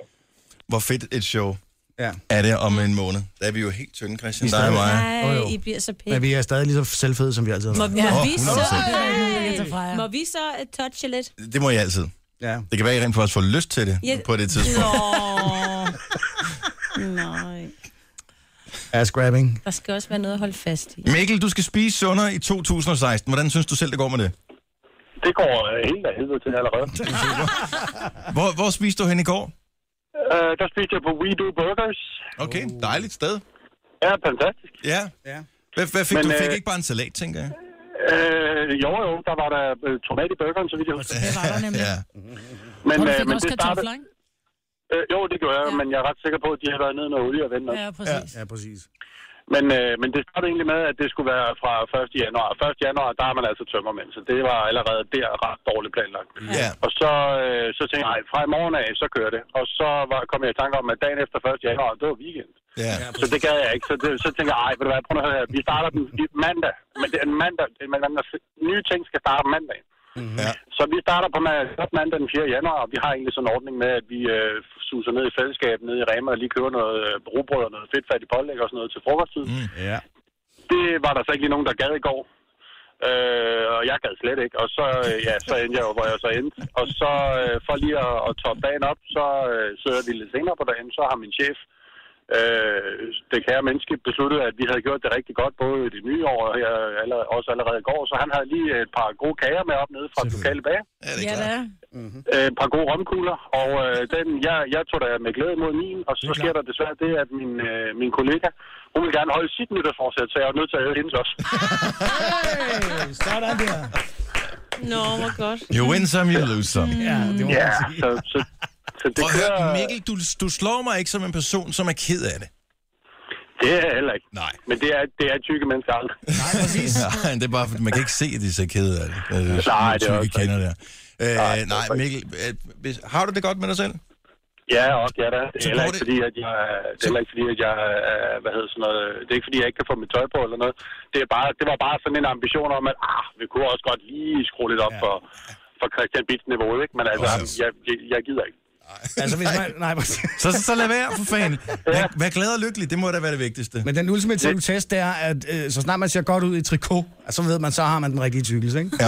hvor fedt et show
ja.
er det om en måned. Der er vi jo helt tynde, Christian.
Vi
Der er
starter-
mig.
Jo,
Nej,
jo.
I bliver så
Men
pæne.
vi er stadig lige så selvfede, som vi altid
Må,
har
må,
været.
vi så,
Ej,
må vi så øh, touche lidt?
Det må jeg altid.
Ja.
Det kan være, at I rent faktisk får lyst til det
Ja.
på det tidspunkt.
Nå. *laughs* Nej.
Ass grabbing.
Der skal også være noget at holde fast i.
Mikkel, du skal spise sundere i 2016. Hvordan synes du selv, det går med det?
Det går øh, helt af helvede til
*laughs*
allerede.
Hvor, hvor spiste du hen i går?
øh, der spiste jeg på We Do Burgers.
Okay, dejligt *laughs* sted.
Ja, fantastisk.
Ja.
ja.
Hvad, hvad fik
Men,
Men, du? Fik
øh,
ikke bare en salat, tænker jeg?
Øh, jo, jo, der var der øh, tomat i burgeren, så vidt jeg husker. Det var *laughs* der
nemlig. Ja.
Men,
Og du
øh,
fik
men
også
det startede...
kartofler,
Øh, jo, det gjorde jeg, ja. men jeg er ret sikker på, at de har været nede med olie og vand også.
Ja, ja præcis.
Men, øh, men det startede egentlig med, at det skulle være fra 1. januar. 1. januar, der er man altså tømmermænd, så det var allerede der ret dårligt planlagt.
Ja.
Og så, øh, så tænkte jeg, "Ej, fra i morgen af, så kører det. Og så var, kom jeg i tanke om, at dagen efter 1. januar, det var weekend.
Ja.
Så det gad jeg ikke. Så, det, så tænkte jeg, ej, ved du hvad, prøv nu at høre her. Vi starter den i mandag. Men det er en mandag. Men man, nye ting skal starte mandag.
Mm-hmm. Ja.
Så vi starter på ma- op mandag den 4. januar, og vi har egentlig sådan en ordning med, at vi øh, suser ned i fællesskab ned i Rema og lige køber noget øh, rugbrød og noget fedtfattigt pålæg og sådan noget til frokosttid.
Mm.
Ja.
Det var der så ikke lige nogen, der gad i går. Øh, og jeg gad slet ikke. Og så, øh, ja, så endte jeg jo, hvor jeg så endte. Og så øh, for lige at, at toppe dagen op, så øh, sidder vi lidt senere på dagen, så har min chef, øh, det kære menneske, besluttet, at vi havde gjort det rigtig godt, både i det nye år og her, allerede, også allerede i går. Så han havde lige et par gode kager med op nede fra den lokale bager.
Ja,
det er
Øh, et par gode romkugler, og øh, den, jeg, jeg tog da med glæde mod min, og så sker der desværre det, at min, øh, min kollega, hun vil gerne holde sit nytårsforsæt, så jeg er nødt til at høre hendes også.
Hey, sådan der.
Nå, hvor godt.
You win some, you lose some.
Ja, det må
Ja,
man sige.
så, så, så det
Prøv at
kører...
høre, Mikkel, du, du slår mig ikke som en person, som er ked af det.
Det er jeg heller ikke.
Nej.
Men det er, det er tykke mennesker aldrig.
Præcis. *laughs* Nej, det er bare, fordi man kan ikke se, at de er så kede af det. Øh,
Nej, det er
tykke
også
kender der. Øh, nej, Mikkel, øh, hvis, har du det godt med dig selv?
Ja, også, ja da. Det
Så
er heller
går
ikke fordi, at jeg, det er heller ikke fordi, at jeg, øh, hvad hedder sådan noget, det er ikke fordi, jeg ikke kan få mit tøj på eller noget. Det, er bare, det var bare sådan en ambition om, at ah, vi kunne også godt lige skrue lidt op ja. for, for Christian Bits niveau, ikke? Men altså, jeg, jeg, jeg gider ikke.
Altså, hvis man... Nej, præcis. *laughs*
Så, så, så lad være, for fanden. Vær, vær glad og lykkelig, det må da være det vigtigste.
Men den ultimative test, det er, at øh, så snart man ser godt ud i trikot, så ved man, så har man den rigtige tykkelse, ikke?
Ja.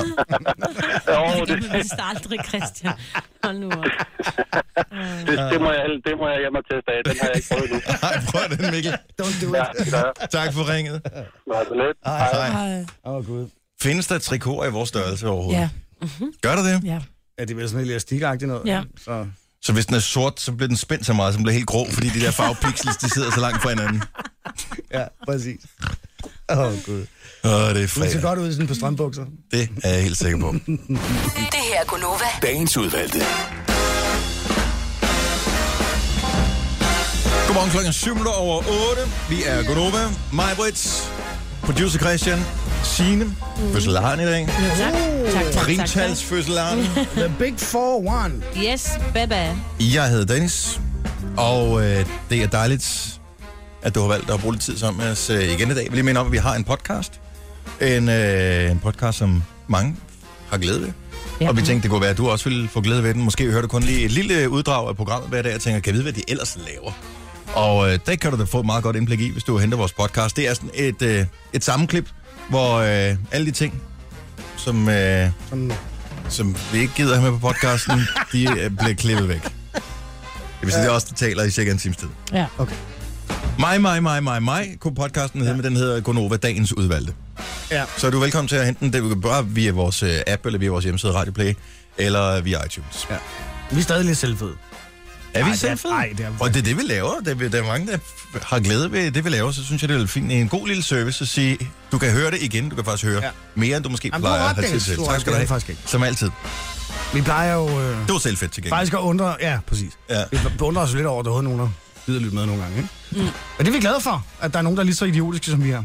Jo,
Det vidste aldrig, Christian. Hold nu op.
*laughs* Det, det, må jeg, det må jeg hjemme og teste af. Den har jeg ikke prøvet endnu.
*laughs* Nej, prøv den, Mikkel.
Don't do
Ja, det gør jeg.
Tak for ringet.
Nå, så lidt.
Hej.
Hej.
Åh, oh, gud.
Findes der trikoter i vores størrelse overhovedet?
Ja.
Gør der det?
Ja.
Ja, det er vel sådan lidt elastikagtigt noget.
Ja.
Så...
Så hvis den er sort, så bliver den spændt så meget, så den bliver helt grå, fordi de der farvepixels, de sidder så langt fra hinanden.
*laughs* Ja, præcis. *laughs* Åh, oh, gud.
Åh, det er
Du ser
fredag.
godt ud i sådan på strømbukser.
Det er jeg helt sikker på.
Det her er Gunova.
Dagens udvalgte.
Godmorgen klokken 7 minutter over 8. Vi er Godova, Majbrits, producer Christian, Signe, mm. fødselaren i dag.
Jo, tak. Tak, tak, tak, tak.
Primtals fødselaren.
The Big 4-1.
Yes, baba.
Jeg hedder Dennis, og øh, det er dejligt, at du har valgt at bruge lidt tid sammen med os øh, igen i dag. Jeg vil lige minde om, at vi har en podcast. En, øh, en podcast, som mange har glæde ved. Ja. Og vi tænkte, det kunne være, at du også ville få glæde ved den. Måske hører du kun lige et lille uddrag af programmet hver dag, og tænker, kan jeg vide, hvad de ellers laver? Og øh, det kan du da få et meget godt indblik i, hvis du henter vores podcast. Det er sådan et, øh, et sammenklip, hvor øh, alle de ting, som, øh, som... som vi ikke gider have med på podcasten, de øh, bliver klippet væk. Det vil sige, det er os, der taler i cirka en times tid.
Ja.
Okay.
Mig, mig, mig, mig, mig, kunne podcasten hedde, ja. men den hedder Gonova Dagens Udvalgte.
Ja.
Så er du velkommen til at hente den. Det kan bare via vores øh, app, eller via vores hjemmeside Radio Play, eller via iTunes.
Ja. Vi er stadig lidt selvfede.
Er
Ej,
vi
det er-
selvfede?
ej, det er-
Og det er det, vi laver. Det er, der er mange, der har glæde ved det, vi laver. Så synes jeg, det er fint. En god lille service at sige, du kan høre det igen. Du kan faktisk høre ja. mere, end du måske
Jamen, du har
plejer
ret,
have tid
Dennis.
til.
Du har
Tak
ret, det
skal du
er
have.
det faktisk ikke.
Som altid.
Vi plejer jo... Øh,
Du er selvfedt til gengæld.
faktisk at undre... Ja, præcis.
Ja.
Vi undrer os lidt over, at der overhovedet er nogen, der gider lytte med nogle gange. Ikke? Mm. Men det er vi glade for, at der er nogen, der er lige så idiotiske, som vi er.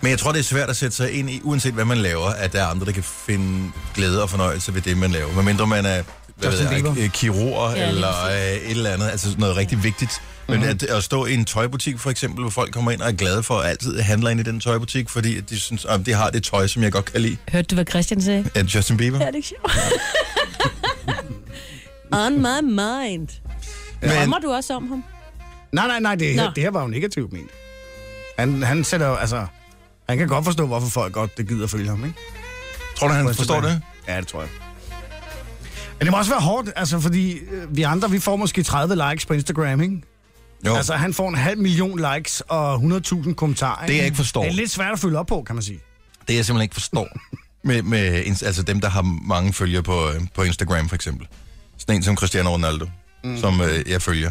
Men jeg tror, det er svært at sætte sig ind i, uanset hvad man laver, at der er andre, der kan finde glæde og fornøjelse ved det, man laver. Medmindre man er hvad ved
Justin
jeg,
Bieber.
ikke, kirurger
Ja,
ja,
lige
eller øh, et eller andet, altså sådan noget rigtig vigtigt. Men
Mhm.
mm-hmm. at, at stå i en tøjbutik for eksempel, hvor folk kommer ind og er glade for at altid handler ind i den tøjbutik, fordi at de synes, at de har det tøj, som jeg godt kan lide.
Hørte du, hvad Christian sagde?
Er det Justin Bieber?
Ja, det er ikke sjovt. *laughs* On my mind.
Men-
Kommer du også om ham?
Nej, nej, nej, det, her,
Nå.
det her var jo negativt ment. Han, han sætter jo, altså... Han kan godt forstå, hvorfor folk godt det gider følge ham, ikke?
Tror du, han forstår det?
Ja, det tror jeg. Men det må også være hårdt, altså, fordi øh, vi andre, vi får måske 30 likes på Instagram, ikke?
Jo.
Altså, han får en halv million likes og 100.000 kommentarer.
Det, jeg ikke forstår.
Det er lidt svært at følge op på, kan man sige.
Det jeg simpelthen ikke forstår. med, med, ins- altså dem, der har mange følgere på, øh, på Instagram for eksempel. Sådan en som Cristiano Ronaldo, mm. som øh, jeg følger.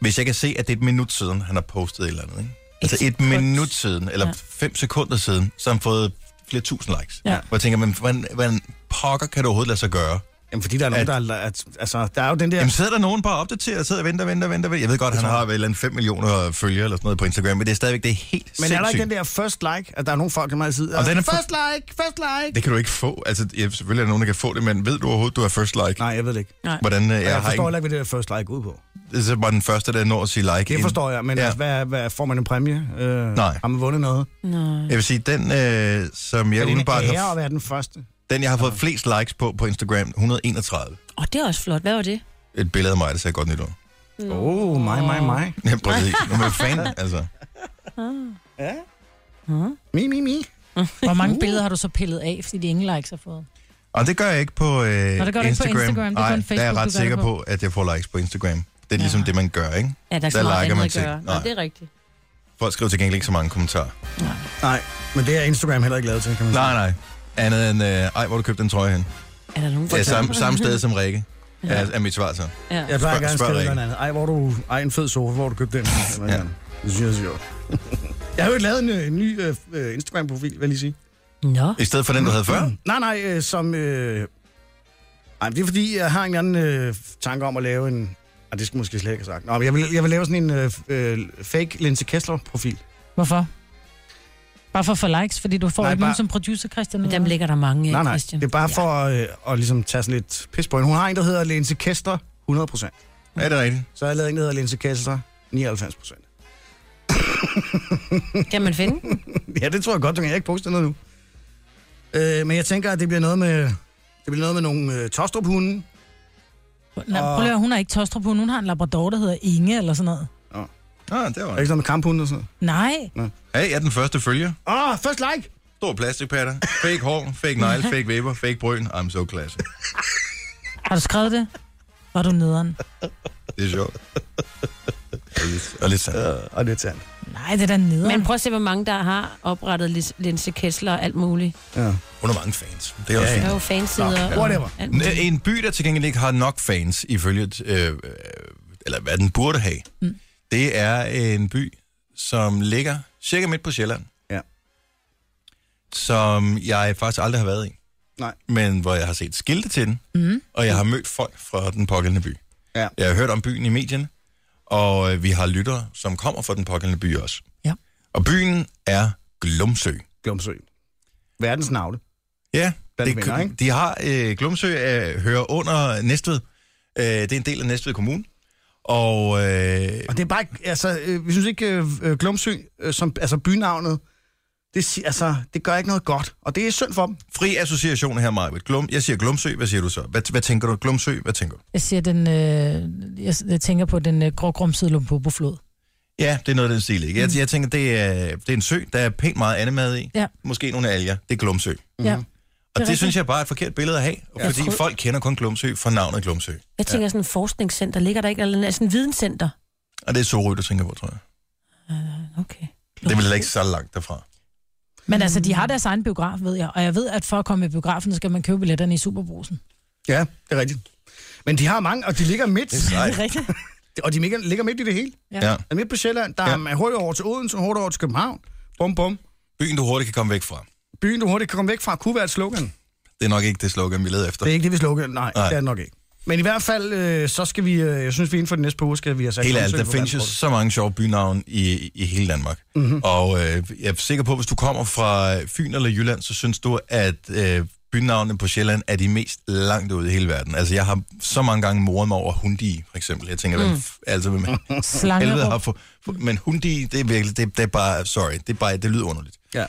Hvis jeg kan se, at det er et minut siden, han har postet et eller andet, ikke? Altså et minut siden, eller
Ja.
ja. fem sekunder siden, så har han fået flere tusind likes.
Ja.
Hvor jeg tænker, men hvordan, hvordan pokker kan det overhovedet lade sig gøre?
Jamen, fordi der er nogen, at, der er, at, altså, der er jo den der...
Jamen sidder der nogen bare opdateret og sidder og venter, venter, venter. venter. Jeg ved godt, han har vel en eller anden 5 millioner følgere eller sådan noget på Instagram, men det er stadigvæk det er helt
Men er der ikke den der first like, at der er nogle folk, der meget sidder...
Og den er for-
first like, first like!
Det kan du ikke få. Altså, ja, selvfølgelig er der nogen, der kan få det, men ved du overhovedet, du er first like?
Nej, jeg ved det ikke.
Nej. Hvordan, øh,
Og
jeg,
jeg
har
forstår
ikke...
heller ikke, hvad det der first like går ud på.
Det er så bare den første, der når at sige like.
Det
ind.
forstår jeg, men ja. altså, hvad, hvad, får man en præmie? Øh,
Nej.
Har man vundet noget?
Jeg vil sige, den, øh, som
Er
jeg
det en
umiddelbart
ære
har...
at være den første?
Den, jeg har fået flest likes på på Instagram, 131.
Åh, oh, det er også flot. Hvad var det?
Et billede af mig, der ser godt nyt ud.
Åh, oh, mig, mig, mig.
*laughs* Ja, præcis. Nå, men fanden, altså.
Ja. Mi, mi, mi.
Ah. Hvor mange billeder har du så pillet af, fordi de ingen likes har fået?
Og det gør jeg ikke på øh,
Nå, det gør du ikke på
Instagram.
Instagram, det er
Nej,
kun
der er
Facebook, du
jeg
gør
ret
det
sikker
på.
på. at jeg får likes på Instagram. Det er ligesom det, man gør, ikke?
Ja, der er ikke så meget
liker
andet at
ting.
gøre. Nej,
Nej.
det er rigtigt.
Folk skriver til gengæld ikke så mange kommentarer.
Nej, men det er Instagram heller ikke lavet til, kan man sige. Mm,
Nej, nej. Andet end, øh, ej, hvor har du købte den trøje hen.
Er der nogen,
Det er samme, samme sted som Rikke, ja. er, er mit svar så.
Ja.
Jeg plejer
Spørg-
gerne at
spørg
skrive noget
Rikke.
andet. Ej, hvor du... Ej, en fed sofa, hvor har du købte den. Eller
Ja.
ja. Det synes jeg er sjovt. Jeg har jo lavet en, øh, en ny øh, øh, Instagram-profil, vil jeg lige sige.
Nå.
I stedet for den, du havde før?
Nej, nej, øh, som... Øh... Ej, men det er fordi, jeg har en eller anden øh, tanke om at lave en... Ej, det skal måske slet ikke have sagt. Nå, men jeg vil, jeg vil lave sådan en øh, øh, fake Linse Kessler-profil.
Hvorfor? Bare for at få likes, fordi du får
Nej,
ikke nogen
bare-
som producer, Christian.
Men dem ligger der mange,
Nej, nej,
Christian.
det er bare for øh, at ligesom tage sådan lidt pis på hende. Hun har en, der hedder Linse Kessler 100%.
Er det rigtigt?
Så har jeg lavet en, der hedder Linse Kessler 99%.
Kan man finde den?
*laughs* Ja, det tror jeg godt, du kan. Jeg har ikke postet noget nu. Øh, men jeg tænker, at det bliver noget med, det bliver noget med nogle øh, tostrup-hunde.
Nej, prøv lige at høre, hun er ikke Tostrup, hun, hun har en labrador, der hedder Inge eller sådan noget.
Ah, det var
Ikke noget med kamphunde og sådan noget.
Nej,
Hey, jeg er den første følger.
Åh, oh, først like!
Stor plastikpatter, fake hår, fake negle, fake vipper, fake bryn. I'm so classy.
har du skrevet det? Var du nederen?
Det er sjovt. Og lidt- Og lidt sandt.
Og lidt sandt.
*laughs* Nej, det er da nederen.
Men prøv at se, hvor mange der har oprettet Lis- Linse Kessler og alt muligt.
Ja.
Hun har mange fans. Det er også
Der
fint.
er jo fansider.
Nå,
og
whatever.
alt
N-
muligt.
En by, der til gengæld ikke har nok fans, ifølge, øh, øh, eller hvad den burde have, mm. det er en by, som ligger cirka midt på Sjælland.
Ja.
Som jeg faktisk aldrig har været i.
Nej.
Men hvor jeg har set skilte til den,
Mm.
og jeg har mødt folk fra den pågældende by.
Ja.
Jeg har hørt om byen i medierne, Og øh, vi har lyttere, som kommer fra den pågældende by også.
Ja.
Og byen er Glumsø.
Glumsø. Verdens navle.
Ja,
Den
det,
vinder, ikke?
de har øh, Glumsø øh, hører under Næstved. Øh, det er en del af Næstved Kommune. Og, øh,
Og det er bare ikke, altså, øh, vi synes ikke, øh, øh, Glumsø, øh, som, altså bynavnet, det, si- altså, det gør ikke noget godt, og det er synd for dem.
fri association her, Marvitt. Glum, jeg siger Glumsø, hvad siger du så? Hvad, hvad tænker du? Glumsø, hvad tænker du?
Jeg siger den, øh, jeg, jeg tænker på den øh, grågrumsede Lumpobo-flod.
Ja, det er noget af den stil, ikke?
Mm.
Jeg, jeg tænker, det er, det er en sø, der er pænt meget andemad i.
Ja.
Måske nogle alger. Det er Glumsø.
Mm-hmm. Ja.
Og det,
rigtigt.
det synes jeg bare er et forkert billede at have,
Ja.
ja. fordi
Jeg tror-
folk kender kun Glumsø fra navnet Glumsø.
Jeg tænker sådan en forskningscenter. Ligger der ikke eller altså en
*laughs*
videnscenter?
Og det er Sorø, du tænker på, tror jeg.
Uh, okay.
Det er vel heller ikke så langt derfra.
Hmm.
Men altså, de har deres egen biograf, ved jeg. Og jeg ved, at for at komme i biografen, så skal man købe billetterne i Superbrusen.
Ja, det er rigtigt. Men de har mange, og de ligger midt.
Det er sejt. Det er
rigtigt.
*laughs* og de ligger, ligger midt i det hele.
Ja.
Ja.
Er midt på Sjælland, der
Ja.
ja. er hurtigt over til Odense, hurtigt over til København. Bum, bum.
Byen, du hurtigt kan komme væk fra.
Byen, du hurtigt kan komme væk fra, kunne være et slogan.
Det er nok ikke det slogan, vi leder efter.
Det er ikke det, vi slukker. Nej,
Nej.
Nej. det er det nok ikke. Men i hvert fald, øh, så skal vi, øh, jeg synes, vi inden for den næste par uger, skal vi have sat
Helt ærligt,
Glumsø
der
på
findes jo
verdenskortet.
så mange sjove bynavne i, i hele Danmark. Mm-hmm. Og øh, jeg er sikker på, at hvis du kommer fra Fyn eller Jylland, så synes du, at øh, bynavnene på Sjælland er de mest langt ude i hele verden. Altså, jeg har så mange gange moret mig over Hundi, for eksempel. Jeg tænker, mm. hvem,
Mm.
f- altså, hvem
Slangerup.
helvede har for, for, Men Hundi, det er virkelig, det, det er bare, sorry, det, er bare, det lyder underligt.
Ja.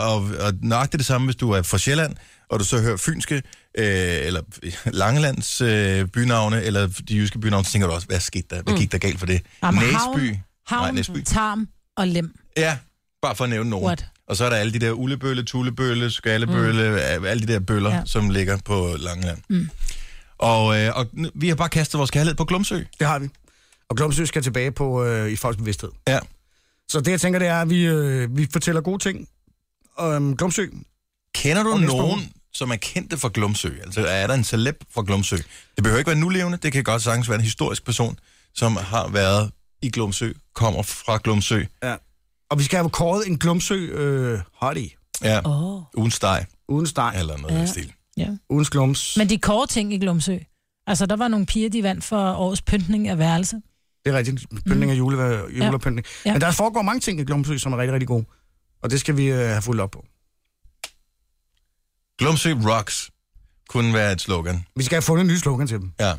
Øh, og, og nok det er det samme, hvis du er fra Sjælland, og du så hører fynske, øh, eller *laughs* Langelands øh, bynavne, eller de jyske bynavne, så tænker du også, hvad skete der? Hvad gik der galt for det?
Mm. Jamen,
Næsby.
Havn,
Nej,
havn
Næsby.
Tarm og Lem.
Ja, bare for at nævne nogen.
What?
Og så er der alle de der ullebølle, tullebølle, skallebølle, mm. alle de der bøller, ja.
Ja.
som ligger på Langeland.
Mm.
Og, øh, og nu- vi har bare kastet vores kærlighed på Glumsø.
Det har vi. Og Glumsø skal tilbage på, øh, i folks bevidsthed.
Ja.
Så det, jeg tænker, det er, at vi, øh, vi fortæller gode ting om Glumsø.
Kender du
Og næste
nogen, som er kendte fra Glumsø? Altså, er der en celeb fra Glumsø? Det behøver ikke være nulevende, det kan godt sagtens være en historisk person, som har været i Glumsø, kommer fra Glumsø.
Ja. Og vi skal have kåret en Glumsø øh, hottie.
Ja,
Oh.
ugen steg
Uden steg.
eller noget ja.
Ja.
den stil.
Ja.
Uden glums.
Men de kåre ting i Glumsø. Altså, der var nogle piger, de vandt for årets pyntning af værelse.
Det er rigtigt. Pyntning af jule, julepyntning. Ja.
Ja.
Men der foregår mange ting i Glumsø, som er rigtig, rigtig gode. Og det skal vi øh, have fuldt op på.
Glumsø Rocks kunne være et slogan.
Vi skal have fundet en ny slogan til dem.
Ja.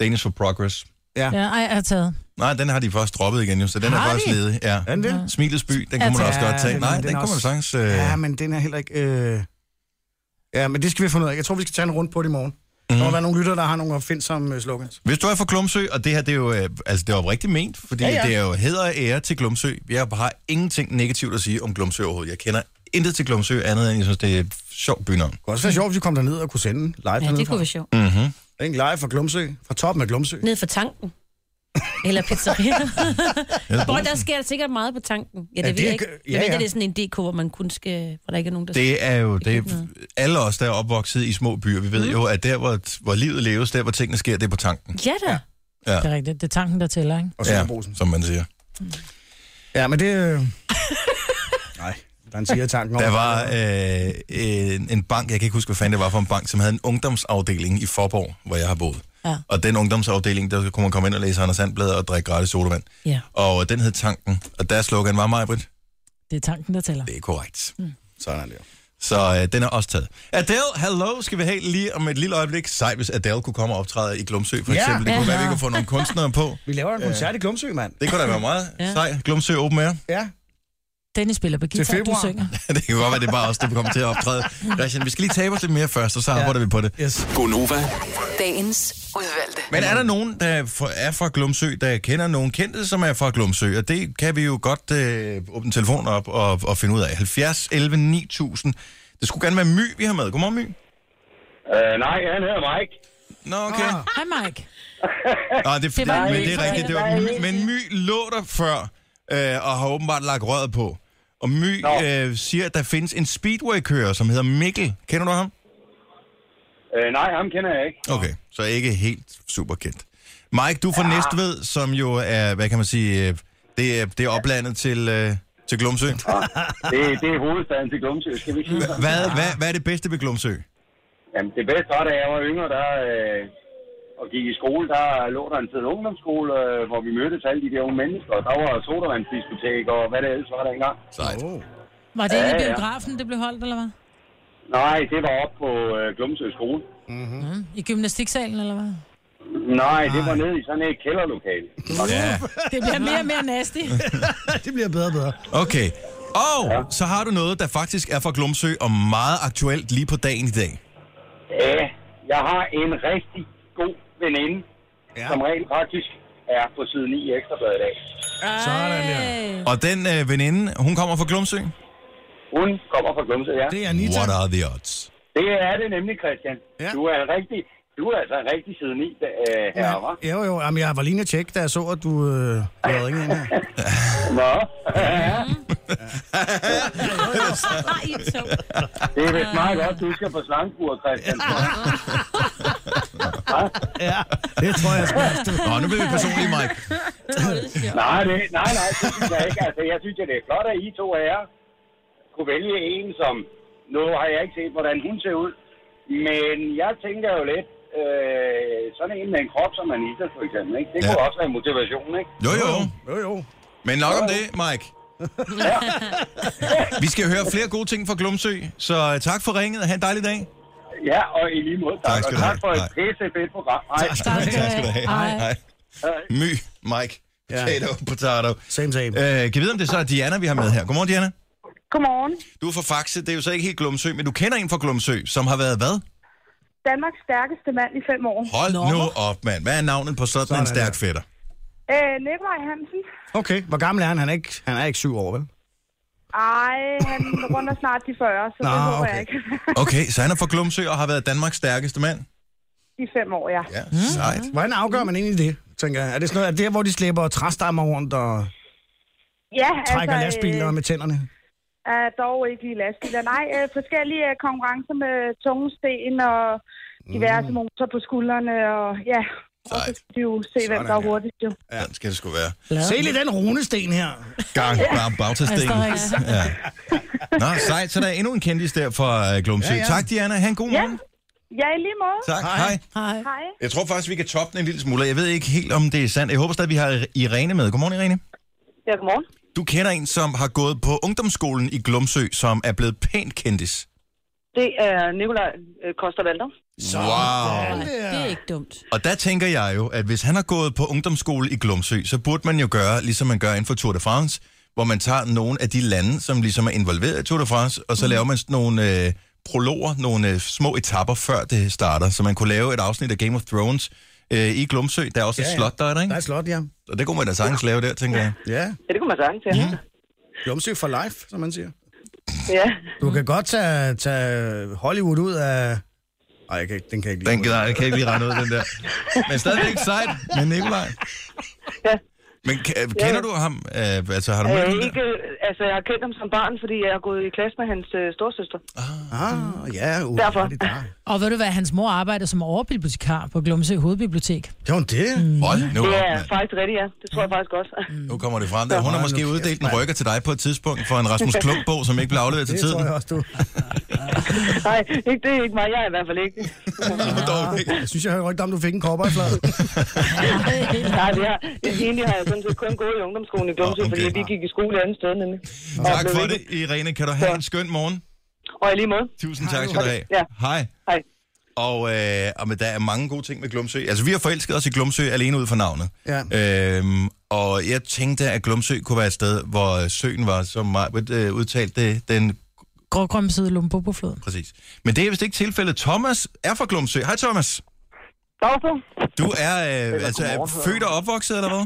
Danish for Progress.
Ja.
Ja, ej, jeg har taget.
Nej, den har de først droppet igen, jo, så den
Har
er faktisk
de?
ledig. Ja.
Er den det?
Smilets by, den kunne man
Ja,
også godt tage.
men
Nej,
Altså, den
den
er
kunne man
også-
sagtens... Øh...
Ja, men den er heller ikke... Øh... Ja, men det skal vi finde ud af. Jeg tror, vi skal tage en rundt på det i morgen. Mm.
Mhm.
Der må være nogle lytter, der har nogle opfindsomme øh, slogans.
Hvis du er fra Glumsø, og det her det er jo øh, altså, det er oprigtigt ment, fordi ja,
Ja,
ja.
ja.
det er jo hæder og ære til Glumsø. Jeg har ingenting negativt at sige om Glumsø overhovedet. Jeg kender intet til Glumsø andet, end jeg synes, det er et sjovt bynavn.
Det kunne også være sjovt, hvis vi kom derned og kunne sende live.
Ja,
dernede
det
fra.
kunne være sjovt.
Mm-hmm.
En live fra Glumsø. Fra toppen af Glumsø.
Ned for tanken. Eller *laughs* pizzeria.
Ja,
Hvor der sker sikkert meget på tanken. Ja, det, ja,
Ja,
ved
det
jeg
er
ikke.
gø-
Ja,
ja,
ja. Men
ja.
det er sådan en DK, hvor man kun skal... Hvor der ikke er nogen, der
Det er jo det er,
ikke noget.
alle os, der er opvokset i små byer, vi ved mm. jo, at der, hvor, hvor livet leves, der, hvor tingene sker, det er på tanken.
Ja da.
Ja.
Det er rigtigt. Det er tanken, der tæller, ikke?
Og
Ja,
Sønderbrosen.
som man siger.
Ja. ja, men det... Øh... *laughs* Nej, der er en siger tanken om.
Der var øh, en, en bank, jeg kan ikke huske, hvad fanden det var for en bank, som havde en ungdomsafdeling i Forborg, hvor jeg har boet.
Ja.
Og den ungdomsafdeling, der kunne man komme ind og læse Anders Sandblad og drikke gratis sodavand.
Ja,
Og den hed Tanken, og deres slogan var Majbrit.
det er tanken, der tæller.
Det er korrekt. Mm.
Sådan der.
Så øh, den er også taget. Adele, hello, skal vi have lige om et lille øjeblik. Sej, hvis Adele kunne komme og optræde i Glumsø, for
Ja.
eksempel. Det kunne være, vi kunne få nogle kunstnere på.
Vi laver en koncert i Glumsø, mand.
Det kunne da være meget
Ja.
sej. Glumsø Open Air.
Ja.
Dennis spiller på guitar, du
februar.
synger.
*laughs* det kan godt være, det er bare os, der kommer til at optræde. Christian, vi skal lige tabe os lidt mere først, og så arbejder ja. vi på det.
Yes.
Gonova.
Dagens udvalgte.
Men er der nogen, der fra- er fra Glumsø, der kender nogen kendte, som er fra Glumsø? Og det kan vi jo godt øh, åbne telefonen op og, og finde ud af. 70 11 9000. Det skulle gerne være My, vi har med. Godmorgen, *laughs* My.
Øh, nej, han hedder Mike.
Nå, okay. Ah.
Hej, Mike.
Ah, det, er fordi-
var
men
My
det er
fra
rigtigt. Det var, My, men My lå der før, øh, og har åbenbart lagt røret på. Og My øh, siger, at der findes en speedway-kører, som hedder Mikkel. Kender du ham?
Øh, nej, ham kender jeg
*laughs*
ikke.
Okay, så ikke helt super kendt. Mike, du er fra ja. Næstved, som jo er, hvad kan man sige, øh, det er, det er oplandet til, øh, til Glumsø.
Det, det er hovedstaden til Glumsø, skal vi sige.
Hvad, hvad, hvad er det bedste ved Glumsø?
Jamen, det bedste var, da jeg var yngre, der, øh,
og gik i skole, der lå der en tid ungdomsskole, øh, hvor vi mødtes alle de der unge mennesker. Og der var sodavandsdiskotek og hvad det ellers var der engang.
Sejt.
Var det ikke
Ja, ja.
i biografen, det blev holdt, eller hvad?
Nej, det var op på øh, Glumsø skole. Mm-hmm.
Mm. I gymnastiksalen, eller hvad?
Nej, det var nede i sådan et kælderlokale.
Ja.
Det bliver mere og mere nasty.
det bliver bedre og bedre.
Okay. Og så har du noget, der faktisk er fra Glumsø og meget aktuelt lige på dagen i dag.
Ja, jeg har en rigtig god veninde, ja. som rent faktisk er på siden 9 i Ekstrabladet i dag.
Sådan der.
Og den øh, veninde, hun kommer fra Glumsø?
Hun kommer fra Glumsø, ja.
Det
What are the odds?
Det er det nemlig, Christian. Ja. Du er en rigtig... Du er altså en rigtig siden 9 øh, her, hva'?
Ja, jo, jo. Jamen, jeg var lige inde at tjekke, da jeg så, at du øh, lavede ingen ind her.
Nå.
Ah,
Det er vist meget godt, du skal på slangekur,
*laughs*
Christian.
Ja, det tror jeg sgu.
Nå, nu bliver vi personlige, Mike.
Nej, det, nej, nej, det synes jeg ikke. Altså, jeg synes, at det er flot, at I to af jer kunne vælge en, som... Nu har jeg ikke set, hvordan hun ser ud. Men jeg tænker jo lidt, øh, sådan en med en krop som Anita, for eksempel. Ikke? Det ja. kunne også være motivation, ikke?
Jo, jo.
Jo, jo.
Men nok om det, *laughs* Mike. Vi skal høre flere gode ting fra Glumsø, så øh, tak for ringet. Ha' en dejlig dag.
Ja, og i lige måde. Tak,
Tak skal
og
du
tak
have.
for et
Nej.
pisse fedt program. Hej. Øh,
Tak skal du have. Hej. My, Mike, potato, potato.
Same, same.
Øh, kan vi vide, om det så er Diana, vi har med her? Godmorgen, Diana.
Godmorgen.
Du er fra Faxe, det er jo så ikke helt Glumsø, men du kender en fra Glumsø, som har været hvad?
Danmarks stærkeste mand i fem år.
Hold Nå. nu op, mand. Hvad er navnet på sådan, sådan en stærk fætter?
Øh, Nikolaj Hansen.
Okay, hvor gammel er han? Han er ikke, han er ikke syv år, vel?
Ej, han runder snart de 40, så
Nå,
det håber
okay.
jeg ikke. *laughs*
Okay, så han er fra Glumsø og har været Danmarks stærkeste mand.
I fem år, ja.
Ja, Mm. sejt.
Hvordan afgør man egentlig det, tænker jeg? Er det sådan noget, er det der, hvor de slæber træstammer rundt og
Ja,
trækker altså, lastbiler med tænderne?
Øh, er dog ikke lige lastbiler. Nej, øh, forskellige øh, konkurrencer med tungesten og diverse mm. motor på skuldrene. Og, ja, og så skal de jo se, hvem der er hurtigst. Jo.
Ja. Den skal det sgu være.
Se lige den runesten her.
Gang, bare bautasten.
Altså, ja.
Ja. Nå, sejt. Så der er endnu en kendis der fra øh, Glumsø.
Ja, ja.
Tak, Diana. Ha' en god morgen.
Ja, i lige måde.
Tak. Hej. Hej.
Hej. Hej.
Jeg tror faktisk, vi kan toppe den en lille smule. Jeg ved ikke helt, om det er sandt. Jeg håber stadig, vi har Irene med. Godmorgen, Irene.
Ja, godmorgen.
Du kender en, som har gået på ungdomsskolen i Glumsø, som er blevet pænt kendis.
Det er Nikolaj øh, Koster-Valder.
Wow.
Det er ikke dumt.
Og der tænker jeg jo, at hvis han har gået på ungdomsskole i Glumsø, så burde man jo gøre, ligesom man gør inden for Tour de France, hvor man tager nogle af de lande, som ligesom er involveret i Tour de France, og så mm. laver man sådan nogle øh, prologer, nogle øh, små etapper, før det starter. Så man kunne lave et afsnit af Game of Thrones øh, i Glumsø. Der er også ja,
Ja,
et
ja.
slot, der er der, ikke?
Der er et slot, ja.
Og det kunne man da sagtens lave der, tænker jeg.
Ja,
Ja, det kunne man sagtens, ja. Mm.
Glumsø for life, som man siger.
ja.
Du kan godt tage, tage Hollywood ud af... Ej, jeg kan ikke, den kan jeg ikke
Den kan, nej, jeg kan ikke lige regne ud, den der. Men stadigvæk sejt med Nikolaj.
Ja.
Men k- kender du ham? Øh, altså, har du mødt
Øh,
ham der?
ikke, øh, altså, jeg har kendt ham som barn, fordi jeg har gået i klasse med hans øh, storsøster.
Ah, ja, uh,
Derfor.
Og ved du hvad, hans mor arbejder som overbibliotekar på Glumsø Hovedbibliotek.
Det var det. Mm.
Hold nu op,
det er
mand.
faktisk rigtigt, ja. Det tror jeg faktisk også.
Mm.
Nu kommer det frem. Der. Hun har måske uddelt en rykker til dig på et tidspunkt for en Rasmus Klump-bog, som ikke blev afleveret til
Det
tiden.
tror jeg også, du...
*laughs* Nej, ikke, det er ikke mig. Jeg er i hvert fald ikke.
Ah, Jeg synes, jeg hørte rygter om, du fik en kopper i fladet.
Nej, det har, egentlig har jeg sådan set kun gået i ungdomsskolen i Glumsø,
okay.
okay. fordi vi gik i skole et andet sted, nemlig. Og
Tak
blev
for
ikke-
det, Irene. Kan du have en skøn morgen?
Og i lige måde.
Tusind tak skal du have.
Ja.
Hej.
Hej.
Og, øh, og men der er mange gode ting med Glumsø. Altså, vi har forelsket os i Glumsø alene ud for navnet. Ja. Øhm, og jeg tænkte, at Glumsø kunne være et sted, hvor søen var, som Majbert øh, udtalte det, den...
Grågrømme side Lumbobofloden.
Præcis. Men det er vist ikke tilfældet. Thomas er fra Glumsø. Hej, Thomas.
Dagsbo.
Du er øh, altså, er født og opvokset, eller hvad?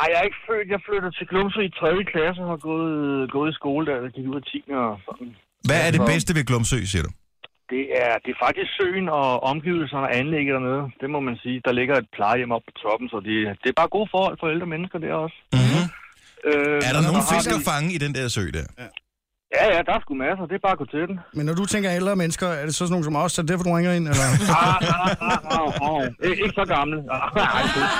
Ej, jeg er ikke født. Jeg flyttede til Glumsø i 3. klasse og har gået, øh, gået i skole, da jeg gik ud af 10. og sådan.
Hvad er det bedste ved Glumsø, siger du?
Det er, det er faktisk søen og omgivelserne og anlægget dernede. Det må man sige. Der ligger et plejehjem oppe på toppen, så det, det er bare gode forhold for ældre mennesker der også.
Mm-hmm.
Øh,
Er der nogen
har
fisk
vi-
at fange i den der sø der? Ja.
Ja, ja, der er sgu masser. Det er bare at gå til den.
Men når du tænker ældre mennesker, er det så sådan nogen som os, så er det derfor, du ringer ind? Eller?
Ah, ah, ah, ah, ah. Ik- Ikke så gammel. Ah, ej, det-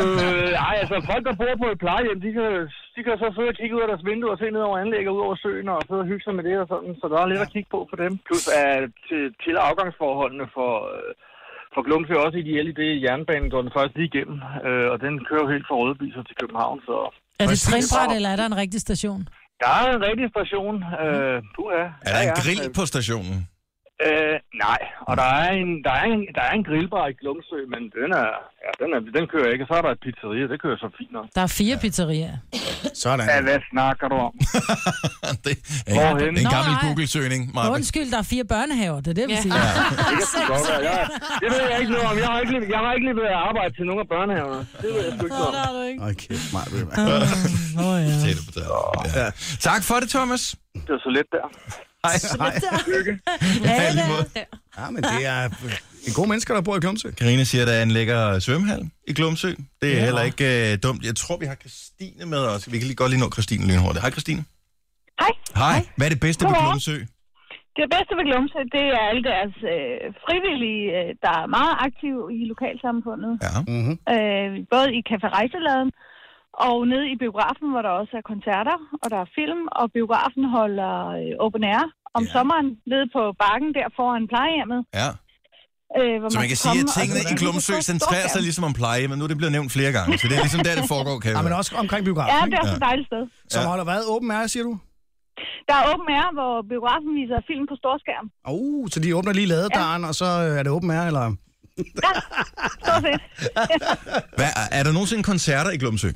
øh, ej, altså folk, der bor på et plejehjem, de kan, de kan så sidde og kigge ud af deres vindue og se ned over anlæg og ud over søen og sidde og hygge sig med det og sådan. Så der er lidt at kigge på for dem. Plus at til, til afgangsforholdene for, øh, For Glumse er også ideelt i det, jernbanen går den først lige igennem, øh, og den kører jo helt fra Rødby så til København. Så...
Er det trinbræt, eller er der en rigtig station?
Der er en rigtig station. Øh, puha.
Er der
Ja,
en
ja.
grill på stationen?
Øh, nej, og der er en, der er en, der er en grillbar i Glumsø, men den, er, ja, den, er, den kører ikke. Så er der et pizzeria, det kører så fint nok.
Der er fire ja. pizzerier.
Sådan.
Ja, hvad snakker du
*laughs*
om?
En,
Hvorhenne?
en gammel
Nå, nej.
Google-søgning,
Maja.
Marvin.
Undskyld, der er fire børnehaver, det er det, vi
Ja.
siger.
Ja. Det kan sgu godt være. Jeg, det ved jeg ikke noget om. Jeg har ikke, lige- jeg har ikke lige været at arbejde til nogen af børnehaverne. Det ved jeg sgu ikke noget om.
Ej, kæft, mig.
Ja. Tak for det, Thomas.
Det var så let der.
Hej, hej.
Ja, i lige måde.
Ja, Ah, men det er øh, de gode mennesker, der bor i Klumsø.
Karina siger, at der er en lækker svømmehal i Glumsø. Det er ja. heller ikke øh, dumt. Jeg tror, vi har Christine med os. Vi kan lige godt lige nå Christine lynhurtigt. Hej, Christine.
Hej.
Hej. Hvad er det bedste på
Godmorgen.
Glumsø?
Det bedste ved Glumse, det er alle deres øh, frivillige, øh, der er meget aktive i lokalsamfundet.
Ja. Mm-hmm.
Øh, både i Café Rejseladen og nede i biografen, hvor der også er koncerter, og der er film, og biografen holder øh, open air om ja. sommeren nede på bakken der foran plejehjemmet.
Ja.
Øh, hvor
Så man kan sige, at
komme, og
tingene
så-
i Glumsø centrerer sig ligesom om pleje, men nu er det blevet nævnt flere gange, så det er ligesom der, det foregår, kan jeg
Ja, Ah, men
høre.
også omkring biografen.
Ja,
ikke?
det er også et dejligt sted.
Som holder hvad? Åben er, siger du?
Der er åben air, hvor biografen viser film på storskærm.
Åh, oh, så de åbner lige ladedøren, ja. og så øh, er det åben er, eller?
Stort set.
Hvad, er- er der nogensinde koncerter i Glumsø?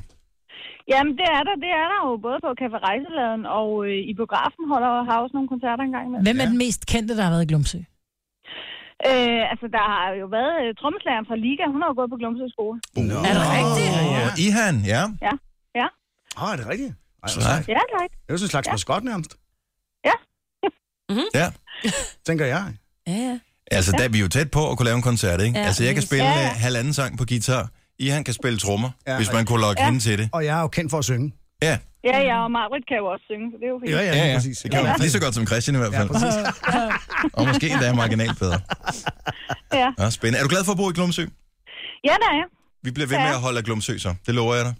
Jamen, det er der. Det er der jo både på Café Rejseladen og øh, i biografen holder har også nogle koncerter engang med.
Hvem er den mest kendte, der har været i Glumsø?
Øh, altså, der har jo været øh, trommeslageren fra Liga. Hun har jo gået på Glumsø skole.
No. Er det rigtigt? Ja. Ihan, ja.
Ja. Ja.
Åh, oh, er det rigtigt? Ej,
Så
hvor sejt.
Ja, tak.
Det er jo sådan en slags ja. maskot nærmest.
Ja.
Ja.
Tænker jeg.
Ja, ja.
Altså, der, vi er jo tæt på at kunne lave en koncert, ikke?
Ja,
altså, jeg kan
præcis.
spille
Ja,
ja.
ja.
halvanden sang på guitar. I han kan spille trommer,
Ja,
ja, hvis
og-
man kunne lokke
Ja.
ja. hende til det.
Og jeg er jo kendt for at synge.
Ja.
Ja, ja, og Marvitt kan jo også synge, så det er jo fint.
ja, ja. Det kan man lige så godt som Christian i hvert fald. Ja, og måske endda marginalt bedre.
ja.
Ja, spændende. Er du glad for at bo i Glumsø?
ja der er.
Vi bliver ved med
Ja.
at holde af Glumsø, så. Det lover jeg dig.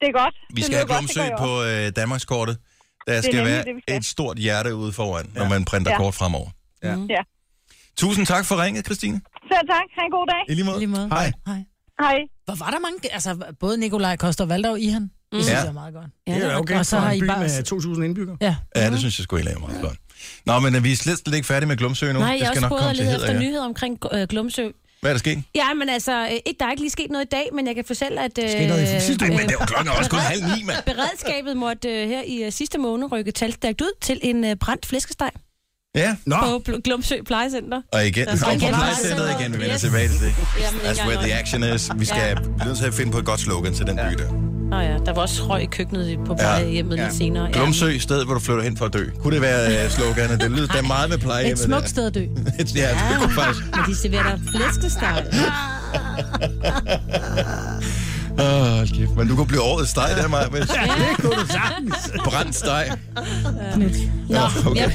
Det er godt.
Vi
det
skal
lyder
have
godt, det
Glumsø
gør jeg også.
på øh, Danmarkskortet. Der
Det er
skal
nemlig
være
det, vi skal.
et stort hjerte ude foran, når man printer
Ja.
kort fremover.
Ja.
Ja.
Tusind tak for ringet, Christine.
Selv tak. Ha' en god dag.
I lige måde. I lige måde. Hej.
Hej.
Hej.
Hvor var der mange... Altså, både Nikolaj Koster og Valdov i han. Det
Ja.
synes jeg er meget godt.
Ja, det er okay
Og så
for
har
en
I
by
bare...
med 2.000 indbyggere.
Ja.
Ja,
Mm-hmm.
det synes jeg skulle egentlig er meget godt. Nå, men øh, vi er slet, slet ikke færdige med Glumsø nu.
Nej, jeg
det
er
skal
også
nok
prøvet
komme
at
til
lede efter
hedder, ja.
nyheder omkring øh, Glumsø.
Hvad er der sket?
Ja, men altså, øh, ikke, der er ikke lige sket noget i dag, men jeg kan fortælle, at... Øh,
skete noget i sidste uge. Ej, men det er jo klokken er også kun halv ni, mand.
*laughs* Beredskabet måtte øh, her i øh, sidste måned rykke talstærkt ud til en øh, brændt flæskesteg
Ja.
på Bl- Glumsø Plejecenter.
Og igen,
Der
og
står
på
igen
plejecenteret
plejecenteret.
igen, vi vender
Yes.
tilbage til det.
Jamen, ikke
That's where the
engang.
action is. Vi skal vi er nødt til at finde på et godt slogan til den by der.
Nå ja, der var også røg i køkkenet på plejehjemmet ja. lidt senere. Ja.
Glumsø, stedet hvor du flytter hen for at dø. Kunne det være øh, sloganet? Det lyder da meget med plejehjemmet.
Et smukt
der.
sted at dø.
Et- *laughs* ja, det kunne faktisk.
Men de serverer der flæskesteg.
Åh, hold kæft. Men du kunne blive årets steg der, Maja. men-
Ja, det kunne du sagtens.
Brændt steg.
Nå,
okay.
ja.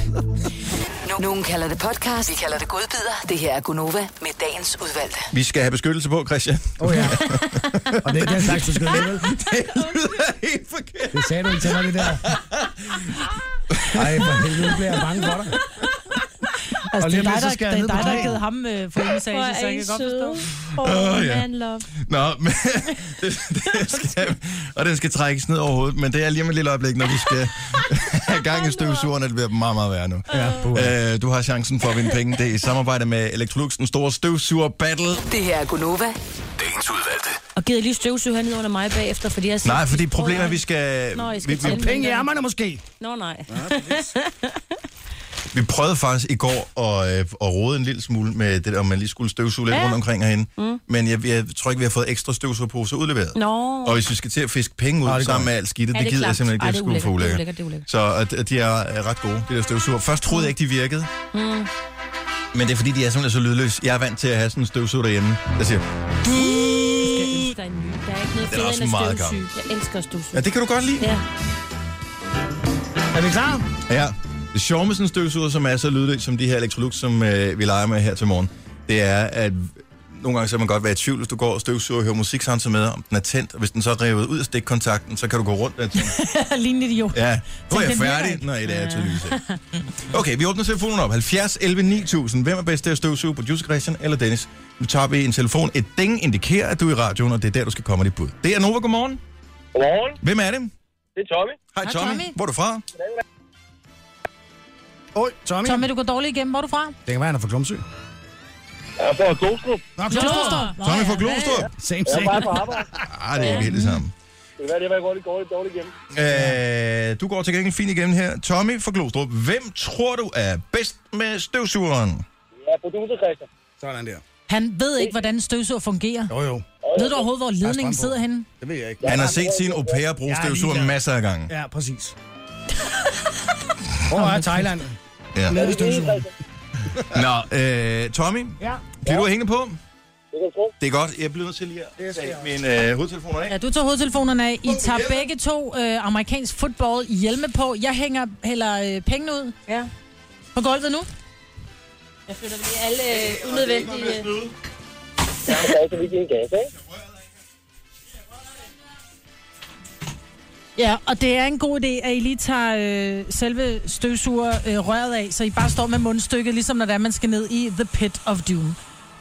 Nogen kalder det podcast, vi kalder det godbider. Det her er Gunova med dagens udvalgte.
Vi skal have beskyttelse på, Christian.
Åh oh, ja.
Og
det er ikke den slags, du
*laughs*
skal have,
vel? Det lyder helt forkert.
Det sagde du ikke til mig, det der.
*laughs*
Ej,
Altså,
for helvede, nu bliver jeg bange for dig.
Altså,
Og
det
lige
er
om lidt,
dig,
så
der,
skal jeg
det er
ned på
dig, der har
knæ.
givet ham øh, fodmassage, så jeg kan godt forstå. *laughs*
Åh, ja.
love.
Nå, men *laughs* det, det skal, og den skal trækkes ned over hovedet, men det er lige om et lille øjeblik, når vi skal *laughs* have gang i støvsugeren, at det bliver meget, meget værre nu. Ja, øh, du har chancen for at vinde penge. Det er i samarbejde med Electrolux, den store støvsuger battle.
Det her er Gunova.
Dagens udvalgte.
Og gider lige støvsuge hernede under mig bagefter, fordi jeg...
Nej, fordi problemet er, at vi skal...
Nå, I
vi,
skal
vi,
tælle
Penge i
minutterne.
ærmerne måske.
Nå, nej. *laughs*
vi prøvede faktisk i går at, øh, at rode en lille smule med det, om man lige skulle støvsuge lidt
Ja.
ja. rundt omkring herinde.
Mm.
Mm. Men jeg, jeg tror ikke, vi har fået ekstra støvsugerposer udleveret.
Nå.
Og hvis vi skal til at fiske penge ud
Nå,
Nå,
det går
sammen med
ikke.
alt skidtet,
Ja,
ja, det,
det er
gider
klart.
jeg simpelthen ikke,
Ej,
at
det er
skulle få
ulækkert, det er
ulækkert.
ulækkert,
Så og de- de er øh, ret gode, de der støvsuger. Først troede jeg ikke, de virkede,
Mm.
men det er fordi, de er simpelthen så lydløse. Jeg er vant til at have sådan en støvsuger derhjemme, der siger...
Jeg skal ønske dig en ny. Der er ikke noget
Den er
federe
også
end
meget
at støvsuge. Jeg elsker at støvsuge.
Ja, det kan du godt lide.
Ja.
Er vi klar? Ja. Det sjove med sådan en støvsuger, som er så lydløs som de her Electrolux, som øh, vi leger med her til morgen, det er, at nogle gange så kan man godt være i tvivl, hvis du går og støvsuger og hører musik samtidig med, om den er tændt, og hvis den så er revet ud af stikkontakten, så kan du gå rundt og tænke,
Lignende idiot.
ja, nu er
Tænk,
jeg
den virker
færdig.
ikke.
Nej, det er jeg tydeligvis ikke. Okay, vi åbner telefonen op. 70 11 9000. Hvem er bedst til at støvsuge? Producer Christian eller Dennis? Nu tager vi en telefon. Et ding indikerer, at du er i radioen, og det er der, du skal komme med dit bud. Det er Nova. Godmorgen.
Godmorgen.
Hvem er det?
Det er Tommy.
Hej, Tommy. Hvor er du fra?
Oj, Tommy.
Tommy, du går dårligt igennem. Hvor er du fra?
Det kan være, han er fra Glumsø.
Jeg er fra Glostrup.
Nå,
Glostrup.
Glostrup. Tommy fra Glostrup. Same,
Jeg er bare
same.
på arbejde.
*laughs* Ah, det er ikke helt det samme.
Det kan være, det var jeg går lidt dårligt, dårligt igennem.
Øh, du går til gengæld fint igennem her. Tommy fra Glostrup, hvem tror du er bedst med støvsugeren?
Jeg er producer Christian.
Sådan der.
Han ved ikke, hvordan en støvsuger fungerer.
Jo, jo.
Ved du overhovedet, hvor ledningen sidder henne?
Det ved jeg ikke.
Han har set sin au pair bruge
Jeg er
støvsugeren
ligeglad.
masser af gange.
Ja, præcis. Hvor er Thailand?
Ja.
Med ved støvsugeren.
Nå, øh, Tommy,
Ja.
bliver du hængende på?
Det kan tro.
Det er godt. Jeg bliver nødt til lige at tage mine øh, hovedtelefoner af.
Ja, du tager hovedtelefonerne af. I tager begge to øh, amerikansk football hjelme på. Jeg hænger heller øh, pengene ud
ja.
på gulvet nu.
Jeg føler, vi er alle øh, unødvendige...
Jeg er glad, at vi giver en gas, ikke?
Ja, og det er en god idé, at I lige tager øh, selve støvsuger øh, røret af, så I bare står med mundstykket, ligesom når det er, man skal ned i The Pit of Doom.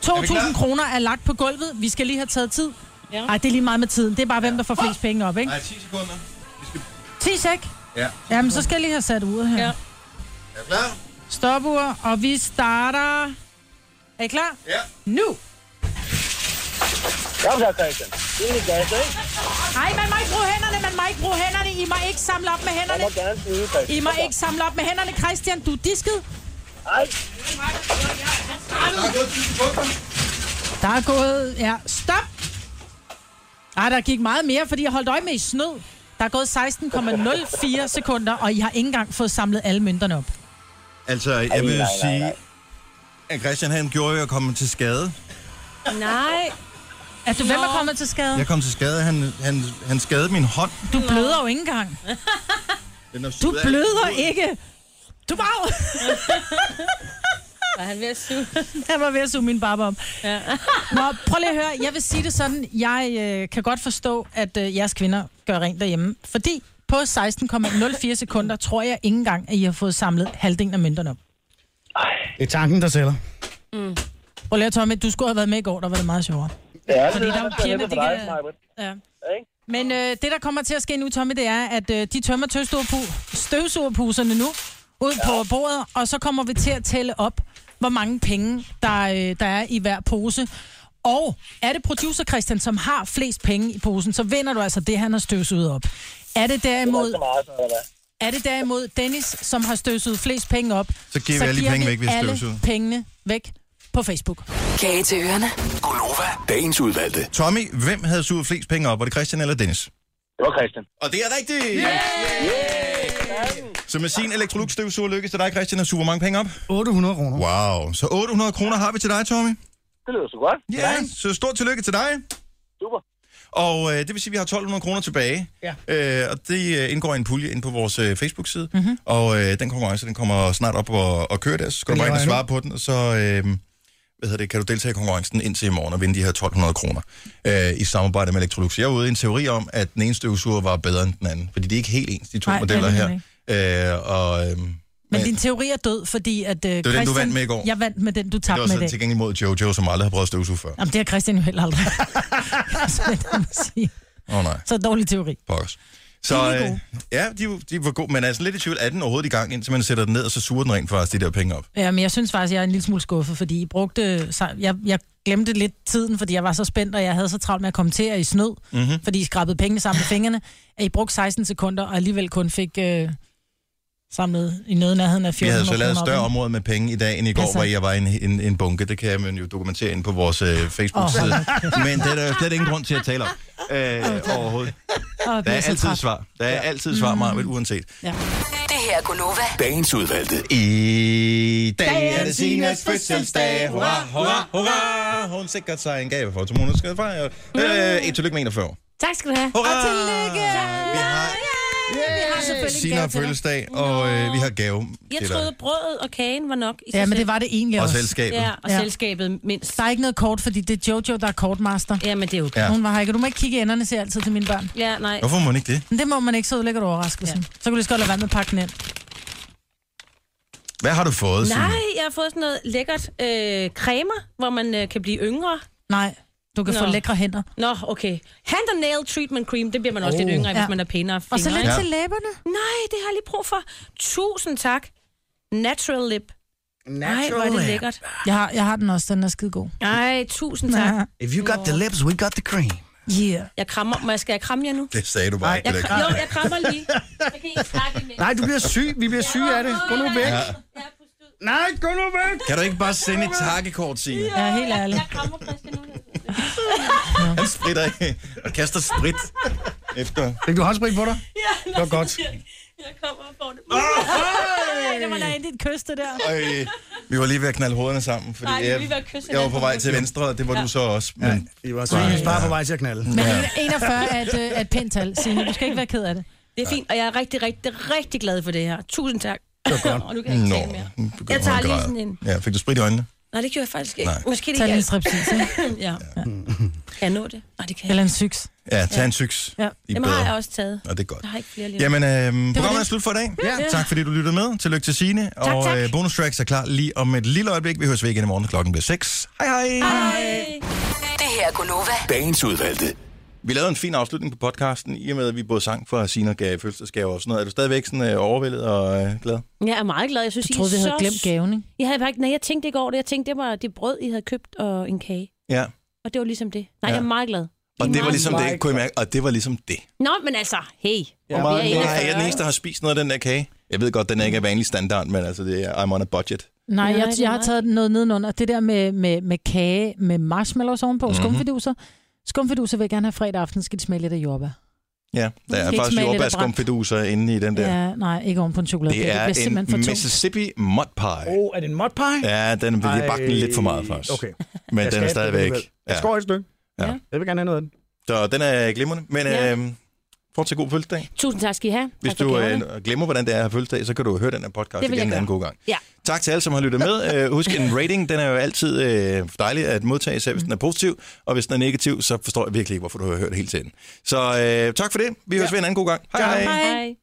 Er vi
2.000
klar?
kroner er lagt på gulvet. Vi skal lige have taget tid. Ja. Ej, det er lige meget med tiden. Det er bare, hvem der får flest penge op, ikke?
Nej, 10 sekunder.
10 sek.
Ja.
Jamen, så skal jeg lige have sat uret her. Ja.
Er du klar?
Stopur, og vi starter... Er I klar?
Ja.
Nu!
Kom så, Christian. Giv en gas, ikke?
Ej, man må ikke bruge hænderne, man må ikke bruge hænderne. I må ikke samle op med hænderne.
Jeg må gerne snyde, Christian.
I må ikke samle op med hænderne, Christian. Du er disket.
Ej.
Der er gået... Ja, stop! Ej, der gik meget mere, fordi jeg holdt øje med, I snød. Der er gået 16,04 sekunder, og I har ikke engang fået samlet alle mønterne op.
Altså, jeg vil sige, at Christian han gjorde jo at komme til skade.
Nej. Er du, hvem er
Nå.
kommet til skade?
Jeg kom til skade, han, han, han skadede min hånd.
Du bløder jo ikke engang.
Den er
Du
suddet af.
bløder ikke. Du var jo...
Var han ved at suge?
Han var ved at suge min barbe om. Ja. Nå, prøv lige at høre. Jeg vil sige det sådan. Jeg øh, kan godt forstå, at øh, jeres kvinder gør rent derhjemme. Fordi på 16,04 sekunder tror jeg ikke engang, at I har fået samlet halvdelen af mønterne op.
Det er tanken, der sælger.
Mm. Prøv lige at Tommy, du skulle have været med i går. Der var det meget sjovere.
Ja,
Fordi der er jo pigerne, de kan... Ja.
Ikke?
Men øh, det, der kommer til at ske nu, Tommy, det er, at øh, de tømmer tøvstugerpu- støvsugerpuserne nu ud ja. på bordet, og så kommer vi til at tælle op, hvor mange penge, der, øh, der er i hver pose. Og er det producer Christian, som har flest penge i posen, så vinder du altså det, han har støvsuget op. Er det derimod... Er det derimod Dennis, som har støvsuget flest penge op,
Så giver vi alle de penge væk, vi har
alle
støvsuget.
pengene væk på Facebook.
Kage til ørerne.
Dagens udvalgte. Tommy, hvem havde suget flest penge op? Var det Christian eller Dennis?
Det var Christian.
Og det er rigtigt! Så med sin Electrolux støvsuger lykkes det dig, Christian, at suge hvor mange penge op?
800 kroner.
Wow, så 800 kroner har vi til dig, Tommy.
Det lyder så godt.
Ja, så stort tillykke til dig.
Super.
Og øh, det vil sige, at vi har 1200 kroner tilbage.
Ja.
Øh, og det øh, indgår i en pulje ind på vores øh, Facebook-side.
Mhm.
Mm-hmm. Og øh, den konkurrence, den kommer snart op og, og kører der. Så skal
Den
du bare ind og
lever
svare på den, og så øh, hvad hedder det, kan du deltage i konkurrencen indtil i morgen og vinde de her 1200 kroner øh, i samarbejde med Electrolux. Jeg er ude i en teori om, at den ene støvsuger var bedre end den anden, fordi de er ikke helt ens, de to
Nej, det er
modeller
det
her. Øh, og, øh,
Men din teori er død, fordi at... Øh, det
den, du vandt med i går.
Jeg vandt med den, du
det
tabte med
var
i
sådan
dag.
til gengæld mod Jojo, som aldrig har prøvet at støvsuge før.
Jamen, det har Christian jo heller aldrig. *laughs* så det må jeg sige.
Åh oh, nej.
Så dårlig teori.
Pokkers. Så øh, ja, de, de var gode, men er altså lidt i tvivl, er den overhovedet i gang, indtil man sætter den ned, og så suger den rent faktisk de der penge op.
Ja, men jeg synes faktisk, jeg er en lille smule skuffet, fordi I brugte... sig- Jeg, jeg glemte lidt tiden, fordi jeg var så spændt, og jeg havde så travlt med at kommentere i snød,
Mhm.
fordi I skrabede pengene sammen med fingrene, at I brugte 16 sekunder, og alligevel kun fik øh, samlet i noget nærheden af
Vi
14
havde så lavet et større område med penge i dag end i går,
Altså.
hvor jeg var i en, en, en bunke. Det kan man jo dokumentere inde på vores øh,
Åh,
Facebook-side.
hold da kæft.
Men det er der jo slet ingen grund til at tale om øh, overhovedet. Der er altid et svar. Der er altid et svar, meget uanset.
Ja.
Det her er Gunova.
Dagens udvalgte. I dag er det Sinas fødselsdag. Hurra, hurra, hurra. Hun sikkert sig en gave for, som hun Mm. skal fejre. Øh, et tillykke med 41 år.
Tak skal du have.
Hurra!
Og tillykke!
Vi har...
vi har selvfølgelig en
Sina
gave
har
til dig.
fødselsdag, og øh, vi har gave
Jeg
til
troede,
dig.
brødet og kagen var nok. i
Ja,
sig
men
selv.
det var det egentlig
Og
også.
selskabet.
Ja, og
Ja.
ja. selskabet mindst.
Der er ikke noget kort, fordi det er Jojo, der er kortmaster.
Ja, men det er jo
Ja.
Hun var her ikke. Du må ikke kigge i enderne, siger jeg altid til mine børn.
Ja, nej.
Hvorfor må man ikke det?
Men det må man ikke, så udlægger du overraskelsen. Ja. Så kunne du lige så godt lade være med at pakke den ind.
Hvad har du fået, Signe?
Nej, jeg har fået sådan noget lækkert øh, cremer, hvor man øh, kan blive yngre.
Nej, du kan Nå. få
Nå.
lækre hænder.
Nå, okay. Hand and nail treatment cream, det bliver man også
Oh.
lidt yngre, af,
Ja.
hvis man er pænere fingre.
Og så lidt
ikke?
ja. til læberne.
Nej, det har jeg lige brug for. Tusind tak. Natural Lip. Nej, hvor
Natural
er det
Lip.
lækkert.
Jeg har, jeg har den også, den er skide god.
Nej, tusind tak.
If you got the lips, we got the cream.
Yeah.
Jeg krammer. Må jeg, skal jeg kramme jer nu?
Det sagde du bare
Nej,
ikke.
Jeg,
det er
kra-
ikke.
jo, jeg krammer lige. Jeg kan ikke snakke imens.
Nej, du bliver syg. Vi bliver syge af det. Gå nu væk.
Ja.
Nej, gå nu væk.
Kan du ikke bare sende et takkekort, Signe?
Ja, helt ærligt.
Han spritter ikke. og kaster sprit efter.
Fik du håndsprit på dig?
*laughs* Ja,
Det var godt.
*laughs* Jeg kommer og får det. *laughs* Oh, det var da
endelig et kys, det der.
Øj, Øh, vi var lige ved at knalde hovederne sammen, fordi
Nej, vi var lige ved at
jeg,
kysse
jeg var
hinanden.
på vej til venstre, og det var ja. du så også. Men, ja,
I var så hendes bare på vej til at knalde.
Men 41 er et, øh, er et pænt tal, Signe. Du skal ikke være ked af det.
Det er fint, og jeg er rigtig, rigtig, rigtig glad for det her. Tusind tak.
Det var godt.
Og nu kan jeg ikke
Nå,
tale mere.
nu begynder
Jeg tager
hun at
lige
græde.
sådan en-
Ja, fik du sprit i øjnene?
Nej, det gjorde jeg faktisk ikke.
Nej.
Måske det
Tag
ikke
lige en
er-
stripsis,
*laughs* ja. ja. Kan jeg nå det? Nej, det kan jeg
Eller en
ikke.
syks.
Ja, tag en syks.
Ja.
De er
Dem
bedre.
har jeg også taget.
Nå, det er godt.
Jeg har ikke flere lige nu.
Jamen, øh, programmet er
det.
slut for i dag.
Ja.
Tak fordi du lyttede med. Tillykke til Signe.
Tak,
og
tak.
Øh, bonus tracks er klar lige om et lille øjeblik. Vi høres ved igen i morgen. Klokken bliver 6. Hej hej.
Det her er Gunova.
Dagens udvalgte. Vi lavede en fin afslutning på podcasten, i og med at vi både sang for Signe og gav fødselsdagsgave og sådan noget. Er du stadigvæk sådan øh, overvældet og øh, glad?
Jeg er meget glad. Jeg synes,
Jeg
I
troede,
er
vi havde
så
glemt gaven, ikke?
Jeg, havde faktisk, nej, jeg tænkte ikke over det. Jeg tænkte, det var det brød, I havde købt, og en kage.
Ja.
Og det var ligesom det. Nej, ja.
Ja.
jeg er meget glad.
Og det var ligesom
meget
det, kunne I mærke. Og det var ligesom det.
Nå, men altså, hey.
Ja,
Vi
meget,
er
jeg, jeg er den
41.
eneste, der har spist noget af den der kage. Jeg ved godt, den er ikke er vanlig standard, men altså, det er, I'm on a budget.
Nej,
Nej,
jeg,
det er
jeg har
meget-
taget noget nedenunder. Det der med, med, med kage, med marshmallows ovenpå,
Mhm.
mm-hmm. skumfiduser. Skumfiduser vil jeg gerne have fredag aften, skal de smage lidt af jordbær.
Ja, der er
skal ikke
faktisk
smage lidt af
jordbærskumfiduser inde i den der.
Ja, nej, ikke ovenpå en chokolade.
Det er
det bliver
en
simpelthen for tungt.
Mississippi mud pie.
Åh, er det en mud pie?
Ja, den bliver
Ej,
bagt den lidt for meget faktisk.
Øh, Okay.
Men
Jeg
den
skal
er
have den
stadigvæk...
alligevel. Jeg
Ja.
skår et stykke.
Ja.
Jeg vil gerne have noget af den.
Så den er glimrende. Men
Ja.
øh, fortsat god fødselsdag.
Tusind tak skal I have.
Hvis
tak for
du
gaverne.
øh, glemmer, hvordan det er at have fødselsdag, så kan du høre den her podcast
Det vil
igen
jeg
en anden
gøre.
god gang.
Ja.
Tak til alle, som har lyttet
*laughs*
med. Øh, husk, en rating, den er jo altid øh, dejlig at modtage, selv hvis den er positiv. Og hvis den er negativ, så forstår jeg virkelig ikke, hvorfor du har hørt det hele tiden. Så øh, tak for det. Vi høres ved en anden god gang. Hej hej.
Hej.